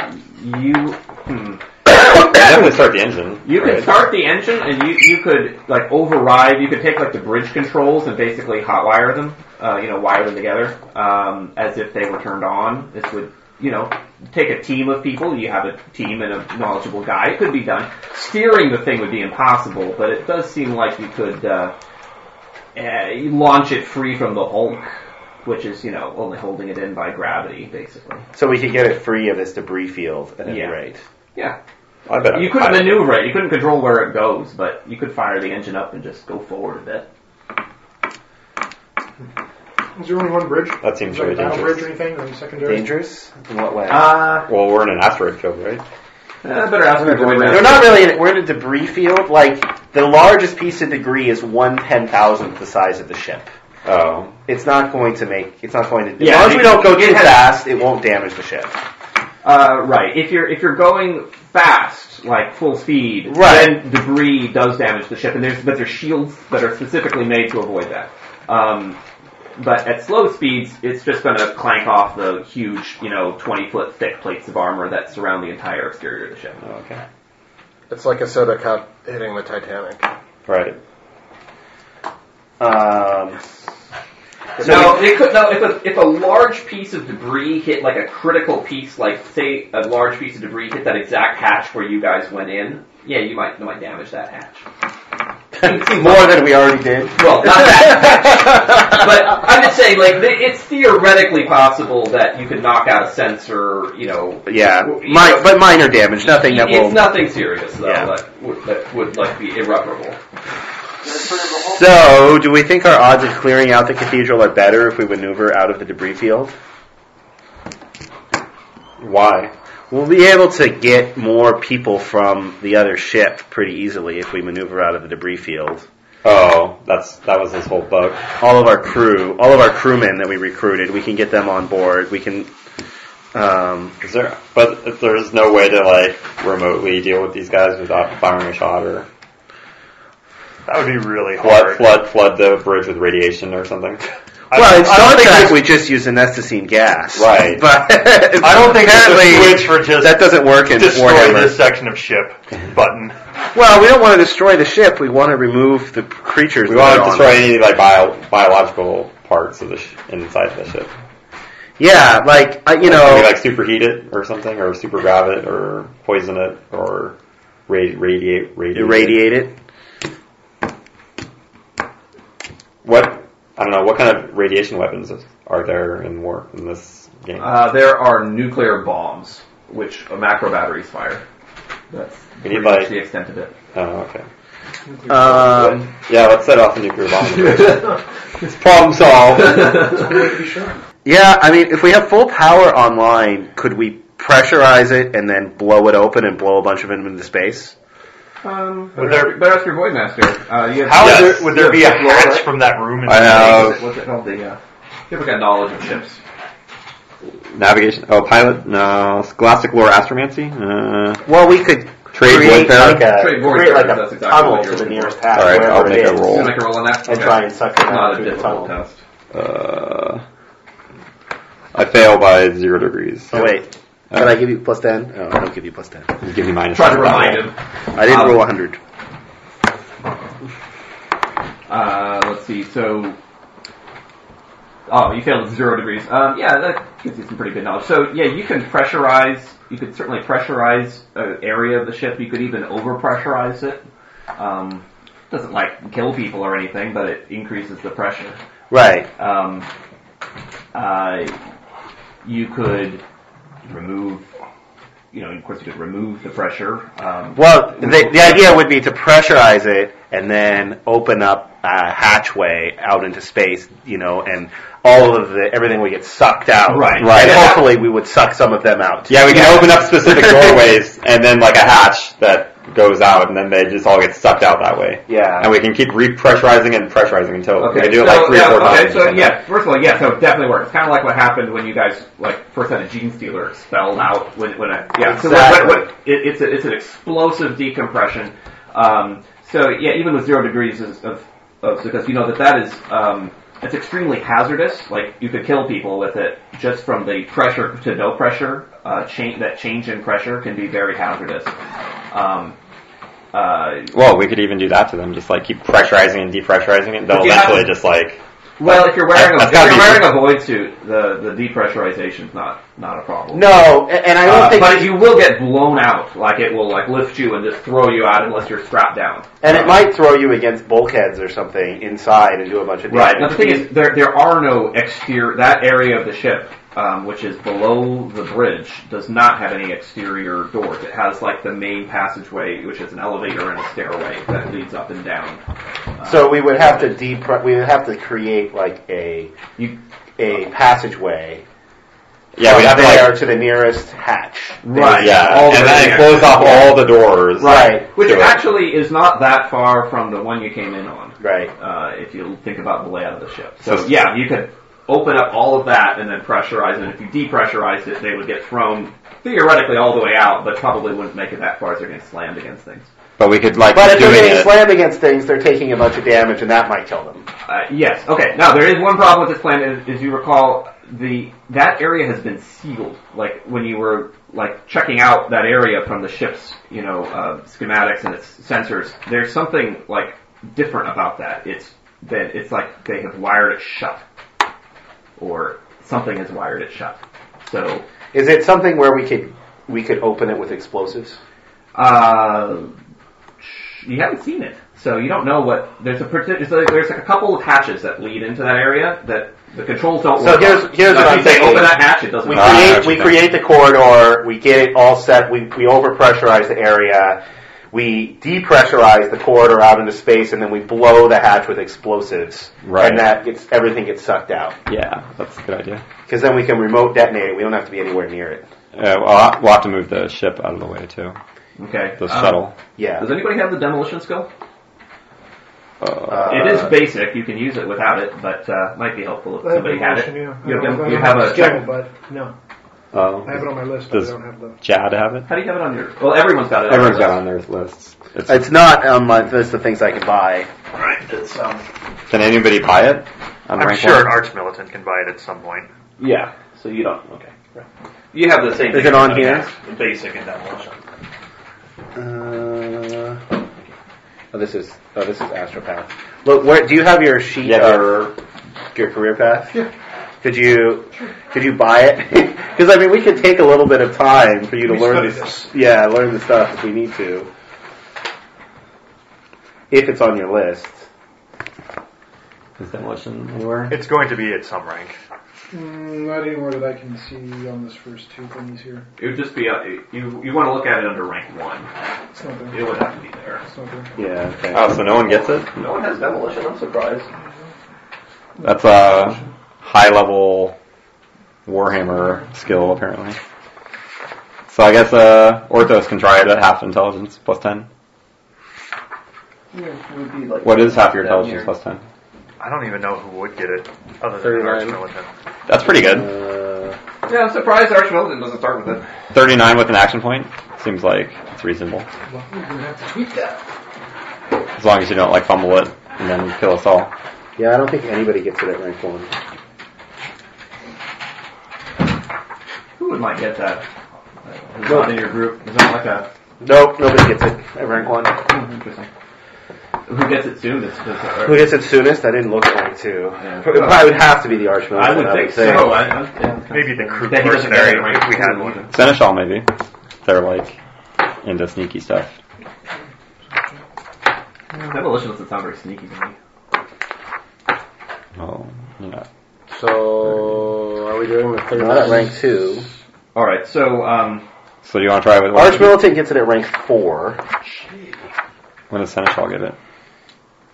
F: you hmm.
D: I can definitely start the engine.
F: You
D: right?
F: could start the engine and you, you could like override. You could take like the bridge controls and basically hotwire them. Uh, you know, wire them together um, as if they were turned on. This would you know take a team of people. You have a team and a knowledgeable guy. It could be done. Steering the thing would be impossible, but it does seem like you could uh, uh, you launch it free from the Hulk, which is you know only holding it in by gravity basically.
E: So we could get it free of this debris field at any
F: Yeah.
E: rate.
F: Yeah.
D: I bet I
F: You
D: could
F: couldn't
D: pilot.
F: maneuver it. You couldn't control where it goes, but you could fire the engine up and just go forward a bit.
H: Is there only one bridge?
D: That seems
H: Is there
D: very
H: a battle
D: dangerous.
H: bridge or anything, or any secondary?
E: Dangerous? In what way?
F: Uh,
D: Well, we're in an asteroid field,
F: eh,
D: right?
F: better ask me
K: They're
E: We're not really. In, we're in a debris field. Like the largest piece of debris is one ten thousandth the size of the ship.
D: Oh,
E: It's not going to make. It's not going to.
F: Yeah,
E: as long as
F: it-
E: we don't go
F: it
E: too
F: has-
E: fast, it won't damage the ship.
F: Uh, right. If you're if you're going fast, like full speed,
E: Right.
F: then debris does damage the ship, and there's but there's shields that are specifically made to avoid that. Um, but at slow speeds, it's just going to clank off the huge, you know, 20 foot thick plates of armor that surround the entire exterior of the ship.
D: okay.
K: It's like a soda cup hitting the Titanic.
D: Right.
E: Um, so
F: No, it could, no if, a, if a large piece of debris hit like a critical piece, like say a large piece of debris hit that exact hatch where you guys went in, yeah, you might you might damage that hatch.
E: we- more than we already did.
F: Well, not that hatch, but I'm just saying, like th- it's theoretically possible that you could knock out a sensor. You know,
E: Yeah,
F: You
E: mi-
F: know,
E: but minor damage. Nothing that
F: it's
E: will.
F: nothing serious though
E: Yeah.
F: that, would, that would like be irreparable.
E: so, do we think our odds of clearing out the cathedral are better if we maneuver out of the debris field?
D: Why?
E: We'll be able to get more people from the other ship pretty easily if we maneuver out of the debris field.
D: Oh, that's that was his whole bug.
E: All of our crew, all of our crewmen that we recruited, we can get them on board. We can. Um,
D: Is there? But if there's no way to like remotely deal with these guys without firing a shot or
M: That would be really
D: flood
M: hard.
D: flood flood the bridge with radiation or something.
M: I
E: well, in
M: don't- I don't
E: Star
M: think
E: Trek,
M: it's-
E: we just use anesthetine gas.
D: Right.
E: But
M: I don't think there's
E: apparently
M: a switch for just
E: that doesn't work in
M: destroy
E: Warhammer.
M: this section of ship button.
E: Well, we don't want to destroy the ship. We want to remove the creatures.
D: We
E: that
D: want
E: are
D: to
E: on
D: destroy
E: it.
D: any like bio, biological parts of the sh- inside the ship.
E: Yeah, like uh, you
D: Can
E: know,
D: we, like superheat it or something, or supergrav it, or poison it, or radi- radiate radiate
E: irradiate it.
D: What I don't know. What kind of radiation weapons are there in war in this game?
F: Uh, there are nuclear bombs, which macro batteries fire. That's
D: We need,
F: pretty much
D: like-
F: the extent of it.
D: oh, okay.
E: Um,
D: Yeah, let's set off a nuclear bomb. it's problem solved.
E: yeah, I mean, if we have full power online, could we pressurize it and then blow it open and blow a bunch of them into space?
F: Um, better,
M: Would there-
F: better ask your void master. Uh, you have,
M: How
D: Yes.
M: is there, would there be
F: you
M: a
F: have Flora.
M: hatch from that room?
D: I
F: What's it-
D: have
F: what's it called? The, uh, you ever got knowledge of ships?
D: navigation. Oh, pilot. No, scholastic lore, astromancy. Uh,
E: Well, we could
D: trade
E: create
D: warfare.
G: like a,
F: Trade war
G: create like
F: terms,
G: a
F: that's exactly
G: tunnel
F: what
G: to
F: you're
G: the
F: looking
G: nearest
F: for.
G: path.
D: All right,
G: wherever
D: I'll make
G: it
D: a
G: is,
D: roll.
F: You make a roll on that.
G: And
F: Okay.
G: try and suck it out
F: Not a
G: through the
F: difficult
G: tunnel.
F: test.
D: Uh, I fail by zero degrees.
E: Oh wait, can I give you plus ten? Oh, I don't give you plus ten.
D: You give me minus.
F: Try to
D: one.
F: remind him.
E: I didn't
F: Um,
E: roll hundred.
F: Uh, let's see. So, oh, you failed at zero degrees. Um, yeah, that gives you some pretty good knowledge. So, yeah, you can pressurize. You could certainly pressurize an area of the ship. You could even overpressurize it. Um, doesn't like kill people or anything, but it increases the pressure.
E: Right.
F: Um, uh, you could remove. You know, of course, you could remove the pressure. Um,
E: Well, the, the idea would be to pressurize it and then open up a hatchway out into space, you know, and all of the everything would get sucked out.
F: Right.
E: And
D: Yeah.
E: hopefully we would suck some of them out.
D: Yeah, we can open up specific doorways and then like a hatch that goes out, and then they just all get sucked out that way.
E: Yeah.
D: And we can keep repressurizing and pressurizing until we
F: Okay,
D: can do
F: so,
D: it like three
F: yeah,
D: or four
F: okay,
D: times.
F: so yeah, first of all, yeah, so it definitely works. Kind of like what happened when you guys like first had a gene stealer expelled out when when a yeah. So what, what, what, it, it's a, it's an explosive decompression. Um, so yeah, even with zero degrees is, of of because you know that that is um, it's extremely hazardous. Like you could kill people with it just from the pressure to no pressure. Uh, change that change in pressure can be very hazardous. Um, uh,
D: Well, we could even do that to them, just like keep pressurizing and depressurizing it. They'll
F: But you have
D: eventually
F: to-
D: just like
F: Well, if you're wearing a, if
D: That's
F: you're
D: gotta be-
F: wearing a void suit, the the depressurization's not not a problem.
E: No, a- and I don't
F: Uh,
E: think,
F: but you will get blown out. Like it will like lift you and just throw you out unless you're strapped down.
E: and it might throw you against bulkheads or something inside and do a bunch of
F: Right.
E: damage.
F: Now the thing is, there there are no exterior. That area of the ship, um, which is below the bridge, does not have any exterior doors. It has like the main passageway, which is an elevator and a stairway that leads up and down. Uh,
E: so we would have to depre- we would have to create like a
F: you
E: a passageway
D: yeah, we
E: from
D: have to
E: there
D: like
E: to the nearest hatch.
F: right.
D: yeah,
F: all
D: and
F: the way
D: then
F: there.
D: close off all the doors.
E: Right.
F: Which
D: to it.
F: actually is not that far from the one you came in on,
E: Right.
F: uh, if you think about the layout of the ship.
D: So
F: So,
D: it's-
F: yeah, you could open up all of that and then pressurize it. If you depressurized it, they would get thrown theoretically all the way out, but probably wouldn't make it that far as they're getting slammed against things.
D: But we could like
E: But if
D: keep
E: they're
D: doing
E: getting
D: it.
E: slammed against things, they're taking a bunch of damage, and that might kill them.
F: Uh, yes. Okay. Now there is one problem with this plan. As, as you recall, the that area has been sealed. Like when you were like checking out that area from the ship's you know uh, schematics and its sensors, there's something like different about that. It's that it's like they have wired it shut, or something has wired it shut. So
E: Is it something where we could we could open it with explosives?
F: Uh, you haven't seen it, so you don't know what there's a parti- there's a, there's like a couple of hatches that lead into that area that the controls don't
E: So
F: work.
E: here's-
F: on.
E: here's
F: Like,
E: what
F: you
E: I'm
F: say,
E: thinking.
F: Open that hatch, it doesn't.
E: We
F: work.
D: Ah, I
E: create
D: see.
E: we create the corridor, we get it all set, we we overpressurize the area,
G: we depressurize the corridor out into space, and then we blow the hatch with explosives,
D: Right.
G: and that gets everything gets sucked out.
D: Yeah, that's a good idea.
G: Because then we can remote detonate it. We don't have to be anywhere near it.
D: Yeah, Uh, well, I- we'll have to move the ship out of the way too.
F: Okay.
D: The
F: um,
D: shuttle.
G: Yeah.
F: Does anybody have the demolition skill?
D: Uh,
F: it is basic. You can use it without it, but uh, might be helpful if
H: I have
F: somebody had it.
H: demolition, yeah. I
F: You
H: don't
F: have,
H: I
F: you
H: don't
F: have
H: the
F: a
H: skill,
F: check.
H: but no.
D: oh,
H: I have it on my list, but I
D: Does
H: don't have the.
D: Jad have it?
F: How do you have it on your? Well, everyone's got it. on
D: Everyone's
F: their
D: got it on their lists. It's,
E: It's not um, on my list of things I can buy.
F: list. Right. It's, um,
D: can anybody buy it? On
M: I'm
D: rank
M: sure an
D: one?
M: arch militant can buy it at some point.
F: yeah. So you don't. Okay. Right. You have the same.
E: Is
F: thing
E: it on
F: about
E: here?
F: that, Basic and demolition.
E: Uh, oh, this is oh, this is Astropath. Look, where do you have your sheet
D: Yeah.
E: or your career path? Yeah. Could you could you buy it? Because I mean, we could take a little bit of time for you to
B: We
E: learn
B: study
E: this. Yeah, learn the stuff if we need to. If it's on your list.
D: Is demolition anywhere?
M: It's going to be at some rank.
H: Mm, not anywhere that I can see on this first two things here.
F: It would just be uh, you. You want to look at it under rank one.
H: It's not there.
F: It would have to be there.
H: It's not there.
E: Yeah. Okay.
D: Oh, so no one gets it.
F: No one has demolition. I'm surprised.
D: That's a high level Warhammer skill apparently. So I guess uh, Orthos can try it at half intelligence plus ten.
F: Yeah, it would be like
D: What is half your
F: down
D: intelligence
F: here.
D: plus ten?
M: I don't even know who would get it other than an arch
C: 39.
M: militant.
D: That's pretty good.
E: Uh,
F: Yeah, I'm surprised Archmilton doesn't start with it.
D: Thirty nine with an action point seems like it's reasonable
H: Well, we're gonna have to tweak that.
D: as long as you don't like fumble it and then kill us all.
E: yeah, I don't think anybody gets it at rank one.
F: Who would might get that? Is not in your group? Is that like a
E: Nope, nobody gets it at rank one.
F: hmm, interesting? Who gets it soon? This, this,
E: Who gets it soonest? I didn't look at rank two.
F: Yeah.
E: It probably would have to be the Archmage.
F: I would think
E: say.
F: so. I, I, yeah.
M: Maybe the crew
F: That he doesn't get
M: mercenary
F: it right
M: if we had
F: now.
M: one.
D: Seneschal maybe. They're like into sneaky stuff.
F: Demolition doesn't sound very sneaky to me.
D: Oh, yeah.
C: So are we doing the third?
E: Not at rank two.
F: All right, so um,
D: So do you want to try it with
E: Arch Militant gets it at rank four.
D: When does Seneschal get it?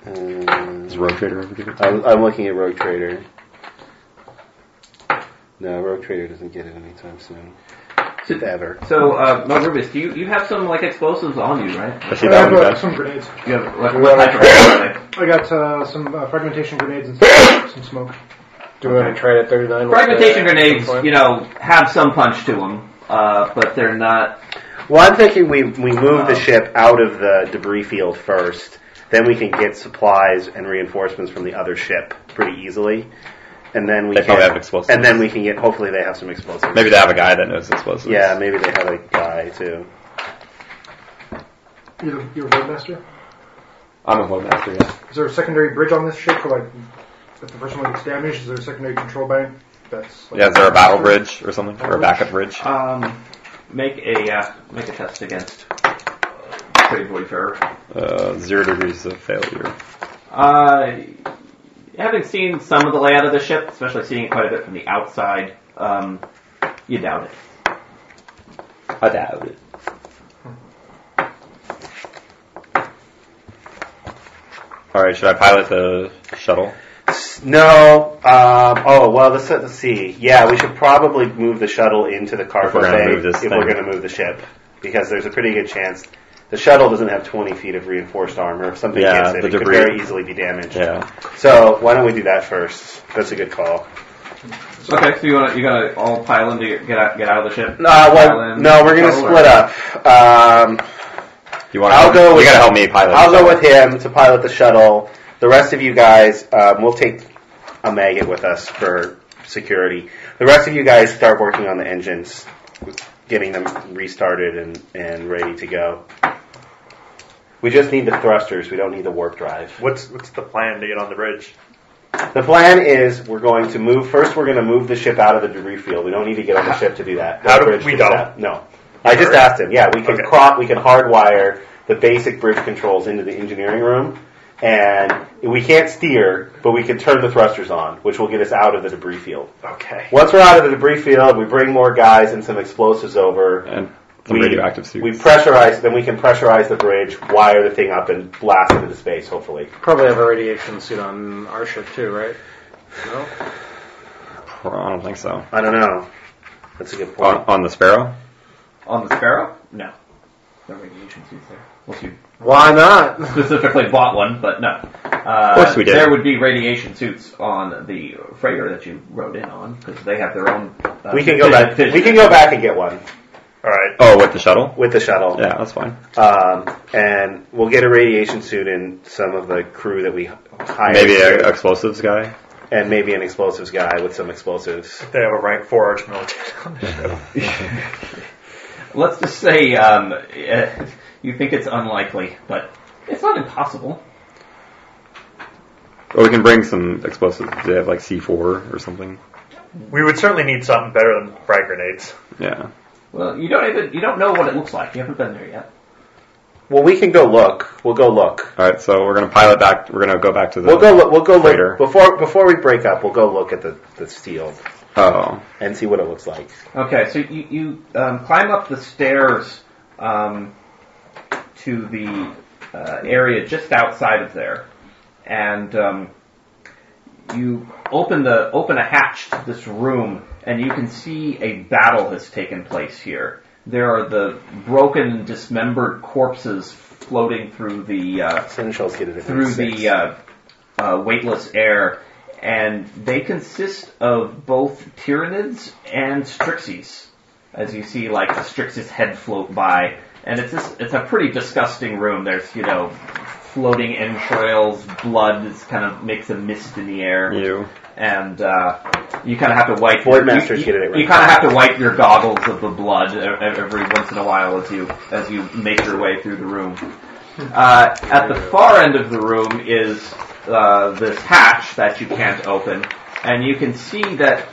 E: Um,
D: Does Rogue Trader ever give it?
E: I'm, I'm looking at Rogue Trader. No, Rogue Trader doesn't get it anytime soon.
F: so,
E: Ever.
F: so uh, Mount Rubus, do you you have some like explosives on you, right?
D: I see
H: I
D: that
H: have
D: one
H: uh,
D: best.
H: some grenades.
F: You have what, what type of explosive?
H: I got uh, some uh, fragmentation grenades and some, some smoke.
C: Do we want to try it at 39? with
F: Fragmentation
C: the-
F: grenades,
C: with
F: you know, have some punch to them, uh, but they're not.
E: Well, I'm thinking we we move the ship out of the debris field first. Then we can get supplies and reinforcements from the other ship pretty easily. And then we
D: They
E: can,
D: probably have explosives.
E: And then we can get. Hopefully, they have some explosives.
D: Maybe they have a guy that knows explosives.
E: Yeah, maybe they have a guy too.
H: You're the, you're a roadmaster.
D: I'm a webmaster, yeah.
H: Is there a secondary bridge on this ship? For like, if the first one gets damaged, is there a secondary control bank? That's like
D: Yeah, is there a battle bridge or something? Or a backup bridge?
F: Um, make a uh, make a test against uh, Pretty Voidfarer.
D: Uh, zero degrees of failure.
F: Uh, having seen some of the layout of the ship, especially seeing it quite a bit from the outside, um, you doubt it.
D: I doubt it. Alright, should I pilot the shuttle?
E: No. Um, oh well, let's, let's see. Yeah, we should probably move the shuttle into the
D: If
E: cargo
D: we're gonna
E: bay
D: move this
E: if we're
D: thing.
E: going to move the ship because there's a pretty good chance the shuttle doesn't have 20 feet of reinforced armor. If something
D: Yeah,
E: hits it,
D: the
E: it could
D: debris.
E: very easily be damaged.
D: Yeah.
E: So why don't we do that first? That's a good call.
F: Okay, so you want to you gotta all pile in to get out get out of the ship.
E: No, uh, well,
F: Pile in,
E: no, we're going to
F: shuttle,
E: split
F: or-
E: up. Um,
D: You want?
E: I'll go
D: You
E: with-
D: gotta help me pilot.
E: I'll go with him to pilot the shuttle. The rest of you guys, um, we'll take a maggot with us for security. The rest of you guys start working on the engines, getting them restarted and, and ready to go. We just need the thrusters. We don't need the warp drive.
M: What's what's the plan to get on the bridge?
E: The plan is we're going to move. First, we're going to move the ship out of the debris field. We don't need to get on the ship to do that.
M: How
E: The
M: do-
E: bridge
M: we
E: does
M: don't?
E: that. No, I just
M: Alright.
E: asked him. Yeah, we can
M: Okay.
E: cro- we can hardwire the basic bridge controls into the engineering room, and we can't steer, but we can turn the thrusters on, which will get us out of the debris field.
M: Okay.
E: Once we're out of the debris field, we bring more guys and some explosives over.
D: And The radioactive suits.
E: We pressurize, then we can pressurize the bridge, wire the thing up, and blast it into space. Hopefully,
K: Probably have a radiation suit on our ship too, right? No?
D: I don't think so.
O: I don't know. That's a good point.
D: On,
M: Uh,
D: on the Sparrow?
F: On the Sparrow? No. No radiation suits there. Unless you
K: Why not?
F: specifically bought one, but no. Uh,
D: Of course we did.
F: There would be radiation suits on the freighter that you rode in on because they have their own. Uh,
E: we can go back.
F: fission-
E: We can go back and get one
B: All right.
D: Oh, with the shuttle?
E: with the shuttle.
D: Yeah, that's fine.
E: Um, and we'll get a radiation suit and some of the crew that we hire,
D: Maybe a explosives guy?
E: and maybe an explosives guy with some explosives.
B: They have a rank four arch military. on the ship.
F: Let's just say um, eh, you think it's unlikely, but it's not impossible.
D: Or we can bring some explosives. Do they have like C4 or something?
B: we would certainly need something better than frag grenades.
D: Yeah.
F: Well, you don't even you don't know what it looks like. You haven't been there yet.
E: Well, we can go look. We'll go look.
D: All right, so we're gonna pilot back. We're gonna go back to the.
E: We'll go. Look, we'll go
D: freighter.
E: look before before we break up. We'll go look at the the steel
D: Oh,
E: and see what it looks like.
F: Okay, so you, you um, climb up the stairs um, to the uh, area just outside of there, and um, you open the open a hatch to this room, and you can see a battle has taken place here. There are the broken, dismembered corpses floating through the uh,
E: Seneschal's get it at
F: through
E: six.
F: the uh, uh, weightless air, and they consist of both Tyranids and Strixes. As you see, like the Strix's head float by, and it's this, it's a pretty disgusting room. There's you know floating entrails, blood. It's kind of makes a mist in the air
D: you.
F: and uh, you kind of have to wipe.
E: Board
F: your, you,
E: masters get it right.
F: You kind of have to wipe your goggles of the blood e- every once in a while as you as you make your way through the room. Uh, at the far end of the room is uh, this hatch that you can't open, and you can see that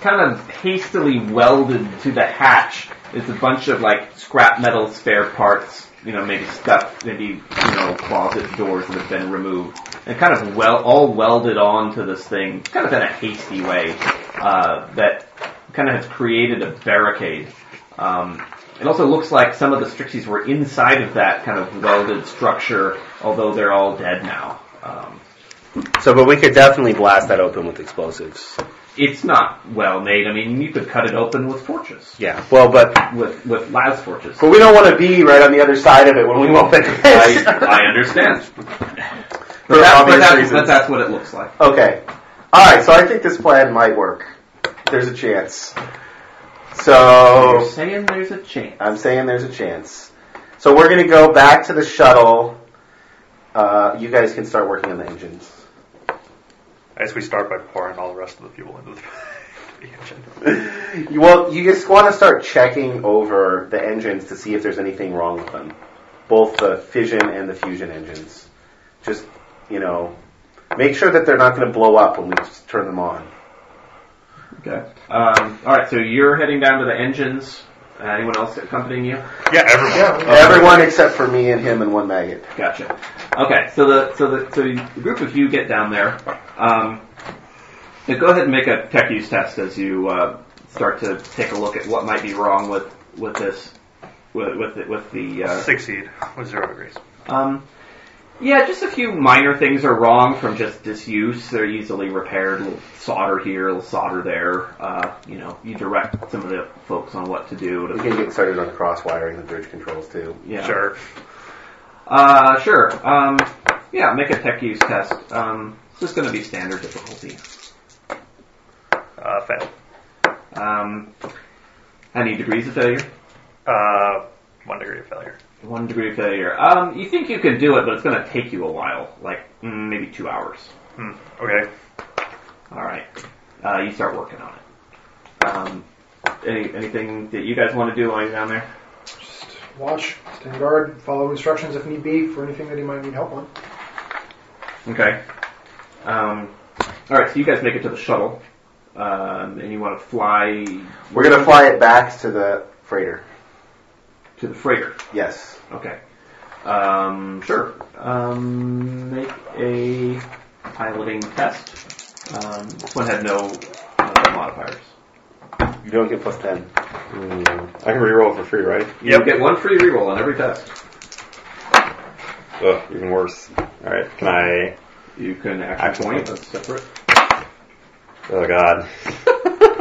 F: kind of hastily welded to the hatch is a bunch of like scrap metal spare parts. You know, maybe stuff, maybe you know, closet doors that have been removed, and kind of well, all welded onto this thing, kind of in a hasty way, uh, that kind of has created a barricade. Um, it also looks like some of the Strixies were inside of that kind of welded structure, although they're all dead now. Um,
E: So, but we could definitely blast that open with explosives.
F: it's not well made. I mean, you could cut it open with torches,
E: Yeah. Well, but
F: with with las torches.
E: but we don't want to be right on the other side of it when we open
F: I,
E: it.
F: I understand.
E: For
F: But, that, but,
E: obvious
F: that,
E: reasons.
F: but that's what it looks like.
E: Okay. All right. So I think this plan might work. There's a chance.
F: You're
E: So
F: saying there's a chance.
E: I'm saying there's a chance. So we're gonna go back to the shuttle. Uh, you guys can start working on the engines.
B: As we start by pouring all the rest of the fuel into the, the engine.
E: You- well, you just want to start checking over the engines to see if there's anything wrong with them, both the fission and the fusion engines. Just you know, make sure that they're not going to blow up when we just turn them on.
F: Okay. Um, all right. So you're heading down to the engines. Uh, anyone else accompanying you?
B: Yeah, everyone.
E: Everyone except for me and him and one maggot.
F: Gotcha. Okay. So the so the so the group of you get down there. Um, now go ahead and make a tech use test as you uh, start to take a look at what might be wrong with with this with with the, with the uh,
B: Succeed with zero degrees.
F: Um, yeah, just a few minor things are wrong from just disuse. They're easily repaired. A little solder here, a little solder there. Uh, you know, you direct some of the folks on what to do.
E: We
F: To,
E: can get started on cross wiring the bridge controls too.
F: yeah.
B: Sure.
F: Uh, sure. Um, yeah, make a tech use test. Um, it's just going to be standard difficulty.
B: Uh, fail.
F: Um, how many degrees of failure?
B: Uh, one degree of failure.
F: One degree of failure. Um, you think you can do it, but it's going to take you a while, like mm, maybe two hours.
B: Hmm. Okay.
F: All right. Uh, you start working on it. Um, any, anything that you guys want to do while you're down there?
H: Just watch, stand guard, follow instructions if need be for anything that he might need help on.
F: Okay. Um, all right. So you guys make it to the shuttle, um, and you want to fly
E: We're gonna fly it back to the freighter.
F: to the freighter.
E: Yes.
F: Okay. Um, sure. Um, make a piloting test. Um, this one had no uh, modifiers.
E: You don't get plus ten. I can reroll for free, right?
D: You get one free reroll on every test.
E: Ugh, even worse. Alright, can I.
F: You can action,
D: Action
F: point.
D: point.
F: That's separate.
E: Oh god.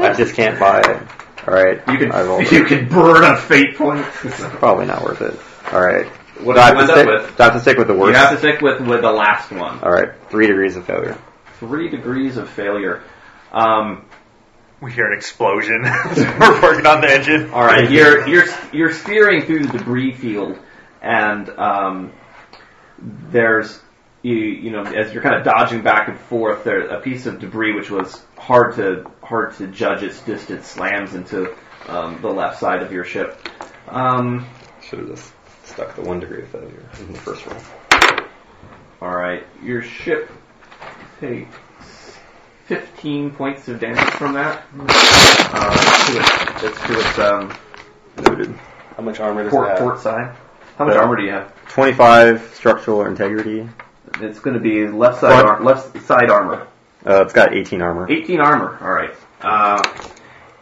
E: I just can't buy it. Alright.
F: You can
D: I rolled
F: you
D: it.
F: can burn a fate point.
D: Probably not worth it. Alright.
F: What
D: do I
F: do you
D: have to stick,
F: end up with?
D: do I have to stick with the
F: You
D: worst?
F: have to stick with with the last one.
D: Alright, three degrees of failure.
F: Three degrees of failure. Um,
M: We hear an explosion. We're working on the engine.
F: All right, you're you're you're steering through the debris field, and um, there's you you know as you're kind of dodging back and forth, there a piece of debris which was hard to hard to judge its distance slams into um, the left side of your ship. Um,
D: Should have just stuck the one degree of failure in the first roll.
F: all right, your ship takes 15 points of damage from that. Uh, to its, it's to its um,
D: Noted.
K: How much armor does it
F: port
K: have?
F: port side. How much
D: Yeah.
F: armor do you have?
D: 25 structural integrity.
F: It's going to be left side ar- left side armor.
D: Uh, it's got 18 armor.
F: 18 armor. All right. Uh,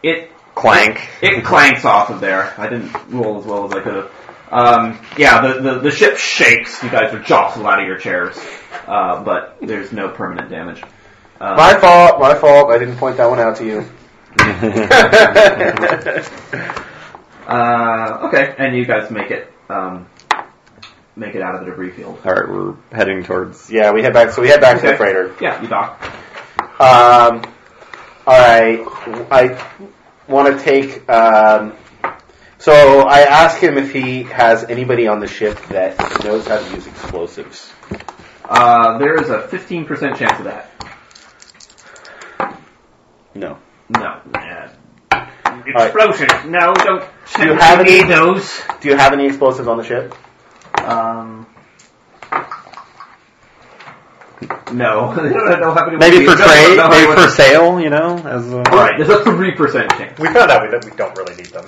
F: it
D: Clank.
F: it clanks off of there. I didn't roll as well as I could have. Um, yeah, the, the the ship shakes. You guys are jostled out of your chairs, uh, but there's no permanent damage. Uh,
N: My fault, my fault. I didn't point that one out to you.
F: uh, okay, and you guys make it um, make it out of the debris field.
D: Alright, we're heading towards.
N: Yeah, we head back. So we head back to
F: Okay.
N: the freighter.
F: Yeah, you dock.
N: Um, all right, I want to take. Um,
E: So I ask him if he has anybody on the ship that knows how to use explosives.
F: Uh, there is a 15% chance of that.
E: No.
F: No. Yeah.
N: right.
F: Explosions. No, don't.
N: do you have any
F: those?
N: Do you have any explosives on the ship?
F: Um. No, they don't know how many.
D: Maybe
F: we-
D: for
F: don't
D: trade,
F: know how
D: maybe
F: many-
D: for sale, you know? As a,
F: Right, there's a three percent chance.
B: We found out that we don't really need them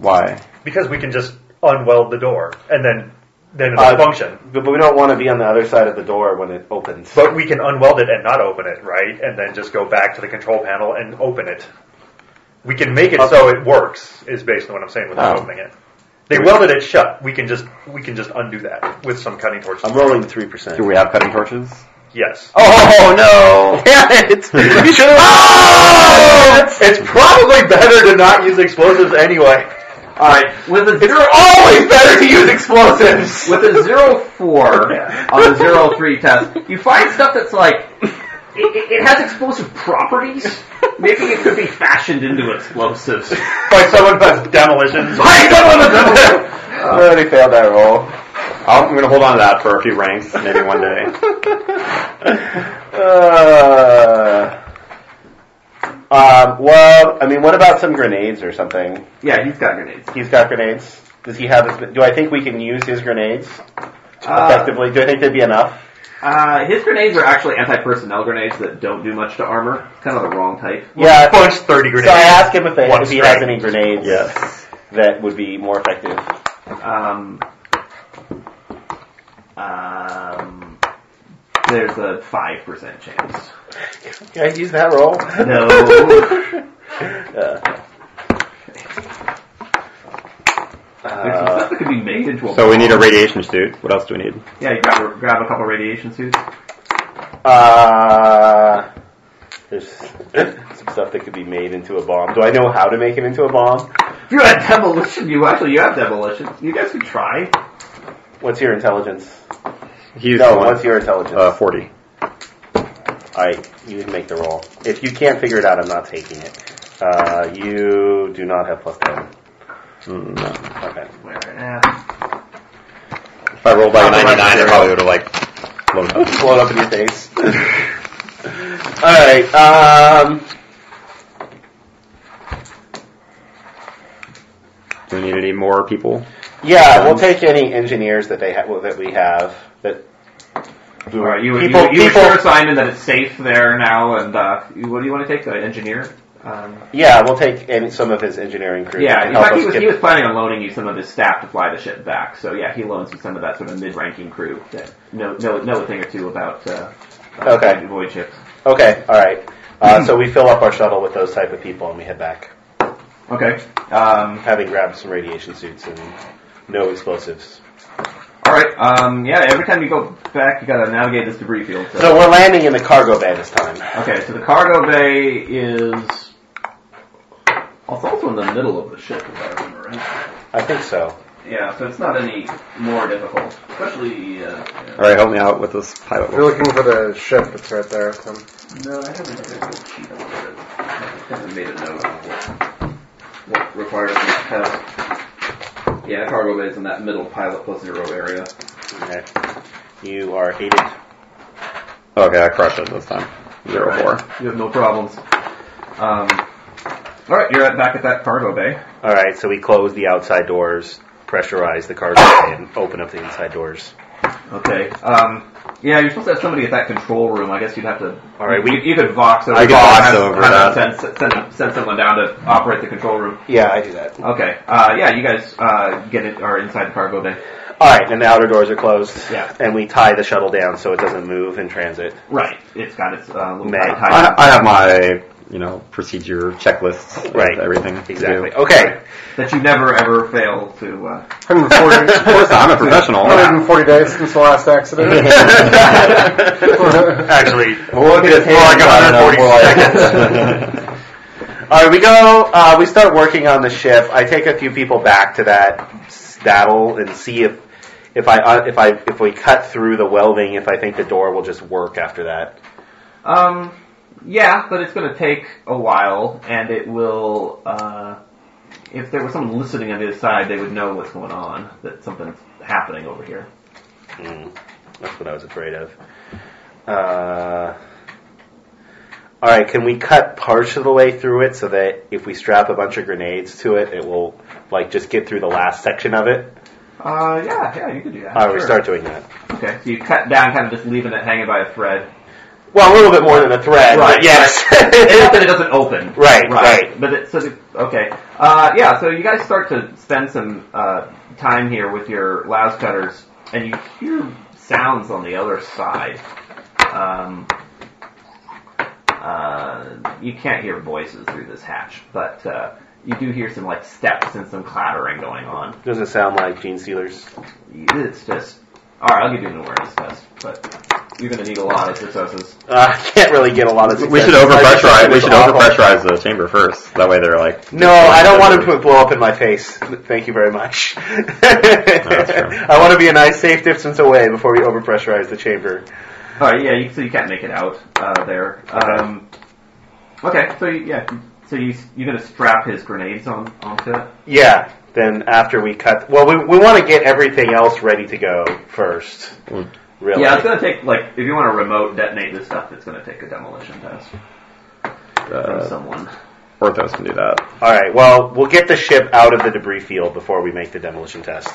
D: Why?
B: because we can just unweld the door and then then it'll
N: Uh,
B: function.
N: But we don't want to be on the other side of the door when it opens.
B: But we can unweld it and not open it, right? And then just go back to the control panel and open it. We can make it so it works. Is basically what I'm saying without
E: Oh.
B: opening it. They welded it shut. We can just we can just undo that with some cutting torch.
E: I'm rolling
D: Do
E: 3%.
D: we have cutting torches?
B: Yes.
E: Um, Oh no! Yeah, it's, Oh! you should have.
B: It's probably better to not use explosives anyway.
F: All right, with a zero,
E: Always better to use explosives!
F: with a zero four on the zero three test, you find stuff that's like it, it, it has explosive properties. Maybe it could be fashioned into explosives.
B: By someone who has demolitions.
E: I already failed that roll. I'll, I'm going to hold on to that for a few ranks, maybe one day. uh, um, well, I mean, what about some grenades or something?
F: yeah, he's got grenades.
E: He's got grenades. Does he have? His, do I think we can use his grenades
F: Uh,
E: effectively? Do I think they'd be enough?
F: Uh, his grenades are actually anti-personnel grenades that don't do much to armor. Kind of the wrong type.
E: Yeah.
B: Punch thirty
E: So I
B: grenades.
E: ask him if, they,
B: One
E: if he has
B: strike.
E: any grenades
D: Yes.
E: that would be more effective.
F: Um, um, there's a five percent chance.
E: Can I use that roll?
F: No. There's some stuff that could be made into a.
D: Uh, So we need a
F: bomb.
D: radiation suit. What else do we need?
F: Yeah, you grab, grab a couple radiation suits.
E: Uh, there's some stuff that could be made into a bomb. Do I know how to make it into a bomb?
F: You had demolition. You actually you have demolition. You guys could try.
E: What's your intelligence?
D: He's
E: no,
D: one-
E: what's your intelligence?
D: uh, 40.
E: Alright, you can make the roll. If you can't figure it out, I'm not taking it. Uh, you do not have plus 10.
D: Mm, no.
E: Okay.
D: If I rolled by a
E: Probably
D: 99, it
E: zero.
D: probably would have, like, blown up.
E: Blow it up in your face. Alright, um,
D: Do we need any more people?
E: yeah, we'll take any engineers that they ha- well, that we have. That
F: All right, you
E: People-
F: you, you
E: people-
F: assure Simon that it's safe there now, and uh, you, what do you want to take? The engineer. Um,
E: yeah, we'll take any, some of his engineering crew.
F: Yeah,
E: to
F: in
E: help
F: fact, he
E: us
F: was,
E: get-
F: he was planning on loaning you some of his staff to fly the ship back. So yeah, he loans you some of that sort of mid-ranking crew that know know, know a thing or two about uh, uh,
E: Okay.
F: void ships.
E: Hmm. Okay, all right. Uh, so we fill up our shuttle with those type of people and we head back.
F: Okay. Um,
E: Having grabbed some radiation suits and no explosives.
F: All right. Um, yeah. Every time you go back, you gotta navigate this debris field.
E: So we're landing in the cargo bay this time.
F: Okay. So the cargo bay is. Well, it's also in the middle of the ship, if I remember right.
E: I think so.
F: Yeah. So it's not any more difficult, especially. Uh, yeah.
D: All right, help me out with this pilot.
H: If you're looking for the ship, it's right there. It's on-
F: No, I haven't made a note sheet on it. I haven't made a note on what, what requires me to have. Yeah, cargo bay's in that middle pilot plus zero area.
E: Okay. You are hated.
D: Okay, I crushed it this time. Zero
F: Right.
D: four.
F: You have no problems. Um, all right, you're at, back at that cargo bay.
E: All right. So we close the outside doors, pressurize the cargo bay, and open up the inside doors.
F: Okay. Um, yeah, you're supposed to have somebody at that control room. I guess you'd have to.
E: All right,
F: You,
E: we-
F: you could vox over.
D: I could
F: have-
D: vox
F: have-
D: over
F: have
D: that.
F: Send, send, send someone down to operate the control room.
E: Yeah, I do that.
F: Okay. Uh, yeah, you guys uh, get it are inside the cargo bay.
E: All right. And the outer doors are closed.
F: Yeah.
E: And we tie the shuttle down so it doesn't move in transit.
F: Right. It's got its uh, little
E: Mag.
F: tie.
D: I, I have my you know procedure checklists. with
E: Right.
D: Everything. to
E: Exactly.
D: do.
E: Okay.
F: that you never ever fail to. Uh,
H: 140,
D: Of course, I'm a professional.
H: 140 days since the last accident.
E: Actually,
D: Well, look at his hand.
E: All right, we go. Uh, we start working on the ship. I take a few people back to that saddle and see if if I uh, if I if we cut through the welding, if I think the door will just work after that.
F: Um, yeah, but it's going to take a while, and it will. Uh, if there was someone listening on the other side, they would know what's going on. That something's happening over here.
E: Mm, that's what I was afraid of. Uh, all right, can we cut parts of the way through it so that if we strap a bunch of grenades to it, it will like just get through the last section of it?
F: Uh, yeah, yeah, you could do that.
E: All right, we
F: sure.
E: start doing that.
F: Okay, so you cut down, kind of just leaving it hanging by a thread.
E: Well, a little bit more than a thread,
F: Right,
E: but yes.
F: It's not that it doesn't open.
E: Right, right.
F: But it, so the, okay, uh, yeah. So you guys start to spend some uh, time here with your louse cutters, and you hear sounds on the other side. Um, uh, you can't hear voices through this hatch, but uh, you do hear some like steps and some clattering going on.
E: Doesn't sound like Gene Steelers.
F: It's just all right. I'll give you an awareness test, but you're gonna need a lot of successes.
E: Uh, I can't really get a lot of. Success.
D: We should
E: I
D: overpressurize.
E: just-
D: We should
E: awful.
D: overpressurize the chamber first. That way, they're like.
E: No, I don't want him to blow up in my face. Thank you very much.
D: true.
E: I want to be a nice safe distance away before we overpressurize the chamber.
F: All right, yeah, you, so you can't make it out uh, there. Um, okay, so you, yeah, so you you're gonna strap his grenades on onto it.
E: Yeah. Then after we cut, well, we we want to get everything else ready to go first.
D: Mm.
E: Really?
F: Yeah, it's gonna take like if you want to remote detonate this stuff, it's gonna take a demolition test from
D: Uh,
F: someone.
D: orthos can do that.
E: All right. Well, we'll get the ship out of the debris field before we make the demolition test.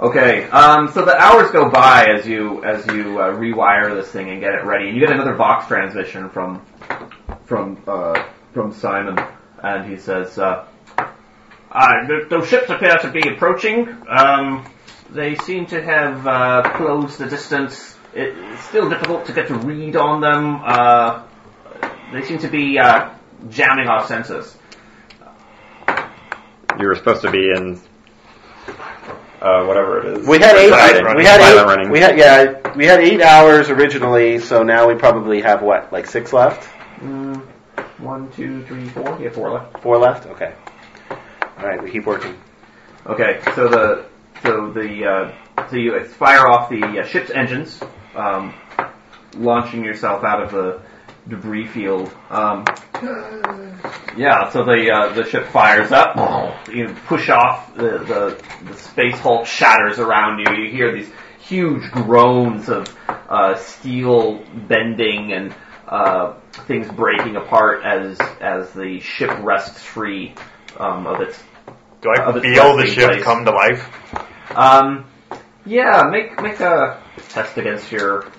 F: Okay, um, so the hours go by as you as you uh, rewire this thing and get it ready, and you get another Vox transmission from from uh, from Simon, and he says, uh, uh, th- "Those ships appear to be approaching. Um, they seem to have uh, closed the distance. It, it's still difficult to get a read on them. Uh, they seem to be uh, jamming our sensors."
D: You were supposed to be in. Uh, whatever it is.
E: We had eight.
D: Silent
E: We
D: running.
E: had
D: Silent
E: eight.
D: running.
E: We had yeah. We had eight hours originally, so now we probably have what, like six left,
F: Mm, one, two, three, four. Yeah, four left.
E: four left. Okay. All right, we keep working.
F: Okay, so the so the uh, so you fire off the uh, ship's engines, um, launching yourself out of the debris field. Um, yeah, so the uh, the ship fires up. You push off. The, the the space hulk shatters around you. You hear these huge groans of uh, steel bending and uh, things breaking apart as as the ship rests free um, of its
B: Do I
F: Of its
B: feel the
F: resting
B: ship
F: place.
B: come to life?
F: um, yeah, make make a test against your.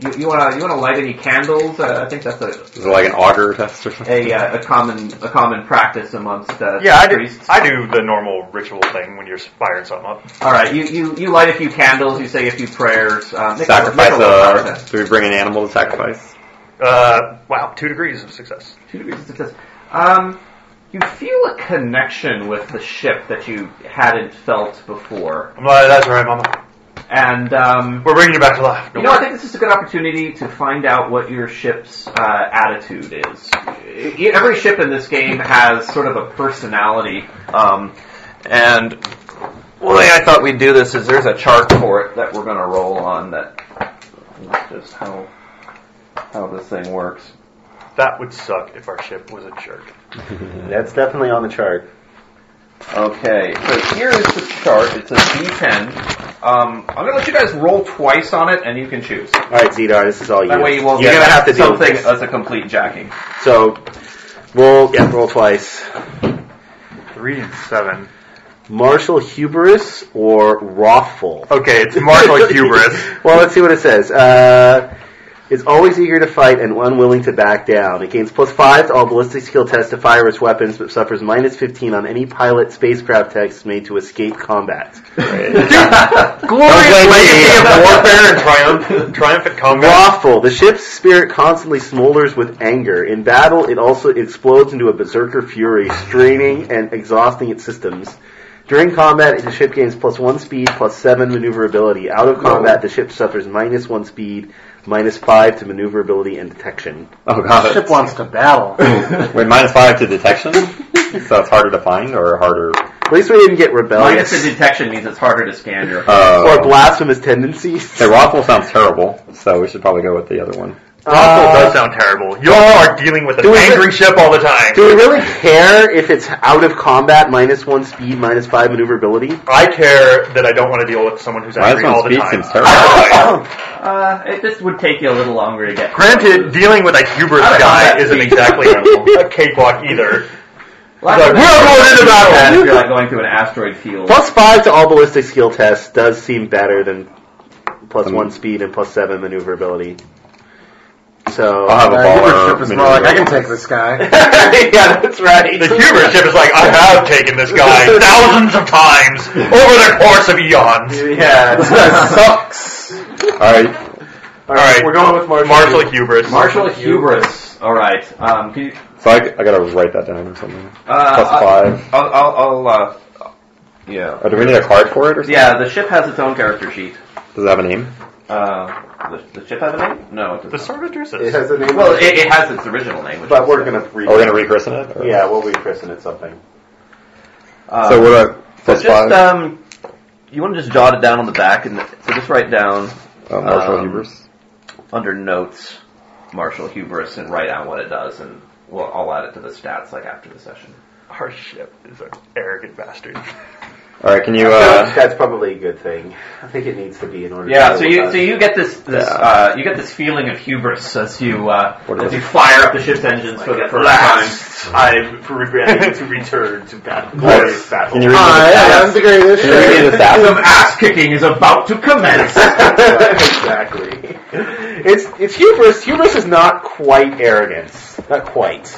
F: You, you wanna you wanna light any candles? Uh, I think that's a
D: Is it like an auger test or something?
F: a, uh, a common a common practice amongst uh,
B: Yeah, I do.
F: priests.
B: I do the normal ritual thing when you're firing something up.
F: All right, you, you you light a few candles. You say a few prayers. Uh, make a-
D: Sacrifice
F: make a willpower
D: a.
F: test.
D: Do
E: uh,
D: we bring an animal to sacrifice?
B: Uh, wow, two degrees of success.
F: Two degrees of success. Um, You feel a connection with the ship that you hadn't felt before.
B: I'm like, that's right, Mama.
F: And um,
B: we're bringing you back to life.
F: You know, I think this is a good opportunity to find out what your ship's uh, attitude is. E- Every ship in this game has sort of a personality, um, and one way I thought we'd do this is there's a chart for it that we're going to roll on that is just how how this thing works.
B: That would suck if our ship was a jerk.
E: That's definitely on the chart.
F: Okay, so here is the chart. It's a D10. Um, I'm gonna let you guys roll twice on it, and you can choose.
E: All right, Zedar, this is all you.
F: That way, you won't
E: You're
F: get
E: gonna have to deal with
F: something
E: this.
F: as a complete jacking.
E: So roll, yeah, roll twice.
B: Three and seven.
E: Martial hubris or wrathful?
B: Okay, it's martial hubris.
E: well, let's see what it says. Uh, is always eager to fight and unwilling to back down. It gains plus five to all ballistic skill tests to fire its weapons, but suffers minus fifteen on any pilot spacecraft tests made to escape combat.
B: Glorious legacy of warfare and triumph, triumphant combat.
E: Wrathful. The ship's spirit constantly smolders with anger. In battle, it also explodes into a berserker fury, straining and exhausting its systems. During combat, the ship gains plus one speed, plus seven maneuverability. Out of combat, the ship suffers minus one speed, minus five to maneuverability and detection.
D: Oh god.
K: Ship wants to battle.
D: Wait, minus five to detection? so it's harder to find or harder?
E: At least we didn't get
F: Minus
E: rebellious
F: the detection means it's harder to scan your.
D: Uh,
E: or blasphemous tendencies.
D: The Rothwell sounds terrible, so we should probably go with the other one.
B: Awful does sound terrible. Y'all are dealing with an
E: Uh, Do we-
B: angry ship all the time.
E: Do we really care if it's out of combat, minus one speed, minus five maneuverability?
B: I care that I don't want to deal with someone who's
D: Minus
B: angry
D: one
B: all the
D: speed
B: time.
D: seems terrible.
F: Uh, it just would take you a little longer to get.
B: Granted, dealing with a hubris
F: I don't
B: guy
F: know.
B: isn't exactly a cakewalk either.
F: Like,
B: Like, we're going into battle!
F: If you're like going through an asteroid field.
E: Plus five to all ballistic skill tests does seem better than plus
D: Um,
E: one speed and plus seven maneuverability. So
D: I'll have a
K: Uh,
D: ball
K: your
D: or
K: ship is more like, I can take this guy.
E: yeah, that's right.
B: The hubris ship is like, I have taken this guy thousands of times over the course of eons.
E: Yeah,
K: Sucks.
D: Alright.
E: all
B: right.
E: We're going with Marshall.
B: Martial hubris.
F: Martial hubris. All right. Um, can you,
D: So I, I gotta write that down or something.
F: uh,
D: Plus
F: I-
D: five.
F: I'll. I'll, I'll uh, yeah.
D: Or do we need a card for it or something?
F: Yeah. The ship has its own character sheet.
D: Does it have a name?
F: Uh, the, the ship has a name? No, it
B: The
F: doesn't.
B: sword of Drusus.
E: It has a name,
F: Well, it, it has its original name. Which
E: but
F: is-
E: we're gonna read.
D: Are we gonna rechristen it? or-
E: Yeah, we'll rechristen it something.
F: uh,
D: So we're at
F: so
D: plus
F: just
D: five.
F: um, you want to just jot it down on the back, and so just write down
D: Uh, martial
F: um,
D: hubris.
F: under notes martial hubris and write down what it does, and we'll, I'll add it to the stats like after the session.
B: Our ship is an arrogant bastard.
D: Alright, can you,
E: Uh,
D: uh,
E: that's probably a good thing. I think it needs to be in order.
F: Yeah,
E: to
F: so
E: deal
F: you
E: with
F: so
E: us.
F: you get this this
D: Yeah.
F: uh, you get this feeling of hubris as you uh,
D: What is
F: as
D: it?
F: you fire up the ship's engines for the first time.
P: I'm regretting to return to battle. Glorious
D: glorious can
P: battle.
D: you read
K: I am the greatest
D: Can you read
K: ship.
D: me the stats?
F: Some ass kicking is about to commence.
E: exactly. It's it's hubris. Hubris is not quite arrogance. Not quite.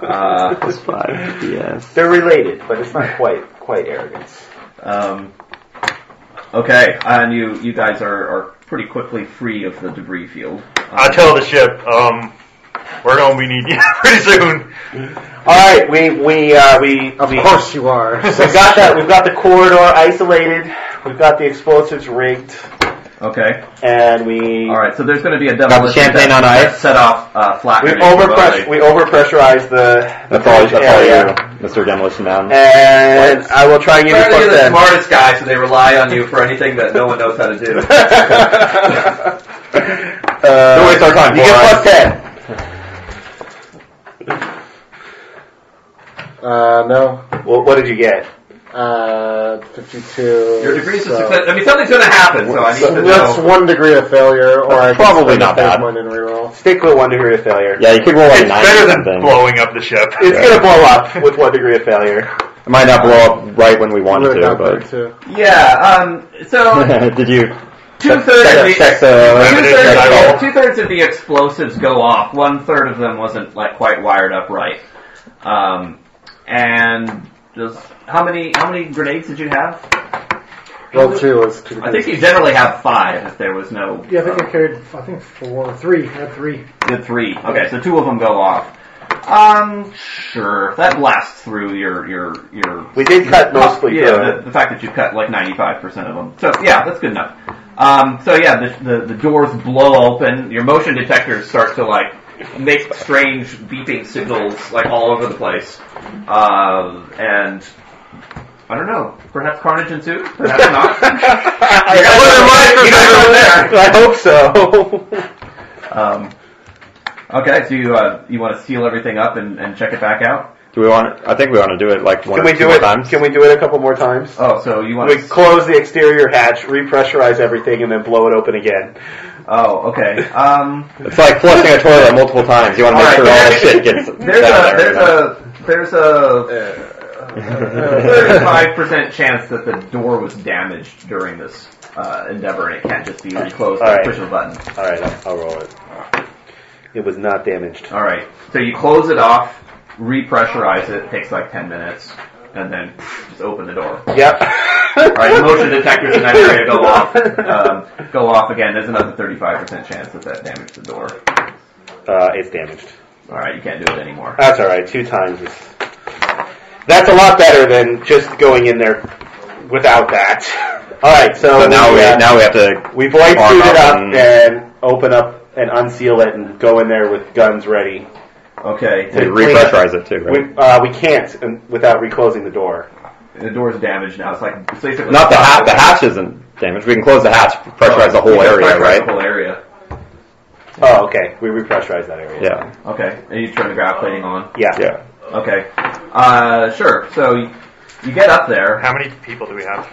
F: uh,
D: Plus five. Yes.
E: They're related, but it's not quite quite arrogance.
F: Um, okay, and you you guys are, are pretty quickly free of the debris field.
B: I tell the ship, um, we're gonna be needing you pretty soon.
E: All right, we we uh, we
K: Of course you are.
E: We've got that. We've got the corridor isolated. We've got the explosives rigged,
F: Okay.
E: and we
F: All right. So there's going to be a demolition
D: champagne
F: that-
D: on
F: that
D: ice.
F: set off uh, flat.
E: we
F: grenades
E: over
F: probably.
E: we overpressurized the
D: That's all, that's all
E: area.
D: you, Mr. Demolition Man.
E: Uh, And I will try and give you
F: Apparently
E: plus
F: you're the
E: ten.
F: smartest guy, so they rely on you for anything that no one knows how to do.
E: Uh,
D: Don't waste our time,
E: You get
D: moron.
E: plus ten.
K: Uh, no.
E: Well, what did you get?
K: Uh, 52.
F: Your degrees
K: so-
F: of success. I mean, something's going to happen, so I need
K: So
F: to
K: that's
F: know.
K: one degree of failure, or I
D: That's
K: can
D: probably
K: spend
D: not
K: the third
D: bad.
K: One in reroll.
E: Stick with one degree of failure.
D: Yeah, you could roll like
B: It's
D: nine
B: better
D: or
B: than
D: something.
B: blowing up the ship.
E: It's gonna blow up with one degree of failure.
D: It might not blow up right when we want it
K: Would've got
D: to, but.
K: 32.
F: Yeah. Um. So
D: Did you
F: two thirds of the
D: check, check uh,
B: Evidence
D: the?
B: that I roll.
F: Two thirds of the explosives go off. One third of them wasn't like quite wired up right. Um, and just how many how many grenades did you have?
K: Roll two was two
F: I
K: degrees.
F: think you generally have five if there was no. uh,
H: Yeah, I think I carried. I think four, three. I had three.
F: You had three. Okay, so two of them go off. Um, sure. If that blasts through your your your.
E: We did cut mostly
F: Yeah,
E: through.
F: the, the fact that you cut like ninety five percent of them. So yeah, that's good enough. Um, so yeah, the, the the doors blow open. Your motion detectors start to like make strange beeping signals like all over the place. Uh, and I don't know. Perhaps carnage ensues. Perhaps not. I
E: I hope so.
F: Um, okay, so you uh, you want to seal everything up and, and check it back out?
D: Do we want? I think we want to do it like
E: Can
D: one or
E: we
D: two
E: do
D: more
E: it?
D: times.
E: Can we do it a couple more times?
F: Oh, so you want
E: We close the exterior hatch, repressurize everything, and then blow it open again.
F: Oh, okay. Um,
D: It's like flushing a toilet multiple times. You want to make sure all the shit gets down
F: there's a
D: there.
F: there's
D: you know?
F: a there's a thirty-five percent chance that the door was damaged during this uh, endeavor, and it can't just be reclosed by
E: Alright.
F: push of a button.
E: All right, I'll, I'll roll it. It was not damaged.
F: All right. So you close it off, repressurize it. Takes like ten minutes, and then just open the door.
E: Yep.
F: All right. Motion detectors in that area go off. Um, go off again. There's another thirty-five percent chance that that damaged the door.
E: Uh, it's damaged.
F: All right. You can't do it anymore.
D: Uh,
E: That's all right. Two times. is- That's a lot better than just going in there without that. All right, so,
D: So now we
E: uh,
D: now we have to.
E: we void
D: arm
E: suit it up
D: and-
E: and open up and unseal it and go in there with guns ready.
F: Okay.
D: We
E: to clean up.
D: repressurize it too, right?
E: We, uh, we can't um, without reclosing the door.
F: The door's damaged now. It's like it's basically
D: Not the hatch. The hatch isn't damaged. We can close the hatch, pressurize the whole
F: You can
D: area,
F: pressurize The
D: right?
F: whole area.
E: Oh, okay. We repressurize that area.
D: Yeah,
F: Okay. And you turn the ground plating on.
E: Yeah.
D: yeah.
F: Okay. Uh, sure. So you, you get up there.
B: How many people do we have?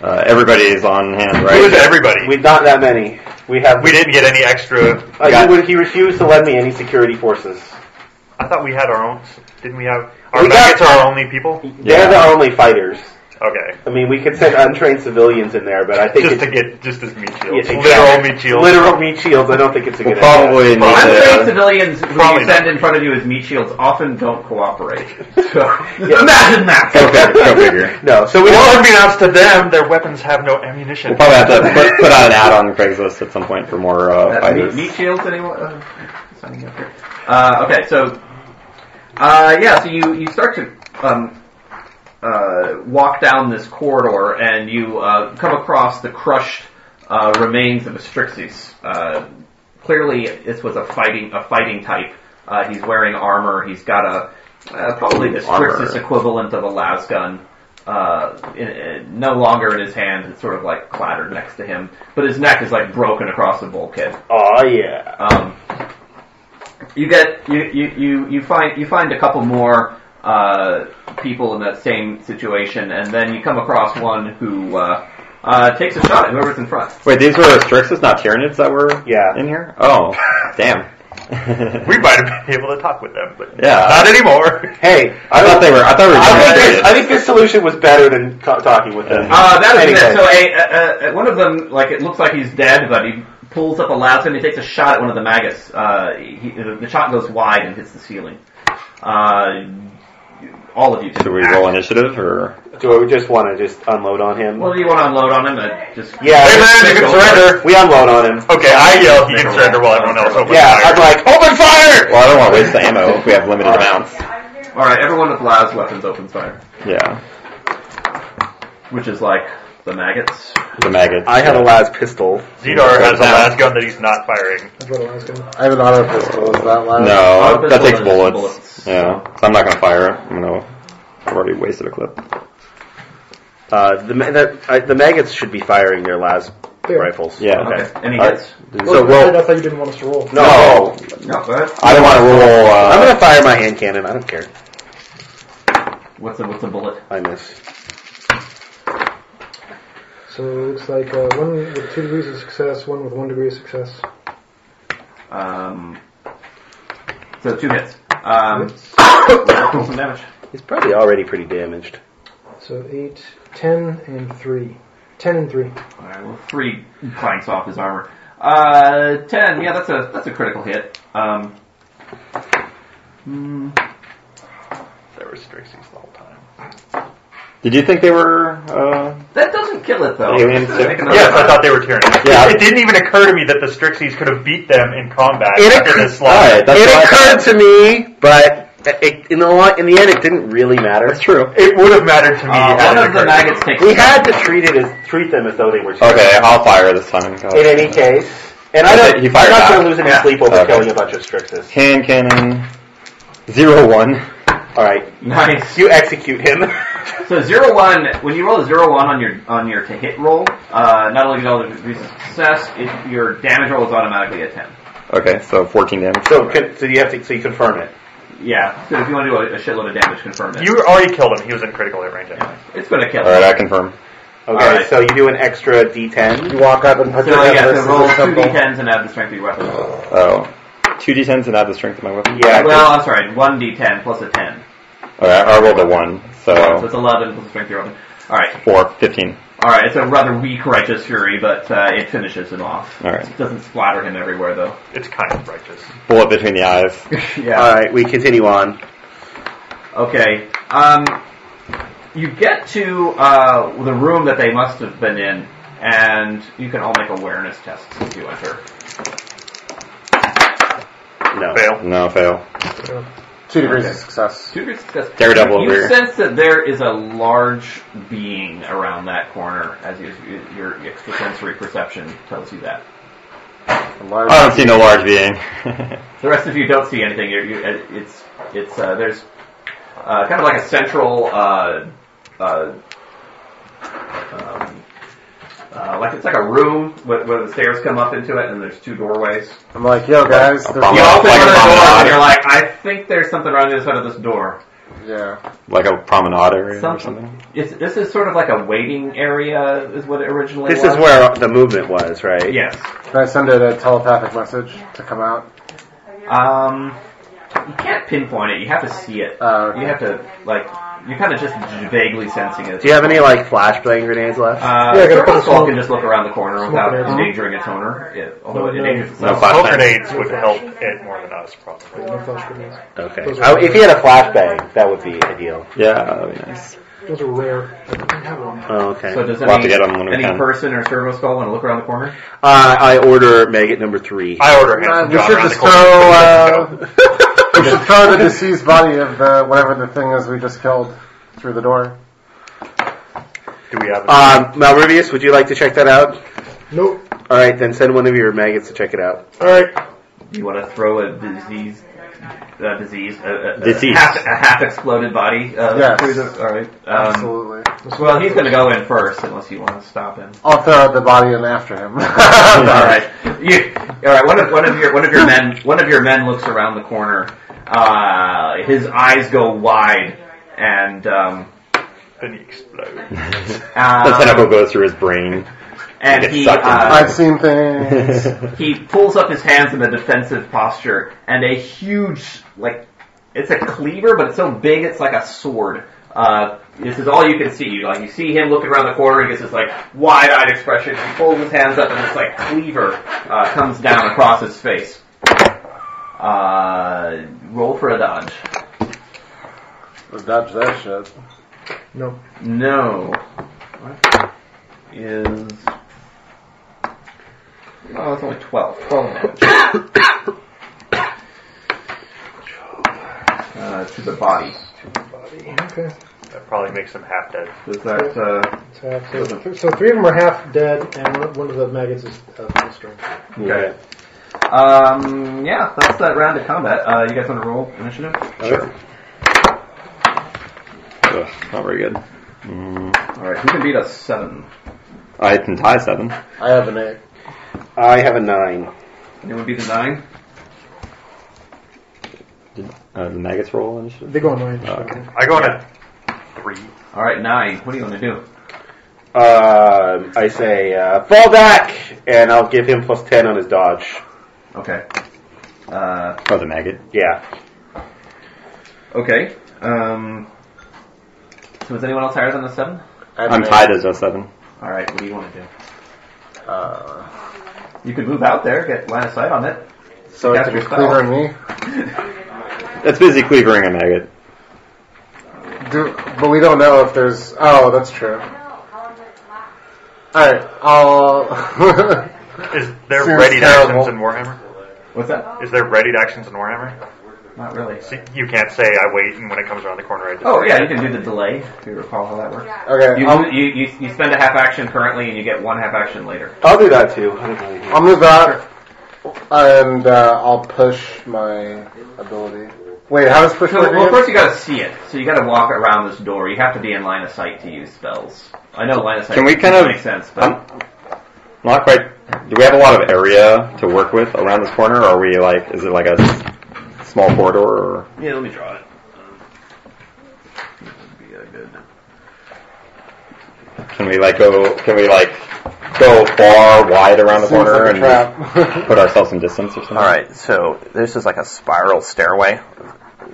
D: Uh, everybody's on hand,
B: It was
D: right?
B: everybody.
E: We've not that many. We have.
B: We didn't get any extra.
E: Uh,
D: got-
E: he, would, he refused to lend me any security forces.
B: I thought we had our own. Didn't we have? Our
E: We got-
B: maggots are our only people.
E: They're the only fighters.
B: Okay,
E: I mean, we could send untrained civilians in there, but I think
B: just
E: it's
B: to get just as meat
E: Yeah,
B: shields,
E: exactly.
B: literal meat shields.
E: Literal meat shields. I don't think it's a
D: We'll
E: good
D: probably need
F: Untrained
D: to.
F: civilians who
B: Probably
F: you
B: not.
F: send in front of you as meat shields often don't cooperate. So
E: Yeah.
F: imagine that.
D: Go figure. Go figure.
E: idea. No, so we
B: Well,
E: don't.
B: unbeknownst to them, their weapons have no ammunition.
D: We'll probably have to put, put out an ad on Craigslist at some point for more uh,
F: Uh, meat,
D: fighters.
F: meat shields, anyone? Uh, signing up here. Uh, okay, so uh, yeah, so you you start to um, uh, walk down this corridor, and you uh, come across the crushed uh, remains of Astrixes. Uh, clearly, this was a fighting a fighting type. Uh, he's wearing armor. He's got a uh, probably the
D: Armor.
F: Strixus equivalent of a las gun. Uh, in, in, no longer in his hand. It's sort of like clattered next to him, but his neck is like broken across the bulkhead.
E: Oh yeah.
F: Um, you get you, you, you, you find you find a couple more uh, people in that same situation, and then you come across one who uh, uh, takes a shot at whoever's in front.
D: Wait, these were Strixes, not Tyranids that were
E: Yeah.
D: in here? Oh, damn.
B: We might have been able to talk with them, but
D: yeah.
B: not anymore.
E: Hey,
D: I thought they were. I thought we were.
E: I think,
D: Tyranids.
E: this, I think this solution was better than co- talking with them.
F: Uh, that
E: Anyway.
F: is it. So a, a, a, one of them, like it looks like he's dead, but he pulls up a lasso and he takes a shot at one of the maggots. Uh, he, the the shot goes wide and hits the ceiling. Uh, all of you.
D: Should we roll initiative or?
E: Do we just want to just unload on him?
F: Well, do you want to unload on him? And just
E: yeah.
B: Hey
E: just-
B: man, you can surrender.
E: We unload on him.
B: Okay, I yell he can surrender while everyone else opens
E: Yeah,
B: fire.
E: I'm like, open fire! Uh,
D: Well, I don't want to waste the ammo if we have limited amounts.
F: All right, everyone with las weapons opens fire,
D: Yeah,
F: which is like the maggots.
D: the maggots.
E: I have a las pistol.
B: Zedar has a last gun that he's not firing.
H: That's what I was going.
K: I have an auto pistol. Is that loud?
D: No,
F: Our
D: Uh, that
F: pistol
D: takes
F: does
D: bullets.
F: bullets.
D: Yeah, so I'm not gonna fire it. I'm gonna. I've already wasted a clip.
E: Uh, the, ma- that, uh, the maggots should be firing their las
H: There.
E: rifles.
D: Yeah.
F: Okay, and he
D: All
F: hits.
D: right.
H: So
D: So
H: well,
D: roll.
H: I thought you didn't want us to roll.
E: No.
F: No, go ahead.
D: I don't want to roll.
E: I'm
D: Uh,
E: gonna fire my hand cannon. I don't care.
F: What's a what's a bullet?
E: I miss.
H: So it's like uh, one with two degrees of success, one with one degree of success.
F: Um, so two hits. Um, roll some damage.
E: He's probably already pretty damaged.
H: So eight, ten, and three. Ten and three.
F: All right, well, three clanks off his armor. Uh, ten. Yeah, that's a that's a critical hit. Um, mm,
B: There were Strixes the whole time.
D: did you think they were? Uh,
F: that doesn't kill it though.
B: Yes, I thought they were Tyranny.
F: Yeah.
B: It didn't even occur to me that the Strixes could have beat them in combat
E: It
B: after
E: occur-
B: this slaughter.
E: Alright, that's it occurred to me, but it, in the lo- in the end, it didn't really matter. That's
D: true.
B: It would have mattered to me.
E: Uh,
B: had
E: one
B: it
E: of the
B: occurred.
E: maggots takes-
N: We had to treat it as treat them as though they were.
D: Okay, I'll fire this time. Go
N: In
D: ahead.
N: any case, and I
D: Okay,
N: don't,
D: you
N: I'm
D: fired
N: not going
D: back.
N: to lose any
D: Yeah.
N: sleep over
D: Okay.
N: killing a bunch of Strixes.
D: Hand cannon. Zero one.
N: All right,
F: Nice.
N: You execute him.
F: So zero one, when you roll a zero one on your on your to hit roll, uh, not only do you roll the success, it, your damage roll is automatically a ten.
D: Okay, so 14 damage.
N: so, con- so you have to so you confirm it.
F: Yeah. So if you want to do a, a shitload of damage, confirm it.
B: You already killed him. He was in critical hit range. anyway.
F: it's gonna kill.
D: Alright, I confirm.
N: Okay,
F: All right.
N: so you do an extra D10.
K: You walk up and
F: So
K: put your
F: yeah,
K: hand
F: so
K: versus
F: roll
K: the
F: two
K: temple.
F: d10s and add the strength of your weapon.
D: Oh. 2d10s and add the strength of my weapon?
N: Yeah.
F: Well, I'm sorry, one d10 plus a ten.
D: Alright, I rolled a 1,
F: So
D: so
F: it's eleven plus the strength of your weapon. All right.
D: 4, 15.
F: All right. It's a rather weak righteous fury, but uh, it finishes him off.
D: All right.
F: It doesn't splatter him everywhere though.
B: It's kind of righteous.
D: Bullet between the eyes.
F: Yeah.
D: Uh,
E: All right, we continue on.
F: Okay. Um, you get to uh, the room that they must have been in, and you can all make awareness tests as you enter.
E: No.
B: Fail.
D: No, fail.
K: Two degrees of success.
F: Two degrees of success.
D: Daredevil
F: You
D: over here.
F: sense that there is a large being around that corner, as you, your extrasensory perception tells you that.
K: A large-
D: I don't see no large being.
F: The rest of you don't see anything. You're, you it- it's it's uh, there's uh, kind of like a central uh, uh, um, uh, like it's like a room where, where the stairs come up into it, and there's two doorways.
K: I'm like, yo guys,
D: a
K: there's
D: bomb-
F: You open
D: like
F: one of
D: a
F: the doors,
D: promenade.
F: and you're like, I think there's something around the other side of this door.
K: yeah.
D: like a promenade area or
F: Something.
D: something?
F: It's, this is sort of like a waiting area, is what it originally
E: This
F: was.
E: is where the movement was, right?
F: Yes.
K: Can I send it a telepathic message to come out?
F: Um, you can't pinpoint it. You have to see it.
K: Uh,
F: You have to like. You're kind of just vaguely sensing it.
E: Do you have any like flashbang grenades left?
F: Uh,
H: Yeah, I gotta put
F: Circle
H: the
F: Skull
H: smoke-
F: can just look around the corner
H: smoke
F: without
H: grenades.
F: endangering its owner, it, although it
H: No,
F: endangers
H: no.
F: itself.
D: No flashbang.
B: Smoke grenades would help it more than us, probably.
H: No flash grenades.
E: okay.
H: Those
E: Oh,
H: are,
E: if you had a flashbang, that would be ideal.
D: Yeah, that'd be nice.
H: those are rare. I don't have one.
E: Oh, okay.
F: So does
D: We'll have
F: any,
D: to get on when we
F: any
D: can.
F: person or Servo Skull want to look around the corner?
E: Uh, I order maggot number three.
B: I order him.
K: Uh,
B: from
K: we
B: John
K: should
B: around the
K: just
B: corner.
K: throw. Uh, we should throw the deceased body of the whatever the thing is we just killed through the door.
B: Do we have? a-
E: Um, Malrubius, would you like to check that out?
H: Nope.
E: All right, then send one of your maggots to check it out.
H: All right.
F: You want to throw a disease, uh, disease, a, a,
D: Disease.
F: a half, a half exploded body uh,
K: Yes.
F: through the. All right. Um,
K: Absolutely.
F: well, he's going to go in first, unless you want to stop him.
K: I'll throw the body in after him.
F: all right. You, all right. One of one of your one of your men one of your men looks around the corner. Uh, his eyes go wide, and um,
B: Then he explodes.
D: the tentacle
F: um,
D: goes through his brain.
F: and
D: gets
F: he
D: sucked
F: uh,
K: I've seen things.
F: he pulls up his hands in a defensive posture, and a huge like it's a cleaver, but it's so big it's like a sword. Uh, this is all you can see. You like you see him looking around the corner. He gets this like wide-eyed expression. He pulls his hands up, and this like cleaver uh, comes down across his face. Uh, roll for a dodge.
K: Let's dodge that shit.
H: No.
F: No. Is oh, it's only twelve. Twelve damage. uh, to the body.
H: Okay.
B: That probably makes him half dead.
F: Does that? Uh,
H: So, half- so, so three of them are half dead, and one, one of the maggots is uh, full strength.
F: okay. Um, yeah, that's that round of combat. Uh, you guys want to roll initiative?
D: Sure. Ugh, not very good. Mm,
F: All right. Who can beat us? Seven.
D: I can tie seven.
K: I have an eight.
E: I have a nine.
F: Anyone beat a nine?
D: Did, uh, the maggots roll initiative?
H: They go on nine.
E: Uh,
D: Okay.
B: I go on a three.
F: All right, nine. What do you want to do?
E: Um, I say uh, fall back, and I'll give him plus ten on his dodge.
F: Okay. Uh,
D: Oh, the maggot.
E: Yeah.
F: okay. Um, so is anyone else higher than a seven?
K: I have
D: I'm
K: an eight.
D: tied as a seven.
F: All right. What do you want to do?
K: Uh,
F: You could move out there, get line of sight on it.
K: so it's
F: Cast
K: a
F: your
K: cleaver and me.
D: That's busy cleavering a maggot.
K: Do, but we don't know if there's. Oh, that's true. All right, I'll.
M: Is there
K: Sounds
M: readied
K: terrible.
M: actions in Warhammer?
F: What's that?
M: Is there readied actions in Warhammer?
F: Not really.
M: So you can't say I wait and when it comes around the corner I just.
F: Oh yeah, you can do the delay. If you recall how that works.
K: Okay,
F: You,
K: I'll-
F: you, you, you spend a half action currently, and you get one half action later.
K: I'll do that too. I'll move out, and uh, I'll push my ability. Wait, how does push
F: So,
K: work?
F: well,
K: again?
F: first you got to see it. So you got to walk around this door. You have to be in line of sight to use spells. I know line of sight.
D: Can we kind of-
F: makes sense, but
D: I'm not quite. Do we have a lot of area to work with around this corner? Or are we like, is it like a s- small corridor? Or
F: yeah, let me draw it. Be a good.
D: can we like go? Can we like go far wide around the
K: Seems
D: corner
K: like a
D: and
K: trap.
D: put ourselves in distance or something?
L: All right, so this is like a spiral stairway.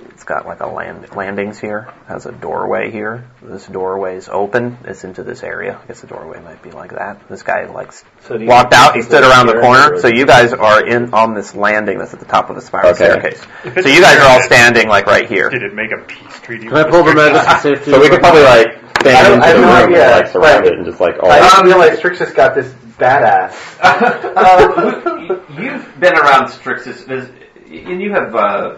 L: It's got like a land landings here. Has a doorway here. This doorway's open. It's into this area. I guess the doorway might be like that. This guy like s-
G: So do you
L: walked
G: think
L: out. He
G: this
L: stood
G: is
L: around the
G: here
L: corner.
G: or-
L: So you guys are in on this landing that's at the top of the spiral
D: Okay.
L: staircase. So you guys are all standing like right here.
M: Did it make a peace treaty?
K: Can I pull the medicine safety?
D: So we could probably like
G: I
D: stand
G: don't- I
D: into the
G: have
D: room
G: no
D: and
G: idea.
D: like surround
G: Right.
D: it and just like all.
G: I didn't realize Strix just got this badass.
F: uh, you've been around Strixus, vis- and you have. Uh,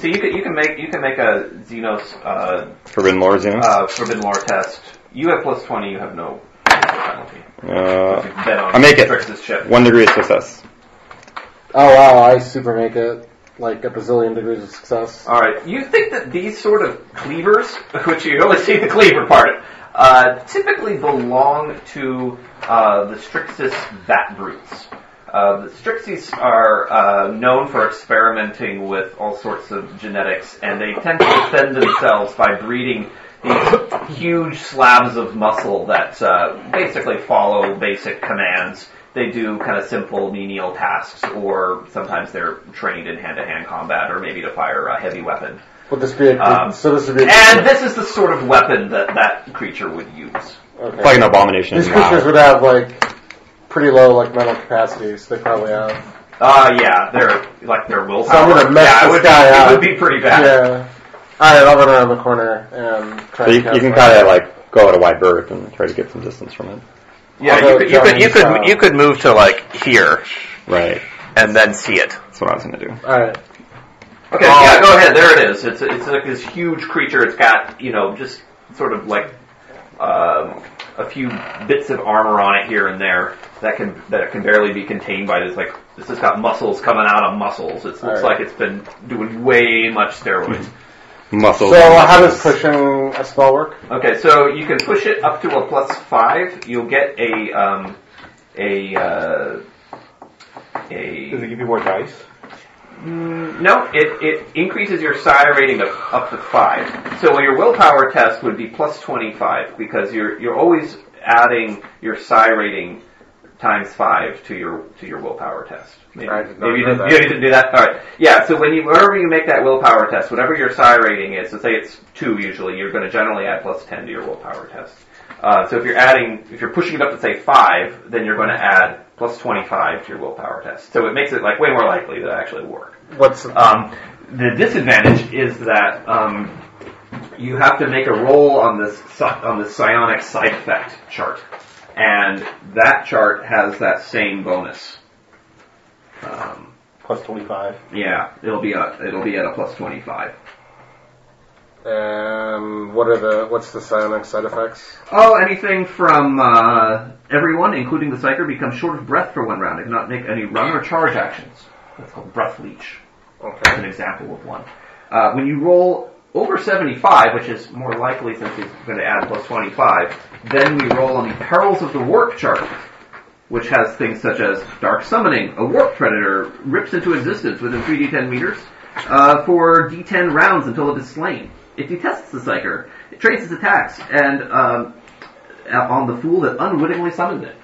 F: so you can you can make you can make a Xenos uh,
D: Forbidden lords, you know.
F: uh, forbidden lore test. You have plus twenty. You have no penalty.
D: Uh,
F: You've been on
D: I make it
F: Strixus ship.
D: one degree of success.
K: Oh wow, I super make it like a bazillion degrees of success.
D: Uh,
F: All right. You think that these sort of cleavers, which you only see the cleaver part, uh, typically belong to uh, the Strixus bat brutes. Uh, the Strixes are uh, known for experimenting with all sorts of genetics, and they tend to defend themselves by breeding these huge slabs of muscle that uh, basically follow basic commands. They do kind of simple menial tasks, or sometimes they're trained in hand-to-hand combat, or maybe to fire a heavy weapon.
K: Would this be a
D: uh,
F: Um,
K: so this would be a
F: And this is the sort of weapon that that creature would use.
K: okay.
D: It's like an abomination.
K: These
D: Wow.
K: creatures would have like pretty low like mental capacities. They probably have.
F: Uh, yeah, they're like their willpower.
K: So I'm gonna mess
F: yeah, it
K: this
F: would,
K: guy
F: it
K: up.
F: would be pretty bad.
K: Yeah. All right, I'll run around the corner and
D: So
K: try.
D: you,
K: to
D: you
K: cast
D: can
K: my-
D: kind of like go at a wide berth and try to get some distance from it.
F: Yeah,
K: Although
F: you could,
L: You could you
K: Johnny's,
L: could
K: uh,
L: you could move to like here
D: Right.
L: and then see it.
D: That's what I was gonna do.
K: All right.
F: Okay, yeah, go ahead. There it is. It's it's like this huge creature. It's got you know just sort of like um, a few bits of armor on it here and there that can that can barely be contained by this like this has got muscles coming out of muscles. It looks
K: All right.
F: like it's been doing way much steroids.
D: Muscles.
K: So uh, how does pushing a spell work?
F: Okay, so you can push it up to a plus five. You'll get a um, a uh,
G: Does it
F: a
G: give you more dice?
F: Mm, no. It it increases your psi rating to, up to five. So your willpower test would be plus twenty five because you're you're always adding your psi rating times five to your to your willpower test. Maybe,
K: I did not
F: maybe you,
K: know
F: didn't,
K: that.
F: you didn't do that. All right. Yeah. So when you whenever you make that willpower test, whatever your psi rating is, so say it's two usually, you're going to generally add plus ten to your willpower test. Uh, so if you're adding, if you're pushing it up to say five, then you're going to add plus twenty five to your willpower test. So it makes it like way more likely that it actually work.
K: What's
F: Um, the disadvantage is that um, you have to make a roll on this psi- on the psionic side effect chart, and that chart has that same bonus. Um,
G: Plus 25.
F: yeah, it'll be a it'll be at a plus twenty five.
K: and Um, what are the what's the psionic side effects?
F: Oh, anything from uh, everyone, including the psyker, becomes short of breath for one round. It cannot make any run or charge actions. That's called breath leech. That's an
K: Okay.
F: example of one. Uh, when you roll over 75, which is more likely since he's going to add plus 25, then we roll on the perils of the warp chart, which has things such as dark summoning. A warp predator rips into existence within 3d10 meters uh, for d10 rounds until it is slain. It detests the psyker. It traits its attacks and um, on the fool that unwittingly summoned it.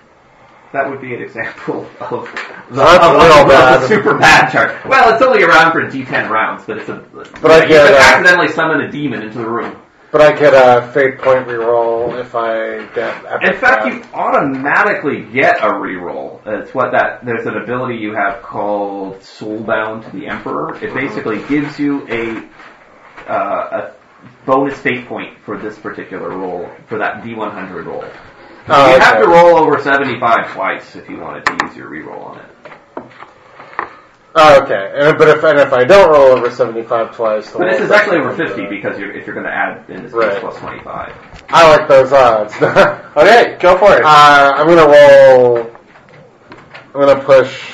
F: That would be an example of the,
K: That's
F: of
K: real
F: the
K: bad.
F: super bad chart. Well, it's only around for D10 rounds, but it's a. But
K: I
F: you
K: get
F: could
K: it.
F: accidentally summon a demon into the room.
K: But I get a fate point reroll if I get. epic
F: In fact,
K: death.
F: you automatically get a reroll. It's what that there's an ability you have called Soulbound to the Emperor. It basically gives you a uh, a bonus fate point for this particular roll for that D100 roll.
K: Oh,
F: you have
K: okay.
F: to roll over 75 twice if you wanted to use your reroll on it.
K: Oh, okay. And, but if and if I don't roll over seventy five twice,
F: But this is actually over 50 because you're, if you're going to add in this case
K: Right.
F: plus 25.
K: I like those odds. okay, go for it. Uh, I'm gonna roll. I'm gonna push.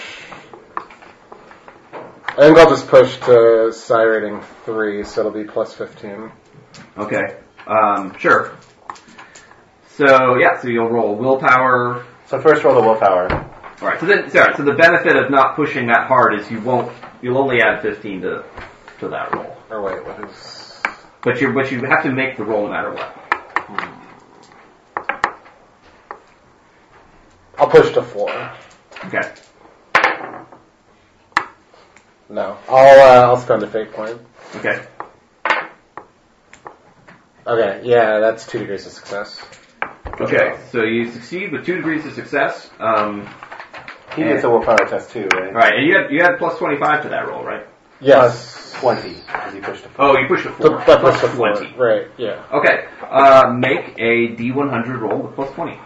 K: I think I'll just push to psi rating three, so it'll be plus fifteen.
F: Okay. Um, sure. So yeah, so you'll roll willpower.
G: So first roll the willpower.
F: All right. So then, sorry. So the benefit of not pushing that hard is you won't. You'll only add 15 to to that roll.
K: Or wait, what is?
F: But you but you have to make the roll no matter what.
K: I'll push to four.
F: Okay.
K: No, I'll uh, I'll spend a fate point.
F: Okay.
K: Okay, yeah, that's two degrees of success.
F: Okay. So you succeed with two degrees of success. Um,
G: He did
F: and-
G: the willpower test too, right?
F: all right, and you had you had plus 25 to that roll, right?
K: Yes.
G: Twenty. Because he pushed a four.
F: Oh, you pushed a four.
K: But plus
F: Plus
K: the four.
F: 20.
K: Right. Yeah.
F: Okay. Uh, make a D100 roll with plus 20.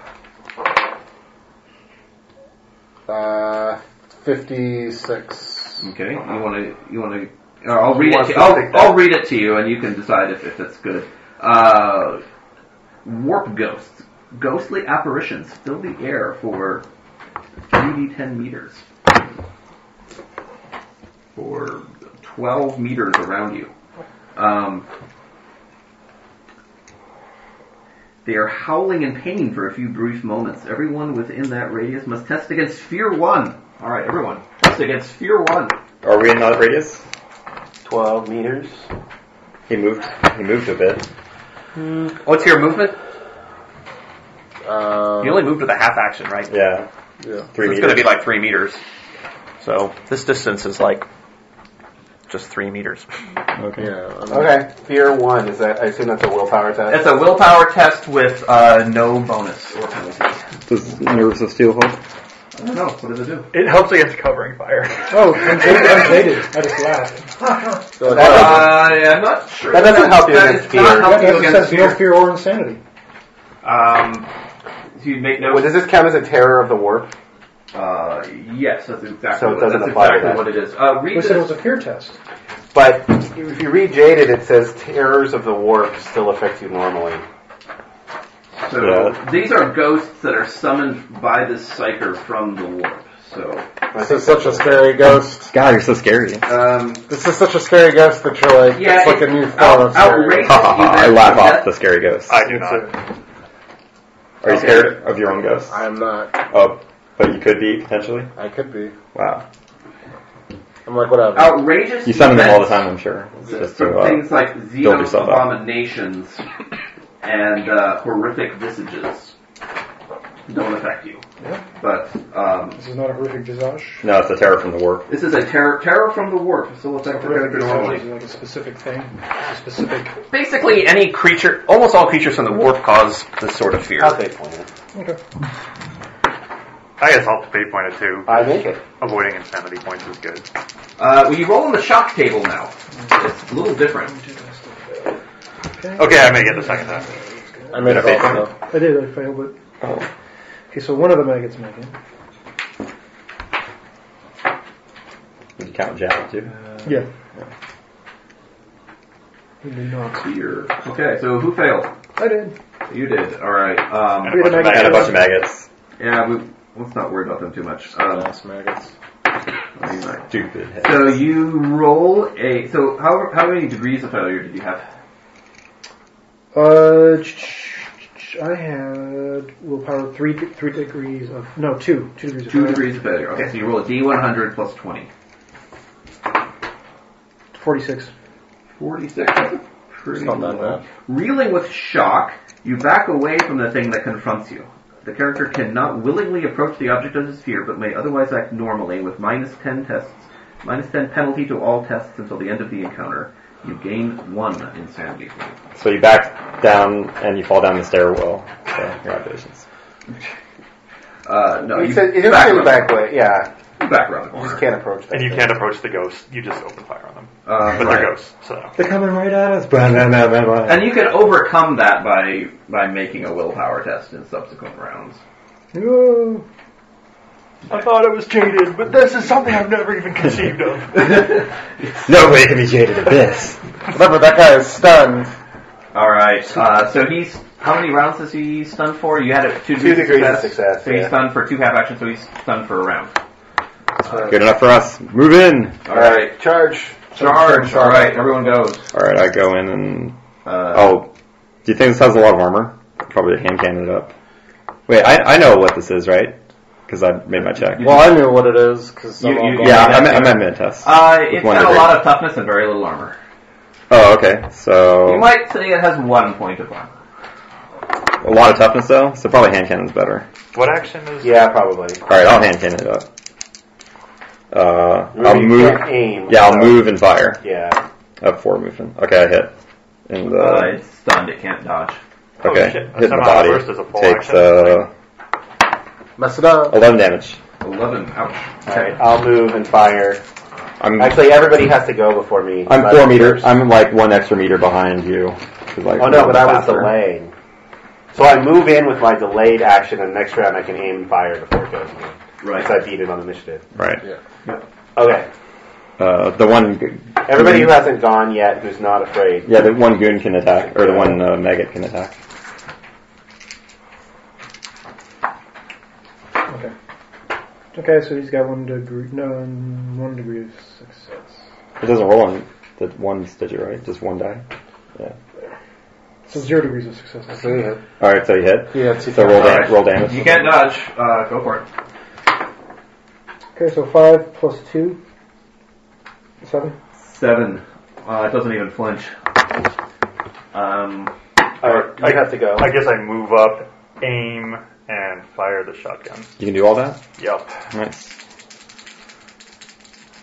K: Uh, fifty-six.
F: Okay, you want to you want to? I'll read it.
K: Wants
F: To,
K: to take
F: I'll,
K: that.
F: I'll read it to you, and you can decide if, if it's good. Uh, warp ghosts, ghostly apparitions fill the air for three d ten meters, for twelve meters around you. Um, they are howling in pain for a few brief moments. Everyone within that radius must test against fear one. All right, everyone, test against fear one.
D: Are we in that radius?
G: Twelve meters.
D: He moved. He moved a bit.
F: What's your Oh, movement?
K: Um,
L: You only moved with a half action, right?
D: Yeah,
K: yeah.
D: three
L: So it's
D: meters.
L: going to be like three meters. So this distance is like just three meters.
D: okay.
K: Yeah. um, I'm-
G: Okay. Fear one. Is that I assume that's a willpower test?
F: It's a willpower test with uh, no bonus or penalty. I
D: Does nerves of steel help?
F: don't know. What does it do?
M: It helps against covering fire.
H: Oh, I'm jaded. I'm jaded. I just laughed.
K: So
F: Uh, I'm not sure.
G: That doesn't help you against
F: does not
G: fear.
F: help
H: That
F: you
H: doesn't
F: against
H: says no
F: fear.
H: fear or insanity.
F: Um, so you make no.
G: Well, does this count as a terror of the warp?
F: Uh, yes, that's exactly.
G: So it
F: what,
G: doesn't
F: that's
G: apply to
F: exactly
G: that.
F: what it is. Uh, read
H: We said it was
F: this.
H: a fear test.
G: But if you read Jaded, it says terrors of the warp still affect you normally.
F: So these are ghosts that are summoned by this psyker from the warp. So
K: This is such a scary ghost.
D: God, you're so scary.
F: um,
K: This is such a scary ghost that you're like,
F: yeah,
K: it's like a
F: it
K: new form
F: out-
K: of scary.
F: outrageous.
D: Ha ha ha! I
F: event-
D: laugh off
F: event-
D: the scary ghosts.
M: I do not.
D: Are you
F: Okay.
D: scared of your own ghosts?
K: I'm not.
D: Oh, but you could be potentially.
K: I could be.
D: Wow.
K: I'm like, whatever.
F: Outrageous.
D: You summon them all the
F: events.
D: time, I'm sure. It's just
F: from
D: to, uh,
F: things like xenos
D: yourself up.
F: abominations and uh, horrific visages don't affect you.
H: Yeah.
F: But um,
H: This is not a horrific visage.
D: no, it's a terror from the warp.
F: this is a terror, terror from the warp, so let's act
H: Horrific visage is
F: normally.
H: like a specific thing. It's a specific.
L: Basically, any creature, almost all creatures from the warp cause this sort of fear.
G: I'll take one.
H: Okay.
M: I guess I'll pay point it too.
G: I make it.
M: Avoiding insanity points is good.
F: Uh, well, you roll on the shock table now. It's a little different.
M: Okay, I made it the second time.
K: I made it also.
H: I did. I failed it. Okay, so one of the maggots make it.
D: Would you count Jack too?
H: Yeah. You did not.
F: Fear. Okay, so who failed?
H: I did.
F: You did. All right. Um,
H: We had a maggot.
D: and a bunch of maggots.
F: yeah, we, let's not worry about them too much. Um,
K: Ass maggots.
F: I mean, like-
D: Stupid head.
F: so you roll a. So how how many degrees of failure did you have?
H: Uh, ch- ch- ch- I had willpower three de- three degrees of no two two degrees.
F: Two
H: of
F: degrees of failure. Okay, so you roll a D100 plus 20.
H: Forty six.
F: 46. That's a Pretty
K: It's not that
F: low.
K: bad.
F: Reeling with shock, you back away from the thing that confronts you. The character cannot willingly approach the object of his fear, but may otherwise act normally with minus 10 tests, minus 10 penalty to all tests until the end of the encounter. You gain one insanity point.
D: So you back down and you fall down the stairwell. So congratulations.
F: Uh, no,
G: He
F: you
G: Oh, said, it didn't
F: Uh, back
G: say
F: away.
G: back way. Yeah.
F: come back around the corner.
B: You
E: can't approach
B: And you can't approach the ghosts. You just open fire on them.
F: Uh,
B: but
F: right.
B: they're ghosts, so.
F: They're coming right
Q: at us. Blah, blah, blah, blah, blah.
F: And you can overcome that by by making a willpower test in subsequent rounds.
H: Whoa.
B: I thought it was jaded, but this is something I've never even conceived of.
Q: No way can be jaded at this.
K: Remember, that guy is stunned.
F: All right. Uh, so he's how many rounds is he stunned for? You had it two,
E: Two degrees of success,
F: So he's
E: yeah.
F: stunned for two half actions. So he's stunned for a round.
D: Good enough for us. Move in.
F: All right.
E: Charge.
F: Charge. All right. Everyone goes.
D: All right, I go in and.
F: Uh,
D: oh, do you think this has a lot of armor? Probably hand cannon it up. Wait, I, I know what this is, right? Because I made my check.
R: Well, I knew what it is because
F: You- you-
D: yeah, I'm, I'm at mid test.
F: Uh,
D: With
F: it's
D: one
F: got a
D: degree.
F: lot of toughness and very little armor.
D: Oh, okay. So
F: You might say it has one point of armor.
D: a lot of toughness though, so probably hand cannon's better.
B: What action is
E: Yeah, probably.
D: All right, I'll hand cannon it up. Uh, I'll
E: You
D: move.
E: can't aim,
D: yeah, I'll
E: so-
D: move and fire.
E: Yeah.
D: Up four movement. Okay, I hit. And uh,
F: Uh, it's stunned. It can't dodge.
B: Oh,
D: okay,
B: shit.
D: hit in the
B: Somehow
D: body.
B: burst is a full
D: Takes
B: action.
D: uh,
K: Mess it up.
D: eleven damage.
F: Eleven. Ouch.
E: All right, I'll move and fire.
D: I'm
E: Actually, everybody has to go before me.
D: I'm
E: But-
D: four meters. I'm like one extra meter behind you. 'Cause, Like,
E: Oh no,
D: we're
E: but I was
D: faster.
E: delaying. So I move in with my delayed action, and next round I can aim and fire before it goes. in.
F: Right.
E: Because I beat it on initiative.
D: Right.
E: Okay.
D: Uh, the one. g-
E: Everybody
D: Mm-hmm.
E: who hasn't gone yet, who's not afraid.
D: Yeah, the one goon can attack, or the one uh, maggot can attack.
H: Okay. Okay, so he's got one degree, no, one degree of success.
D: It doesn't roll on the one's digit, right? Just one die. Yeah.
H: So zero degrees of success.
K: So, yeah.
D: All right, so you hit.
K: Yeah, it's-
D: So roll,
F: All
D: da-
F: right.
D: roll damage.
F: You can't dodge. Uh, go for it.
H: Okay, so five plus two, seven.
F: Seven. Uh, it doesn't even flinch. Um,
E: All right, you have to go.
B: I guess I move up, aim, and fire the shotgun.
D: You can do all that.
B: Yep.
D: Nice.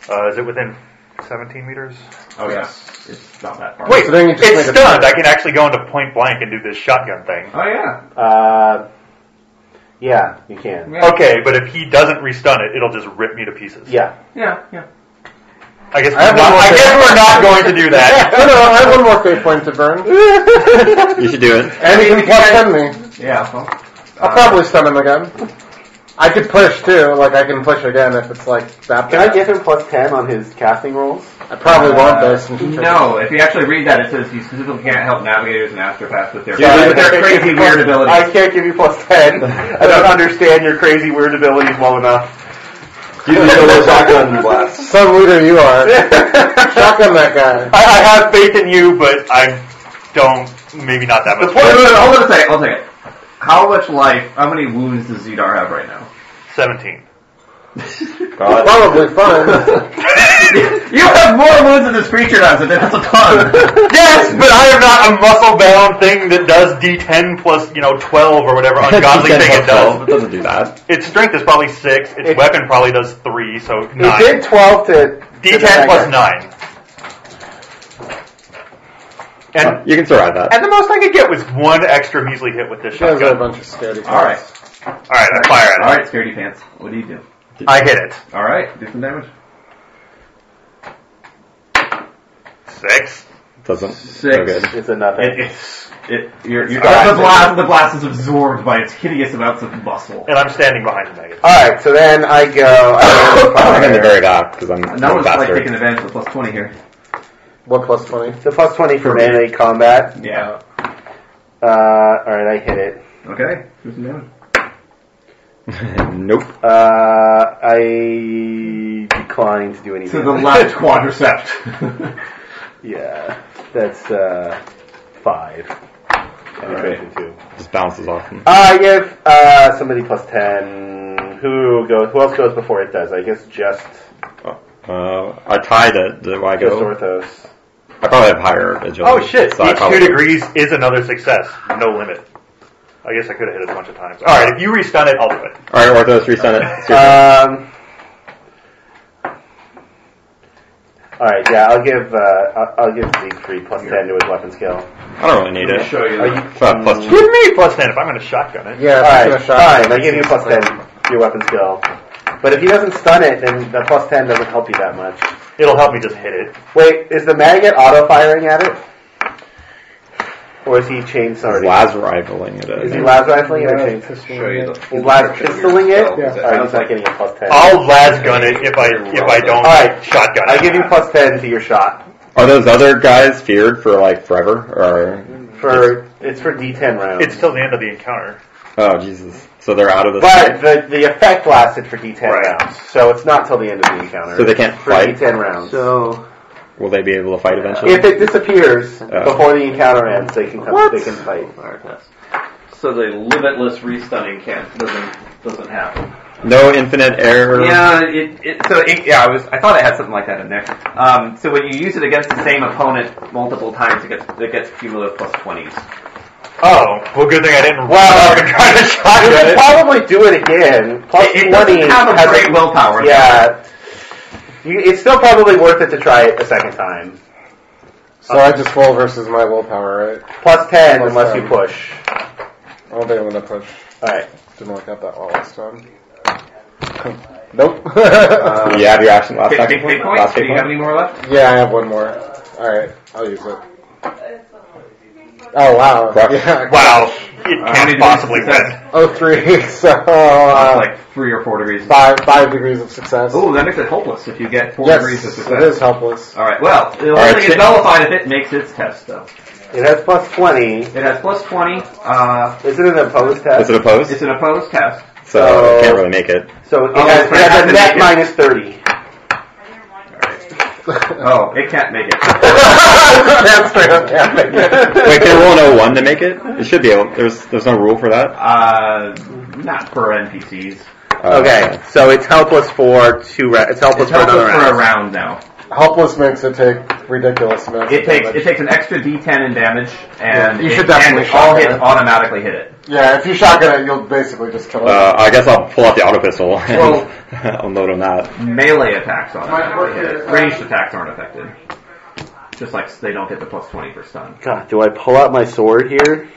B: Uh, is it within 17 meters?
F: oh yes, it's not that far.
B: Wait,
K: So then you just
B: it's
K: make a-
B: stunned. I can actually go into point blank and do this shotgun thing.
F: Oh yeah.
E: Uh, yeah, you can.
F: Yeah.
B: Okay, but if he doesn't restun it, it'll just rip me to pieces.
E: Yeah.
F: Yeah. Yeah.
B: I guess,
K: have
B: we're not,
K: one more
B: I guess
K: thing.
B: we're not going to do that.
K: No, no, I have one more fate point to burn.
D: You should do it.
K: And he can plus stun me.
F: Yeah. Well,
K: I'll probably stun him again. I could push too. Like I can push again if it's like that.
E: Can I
K: bad.
E: give him Uh, plus ten on his casting rolls?
K: I probably won't though. Since he tried
F: no, if you actually read that, it says you specifically can't help navigators and astropaths with their,
E: I
F: with their
E: can't give
F: crazy
E: you
F: weird
E: plus-
F: abilities.
E: I can't give you plus ten. I don't understand your crazy weird abilities well enough.
D: You can do a shotgun blast.
K: to- Some leader you are. Shotgun that guy.
B: I, I have faith in you, but I don't. Maybe not that
F: The
B: much.
F: point. Wait, wait, wait, hold on a second. I'll take it. How much life? How many wounds does Zedar have right now?
B: 17.
D: God.
K: Probably fun.
F: you have more wounds than this creature does, and that's a ton.
B: Yes, but I am not a muscle bound thing that does D10 plus you know 12 or whatever ungodly
D: You
B: thing
D: can't
B: it
D: help
B: does.
D: twelve. It doesn't do that.
B: Its strength is probably six. Its
E: It-
B: weapon probably does three, so
E: He
B: nine.
E: did twelve to to the
B: D10 plus
E: dagger.
B: nine. And
D: You can survive that.
B: and the most I could get was one extra measly hit with this
K: You guys are a
B: shotgun. All
K: bunch of scaredy.
F: All right.
B: right, I fire
F: All
B: at it.
F: right, scaredy pants. What do you do?
B: I hit it.
F: All right, do some damage.
B: Six.
D: Doesn't.
F: Six.
D: No good.
E: It's a nothing.
F: It, it's it. You're, you're,
E: All right.
F: the blast. The blast is absorbed by its hideous amounts of muscle.
B: And I'm standing behind the maggot.
E: All right, so then I go. I go
D: I'm going to
E: fire.
D: very back because I'm,
F: And that
D: I'm
F: was like taking
D: faster.
F: advantage of the plus twenty here.
K: What plus twenty?
E: So plus twenty for melee combat.
F: Yeah.
E: Uh, all right, I hit it.
F: Okay. Do some damage.
D: nope.
E: Uh, I decline to do anything.
F: To the left quadricep.
E: Yeah, that's uh, five. Penetration two.
D: Just bounces off. him.
E: I give uh, somebody plus ten. Who goes? Who else goes before it does? I guess just
D: Uh, I tied it. Do I
E: just
D: go?
E: Orthos.
D: I probably have higher agility.
B: Oh shit!
D: So I
B: Each
D: probably-
B: two degrees is another success. No limit. I guess I could have hit it a bunch of times. All right, if you restun it, I'll do it.
D: All right, Orthos, restun it. Super.
E: Um. All right, yeah, I'll give uh, I'll, I'll give Siegfried plus ten to his weapon skill.
D: I don't really need
F: Let me
D: it. Mm.
F: show you.
E: Are you-
D: Fuck, plus two.
B: Give me plus ten if I'm going to shotgun it.
K: Yeah.
E: All
K: if I'm
E: right,
K: gonna
E: fine.
K: shotgun
E: I give you
K: it's
E: plus
K: like-
E: ten to your weapon skill. But if he doesn't stun it, then the plus 10 doesn't help you that much.
B: It'll help me just hit it.
E: Wait, is the maggot auto firing at it? Or is he chainsawing?
D: Las rivaling it.
E: Is he las rifling it or chains?
F: Show you the full
E: Is las
F: description of
E: pistoling it?
F: yourself,
E: Alright,
F: 'cause that
E: he's
F: sounds
E: not
F: like
E: getting a plus 10.
B: I'll las gun it if I if I don't
E: Alright.
B: Oh, shotgun.
E: I give you plus 10 to your shot.
D: Are those other guys feared for like forever? Or
E: For It's for D10 rounds.
B: It's till the end of the encounter.
D: oh Jesus, so they're out of this.
E: But the, the effect lasted for D10
B: Right.
E: rounds, so it's not till the end of the encounter.
D: So they can't
E: for
D: fight?
E: D10 rounds. So
D: Will they be able to fight eventually?
E: if it disappears
F: Uh.
D: Oh.
E: before the encounter ends, they can come,
F: What?
E: they can fight.
F: So the limitless restunning can't doesn't doesn't happen.
D: no infinite error.
F: Yeah, it, it, so it, yeah, I was I thought I had something like that in there. Um, so when you use it against the same opponent multiple times, it gets it gets cumulative plus twenties.
B: Oh, well, good thing I didn't.
E: Well,
B: try to
E: You
B: shotgun
E: could
B: it.
E: probably do it again. Plus
F: It- it
E: 20
F: doesn't have a
E: has-
F: great willpower.
E: Yeah. You, it's still probably worth it to try it a second time.
K: So I just roll versus my willpower, right?
E: Plus 10
K: Plus
E: unless
K: 10.
E: you push.
K: I don't think I'm gonna push.
E: Alright.
K: Didn't work out that well last time. nope. Uh,
D: Do you have your action last
F: Big,
D: action
F: big, big
D: point?
F: point.
D: Last
F: Do
D: big
F: you have
D: point?
F: any more left?
K: yeah, I have one more. Alright, I'll use it. Oh wow.
D: Crap.
K: Yeah.
B: Wow, it
F: Uh,
B: can't
F: we do
B: possibly
F: success.
B: win.
K: Oh three, so
F: That's
K: uh,
F: like three or four degrees.
K: five five degrees of success.
F: Oh, that makes it hopeless if you get four degrees of
K: yes, it is
F: success.
K: helpless.
F: All right. Well, it
D: All right,
F: only gets
D: sit-
F: nullified if it makes its test, though.
E: It has plus 20.
F: It has plus twenty. Uh,
E: Is it an opposed test?
D: Is it opposed?
F: it's an opposed test.
D: so
E: so-
D: it can't really make it.
E: so it
F: Oh,
E: has,
F: so
E: it
F: it
E: has
F: has
E: a
F: to
E: net
F: make it.
E: minus 30.
F: Oh, it can't make it.
E: That's true.
D: Wait, can it roll an 01 to make it? It should be able. There's there's no rule for that.
F: Uh, not for NPCs.
D: Uh,
E: Okay, so it's helpless for two. Ra- it's helpless
F: It's
E: for another
F: helpless for a
E: round.
F: round now.
K: Helpless makes it take ridiculous amounts.
F: It
K: of
F: takes
K: damage.
F: it takes an extra D10 in damage,
K: Yeah,
F: and
K: you
F: it-
K: should definitely
F: and all
K: shotgun
F: hits
K: it.
F: automatically hit it.
K: Yeah, if you shotgun it, you'll basically just kill it.
D: Uh, I guess I'll pull out the auto pistol and
F: Well-
D: unload on that.
F: Melee attacks automatically hit it. Ranged attacks aren't affected. Just like they don't hit the plus 20 for stun.
E: God, do I pull out my sword here?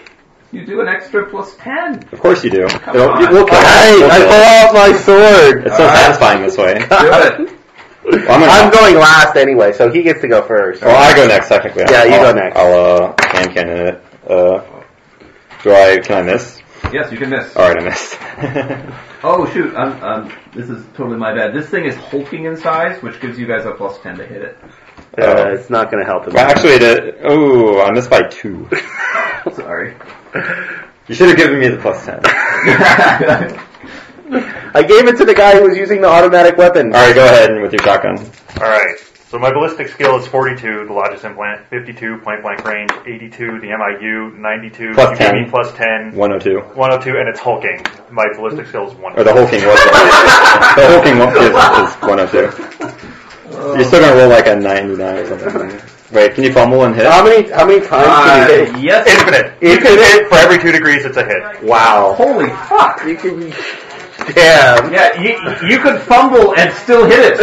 F: You do an extra plus 10.
D: Of course you do. It'll,
F: on.
D: we'll kill it. We'll
E: I
D: kill
E: pull
D: it.
E: out my sword.
D: It's so
F: All right.
D: satisfying this way.
F: Oh, Do it.
D: Well, I'm gonna,
E: I'm going last anyway, so he gets to go first.
D: Well, I go next technically.
E: Yeah, you
D: I'll,
E: go next.
D: I'll uh, hand cannon it. Uh, do I? Can I miss?
F: Yes, you can miss.
D: All right, I missed.
F: Oh shoot! Um, um, this is totally my bad. This thing is hulking in size, which gives you guys a plus 10 to hit it.
E: Uh, it's not going to help him.
D: well, actually, it, oh, I missed by two.
F: Sorry.
D: You should have given me the plus ten.
E: I gave it to the guy who was using the automatic weapon.
D: All right, go ahead and with your shotgun.
B: All right. So my ballistic skill is 42, the Lodges implant 52, point blank range 82, the MIU 92,
D: Plus
B: you gave
D: 10.
B: me plus 10,
D: 102.
B: 102, and it's hulking. My ballistic skill is one. oh
D: Or the whole king was. oh the whole king was, is, is 102.
H: Oh,
D: You're still gonna roll like a 99 or something. Wait, can you fumble and hit?
E: How many how many times
F: Uh,
E: can you hit?
F: yes.
B: Infinite. You can hit for every two degrees, it's a hit.
E: Wow.
F: Holy fuck!
E: You can. Damn.
F: Yeah, you, you could fumble and still hit it.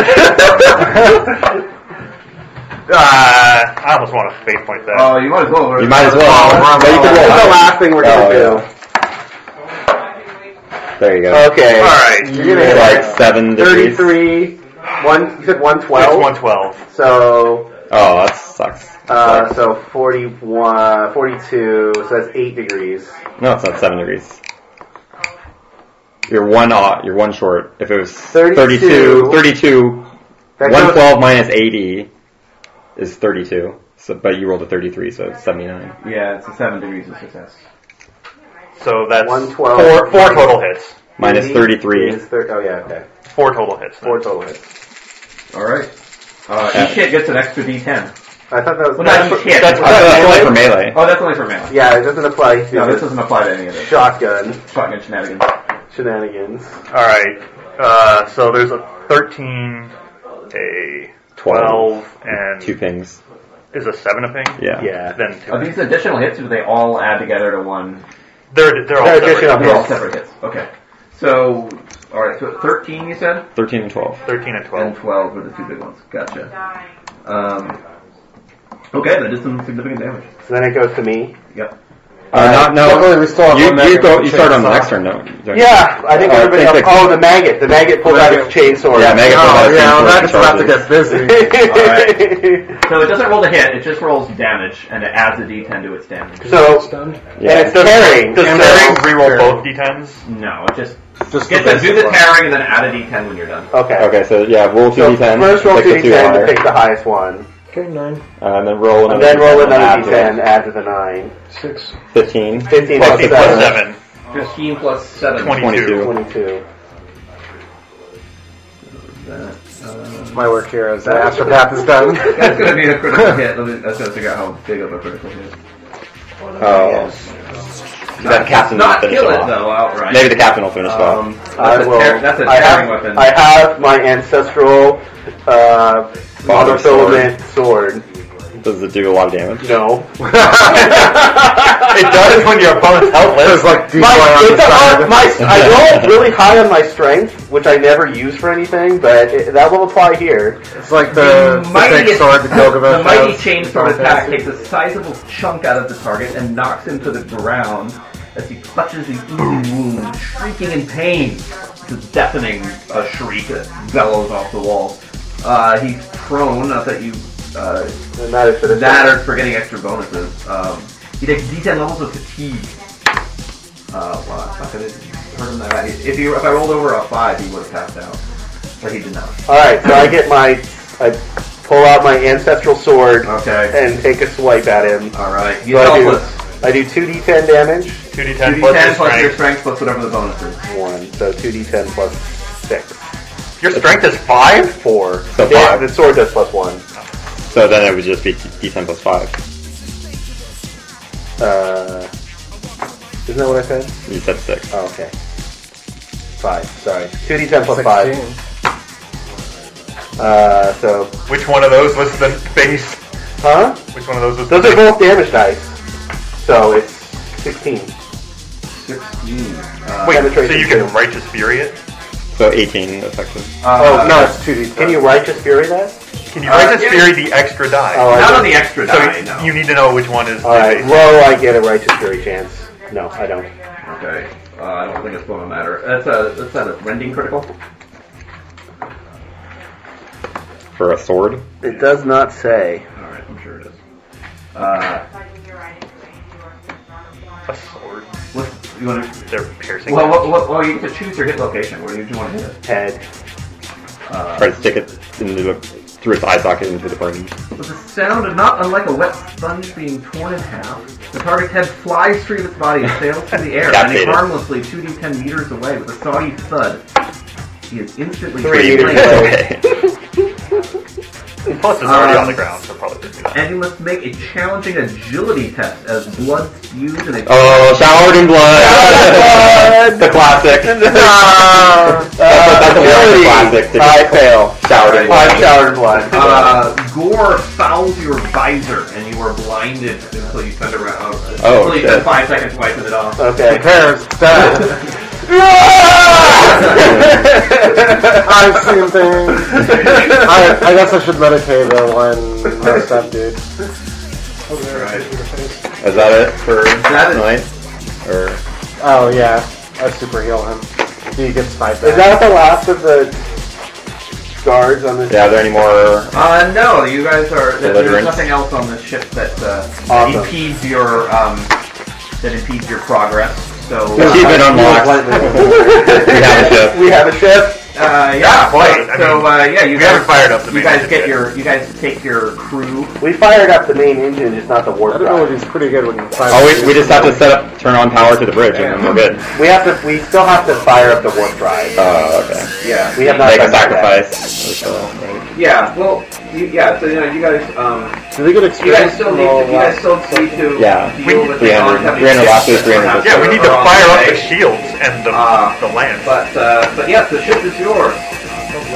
B: Uh, I almost want to fate point that.
D: Uh,
F: Oh, you might as well.
D: You might as
F: Oh,
D: well. But you can
E: This
D: roll.
E: is the last thing we're
D: Oh,
E: gonna
D: yeah. There you go.
E: do. Okay.
B: All right.
E: You're
D: You're
E: gonna hit
D: like
E: like
D: seven degrees.
E: thirty-three. One. You said one
B: It's
E: twelve.
B: 112.
E: So
D: Oh, that sucks.
E: uh, so 41, 42, So that's eight degrees.
D: No, it's not seven degrees. You're one off. You're one short. If it was
E: 32.
D: 32, 32
E: That goes-
D: 112 minus 80 is 32. So, but you rolled a 33, so it's 79.
F: Yeah, it's a seven degrees of success.
B: So that's
E: 112.
B: four, four total hits.
D: Minus 33.
E: Is thir- oh yeah. Okay.
B: Four total hits.
E: Four total hits.
F: All right. Uh,
D: Yeah.
F: Each hit gets an extra D10.
E: I thought that was.
F: Well, not each hit.
D: I thought that's only for melee.
F: oh, that's only for melee.
E: yeah, it doesn't apply to
F: No, this doesn't apply to any of this.
E: shotgun
F: Shotgun shenanigans.
E: shenanigans.
B: All right. Uh, so there's a 13, a 12, and
D: Two pings.
B: is a 7 a ping?
D: Yeah.
E: Yeah.
B: Then two.
F: Are these additional hits, or do they all add together to one?
B: They're, they're all
E: They're
B: separate.
E: additional.
F: They're all
E: Yes.
F: separate hits. Okay. So, all right. So thirteen, you said,
D: 13 and 12.
B: 13 and
F: and
B: 12.
F: twelve were the two big ones. Gotcha. Um, okay, that did some significant damage.
E: So then it goes to me.
F: Yep.
D: Uh, not, no.
K: Luckily, we still have
D: you,
K: one that
D: you,
K: can
D: go,
K: put
D: you start on the
K: chainsaw.
D: next turn, don't don't you?
E: Yeah, I think
D: Uh,
E: everybody.
D: think
E: oh, the maggot. The maggot pulled out his chainsaw.
D: Yeah, maggot pulled out
E: Oh,
D: his
E: yeah,
D: chainsaw
E: well,
D: and
E: that's about to
D: charges.
E: get busy.
F: So it doesn't roll the hit, it just rolls damage, and it adds a d10 to its damage.
E: So, and it's tearing.
B: Does
E: So-
B: Terry reroll both d10s?
F: No, it just,
K: Just
F: get
K: the
F: to do
K: basic
F: the
K: one.
F: tearing and then add a d10 when you're done.
E: Okay.
D: Okay, so yeah, roll two
E: So
D: d10.
E: first roll
D: pick
E: two
D: the two
E: d10 to
D: higher,
E: pick the highest one,
H: Okay, nine,
D: uh, and then roll
E: and
D: another.
E: then roll
D: add
E: another
D: to
E: d10,
D: it.
E: add to the nine.
H: six.
D: Fifteen.
E: 15
D: Plus
E: plus
D: the
B: Plus
E: seven.
D: seven.
B: 7.
F: 15 plus 7.
B: 22.
E: 22.
K: My work here as an astropath is done.
F: That's going to be a critical hit. Let me, that's going to figure out how big of a critical hit.
D: Oh, that captain will
F: Not
D: finish
F: kill
D: him
F: it,
D: off.
F: though, outright.
D: Maybe the captain will finish him off.
F: Um, that's,
E: I
F: a
E: will.
F: tear- that's a
E: I
F: tearing
E: have,
F: weapon.
E: I have my ancestral uh, monofilament sword.
D: Does it do a lot of damage?
E: No.
B: It does when your opponent's helpless.
K: It's like decoy
E: My,
K: on the
E: it's
K: side.
E: a, my, I rolled really high on my strength, which I never use for anything, but it, that will apply here.
K: It's like the, the big sword the Gilgamesh
F: the mighty
K: has.
F: chainsword attack takes a sizable chunk out of the target and knocks him to the ground as he clutches the oozing wound, shrieking in pain. The deafening uh, shriek that bellows off the wall. Uh, he's prone, not that you uh,
E: And that is for the
F: that or for getting extra bonuses. Um, he takes D10 levels of fatigue. Uh, well, that's not gonna hurt him that bad. If, you, if I rolled over a five, he would have passed out, but he did not.
E: Alright, so I get my. I pull out my ancestral sword
F: Okay.
E: and take a swipe at him.
F: All right. He's
E: So I, do,
F: helplless.
E: I do 2d10 damage.
B: 2d10 plus your
F: 2d10 plus your
B: strength.
F: strength plus whatever the bonus is.
E: 1, so 2d10 plus 6.
B: Your strength is 5?
E: 4.
D: So
E: Yeah,
D: five.
E: The sword does plus 1.
D: So then it would just be d10 plus five.
E: Uh, isn't that what I said?
D: You said six.
E: Oh, okay. 5, sorry. 2d10 plus 5. Uh, so.
B: Which one of those was the base?
E: Huh?
B: Which one of those was the
E: Those are
B: base?
E: both damage dice. So it's 16.
F: 16. Uh,
B: Wait, so
E: penetration
B: you
E: too.
B: can Righteous Fury it?
D: So 18
F: uh,
D: effective.
E: oh, no.
K: It's 2D.
E: Can you righteous fury that?
B: Can you Righteous Fury the extra
E: Uh, Oh,
B: die?
E: I
F: Not
E: don't.
F: on the extra
B: So
F: die, no.
B: you need to know which one is the
E: Alright,
B: base.
E: well, I get a righteous fury chance. No, I don't.
F: Okay. Uh, I don't think it's going to matter. That's a that's not a rending critical.
D: For a sword?
S: It does not say.
F: All right, I'm sure it is. Uh,
B: A sword.
F: what, you want to?
B: They're piercing.
F: Well, what, what, well, you get to choose your hit location. Where do you want to hit it?
E: Head.
D: Try to stick it into the, through its eye socket into the brain.
F: With a sound not unlike a wet sponge being torn in half, the target's head flies through its body and sails through the air, landing
D: Captivated.
F: harmlessly 2d10 meters away with a soggy thud. He is instantly
E: Three meters
F: slain.
E: away.
D: Okay.
B: Plus, it's already
F: Um,
B: on the ground, so probably didn't do that.
F: and he must make a challenging agility test as blood spews and a
D: Oh, showered in blood! the classic. that's, a, that's a American classic. to
E: I
D: get
E: fail.
D: Showered in blood.
E: I'm showered in blood.
F: Uh, gore fouls your visor, and you are blinded until you spend around.
D: Oh,
F: until you
D: shit.
F: spend five seconds wiping it off.
E: Okay.
K: Paris, dead. I've seen things. I, I guess I should meditate uh, when that's emptied.
D: Is that it for
F: That is-
D: tonight? Or
K: Oh yeah, I super heal him. He gets five
E: Is
K: back.
E: that the last of the guards on this?
D: yeah, are there any more?
F: Uh, no, you guys are. There, there's
D: Deliverance.
F: nothing else on this ship that, uh,
E: Awesome.
F: impedes your um, that impedes your progress. So uh,
D: Achievement unlocked. we have a ship.
E: We have a ship.
F: yeah,
B: boy, I
F: so uh, yeah, you
B: We
F: guys
B: haven't fired up the
F: you
B: main
F: guys
B: ship
F: get
B: yet.
F: your you guys take your crew.
E: We fired up the main engine, just not the
K: I
E: warp
K: don't know if
E: drive.
K: Oh, he's pretty good when you five.
D: Oh, we, we just have to set up, turn on power to the bridge, and then we're good.
E: We have to. We still have to fire up the warp drive.
D: Oh, okay.
F: Yeah,
E: We have not
D: Make
E: done
D: a
E: that yet.
D: sacrifice.
F: yeah. Well, you, yeah. So you know, you guys um,
K: Do they get
F: You
K: experience
F: guys still
K: from
F: need
K: all
F: to, you
K: that?
F: guys still need to
D: Yeah.
F: deal with the
D: 300
F: non-heavy
D: 300 last
F: ships
D: is 300
F: perhaps
D: this
B: Yeah, we
F: are-
B: need to
F: are on
B: fire
F: the
B: up the
F: way.
B: shields and the,
F: Uh,
B: the lance.
F: But, uh, but yes, the ship is yours.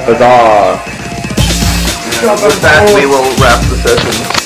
D: Huzzah!
F: With that, we will wrap the session.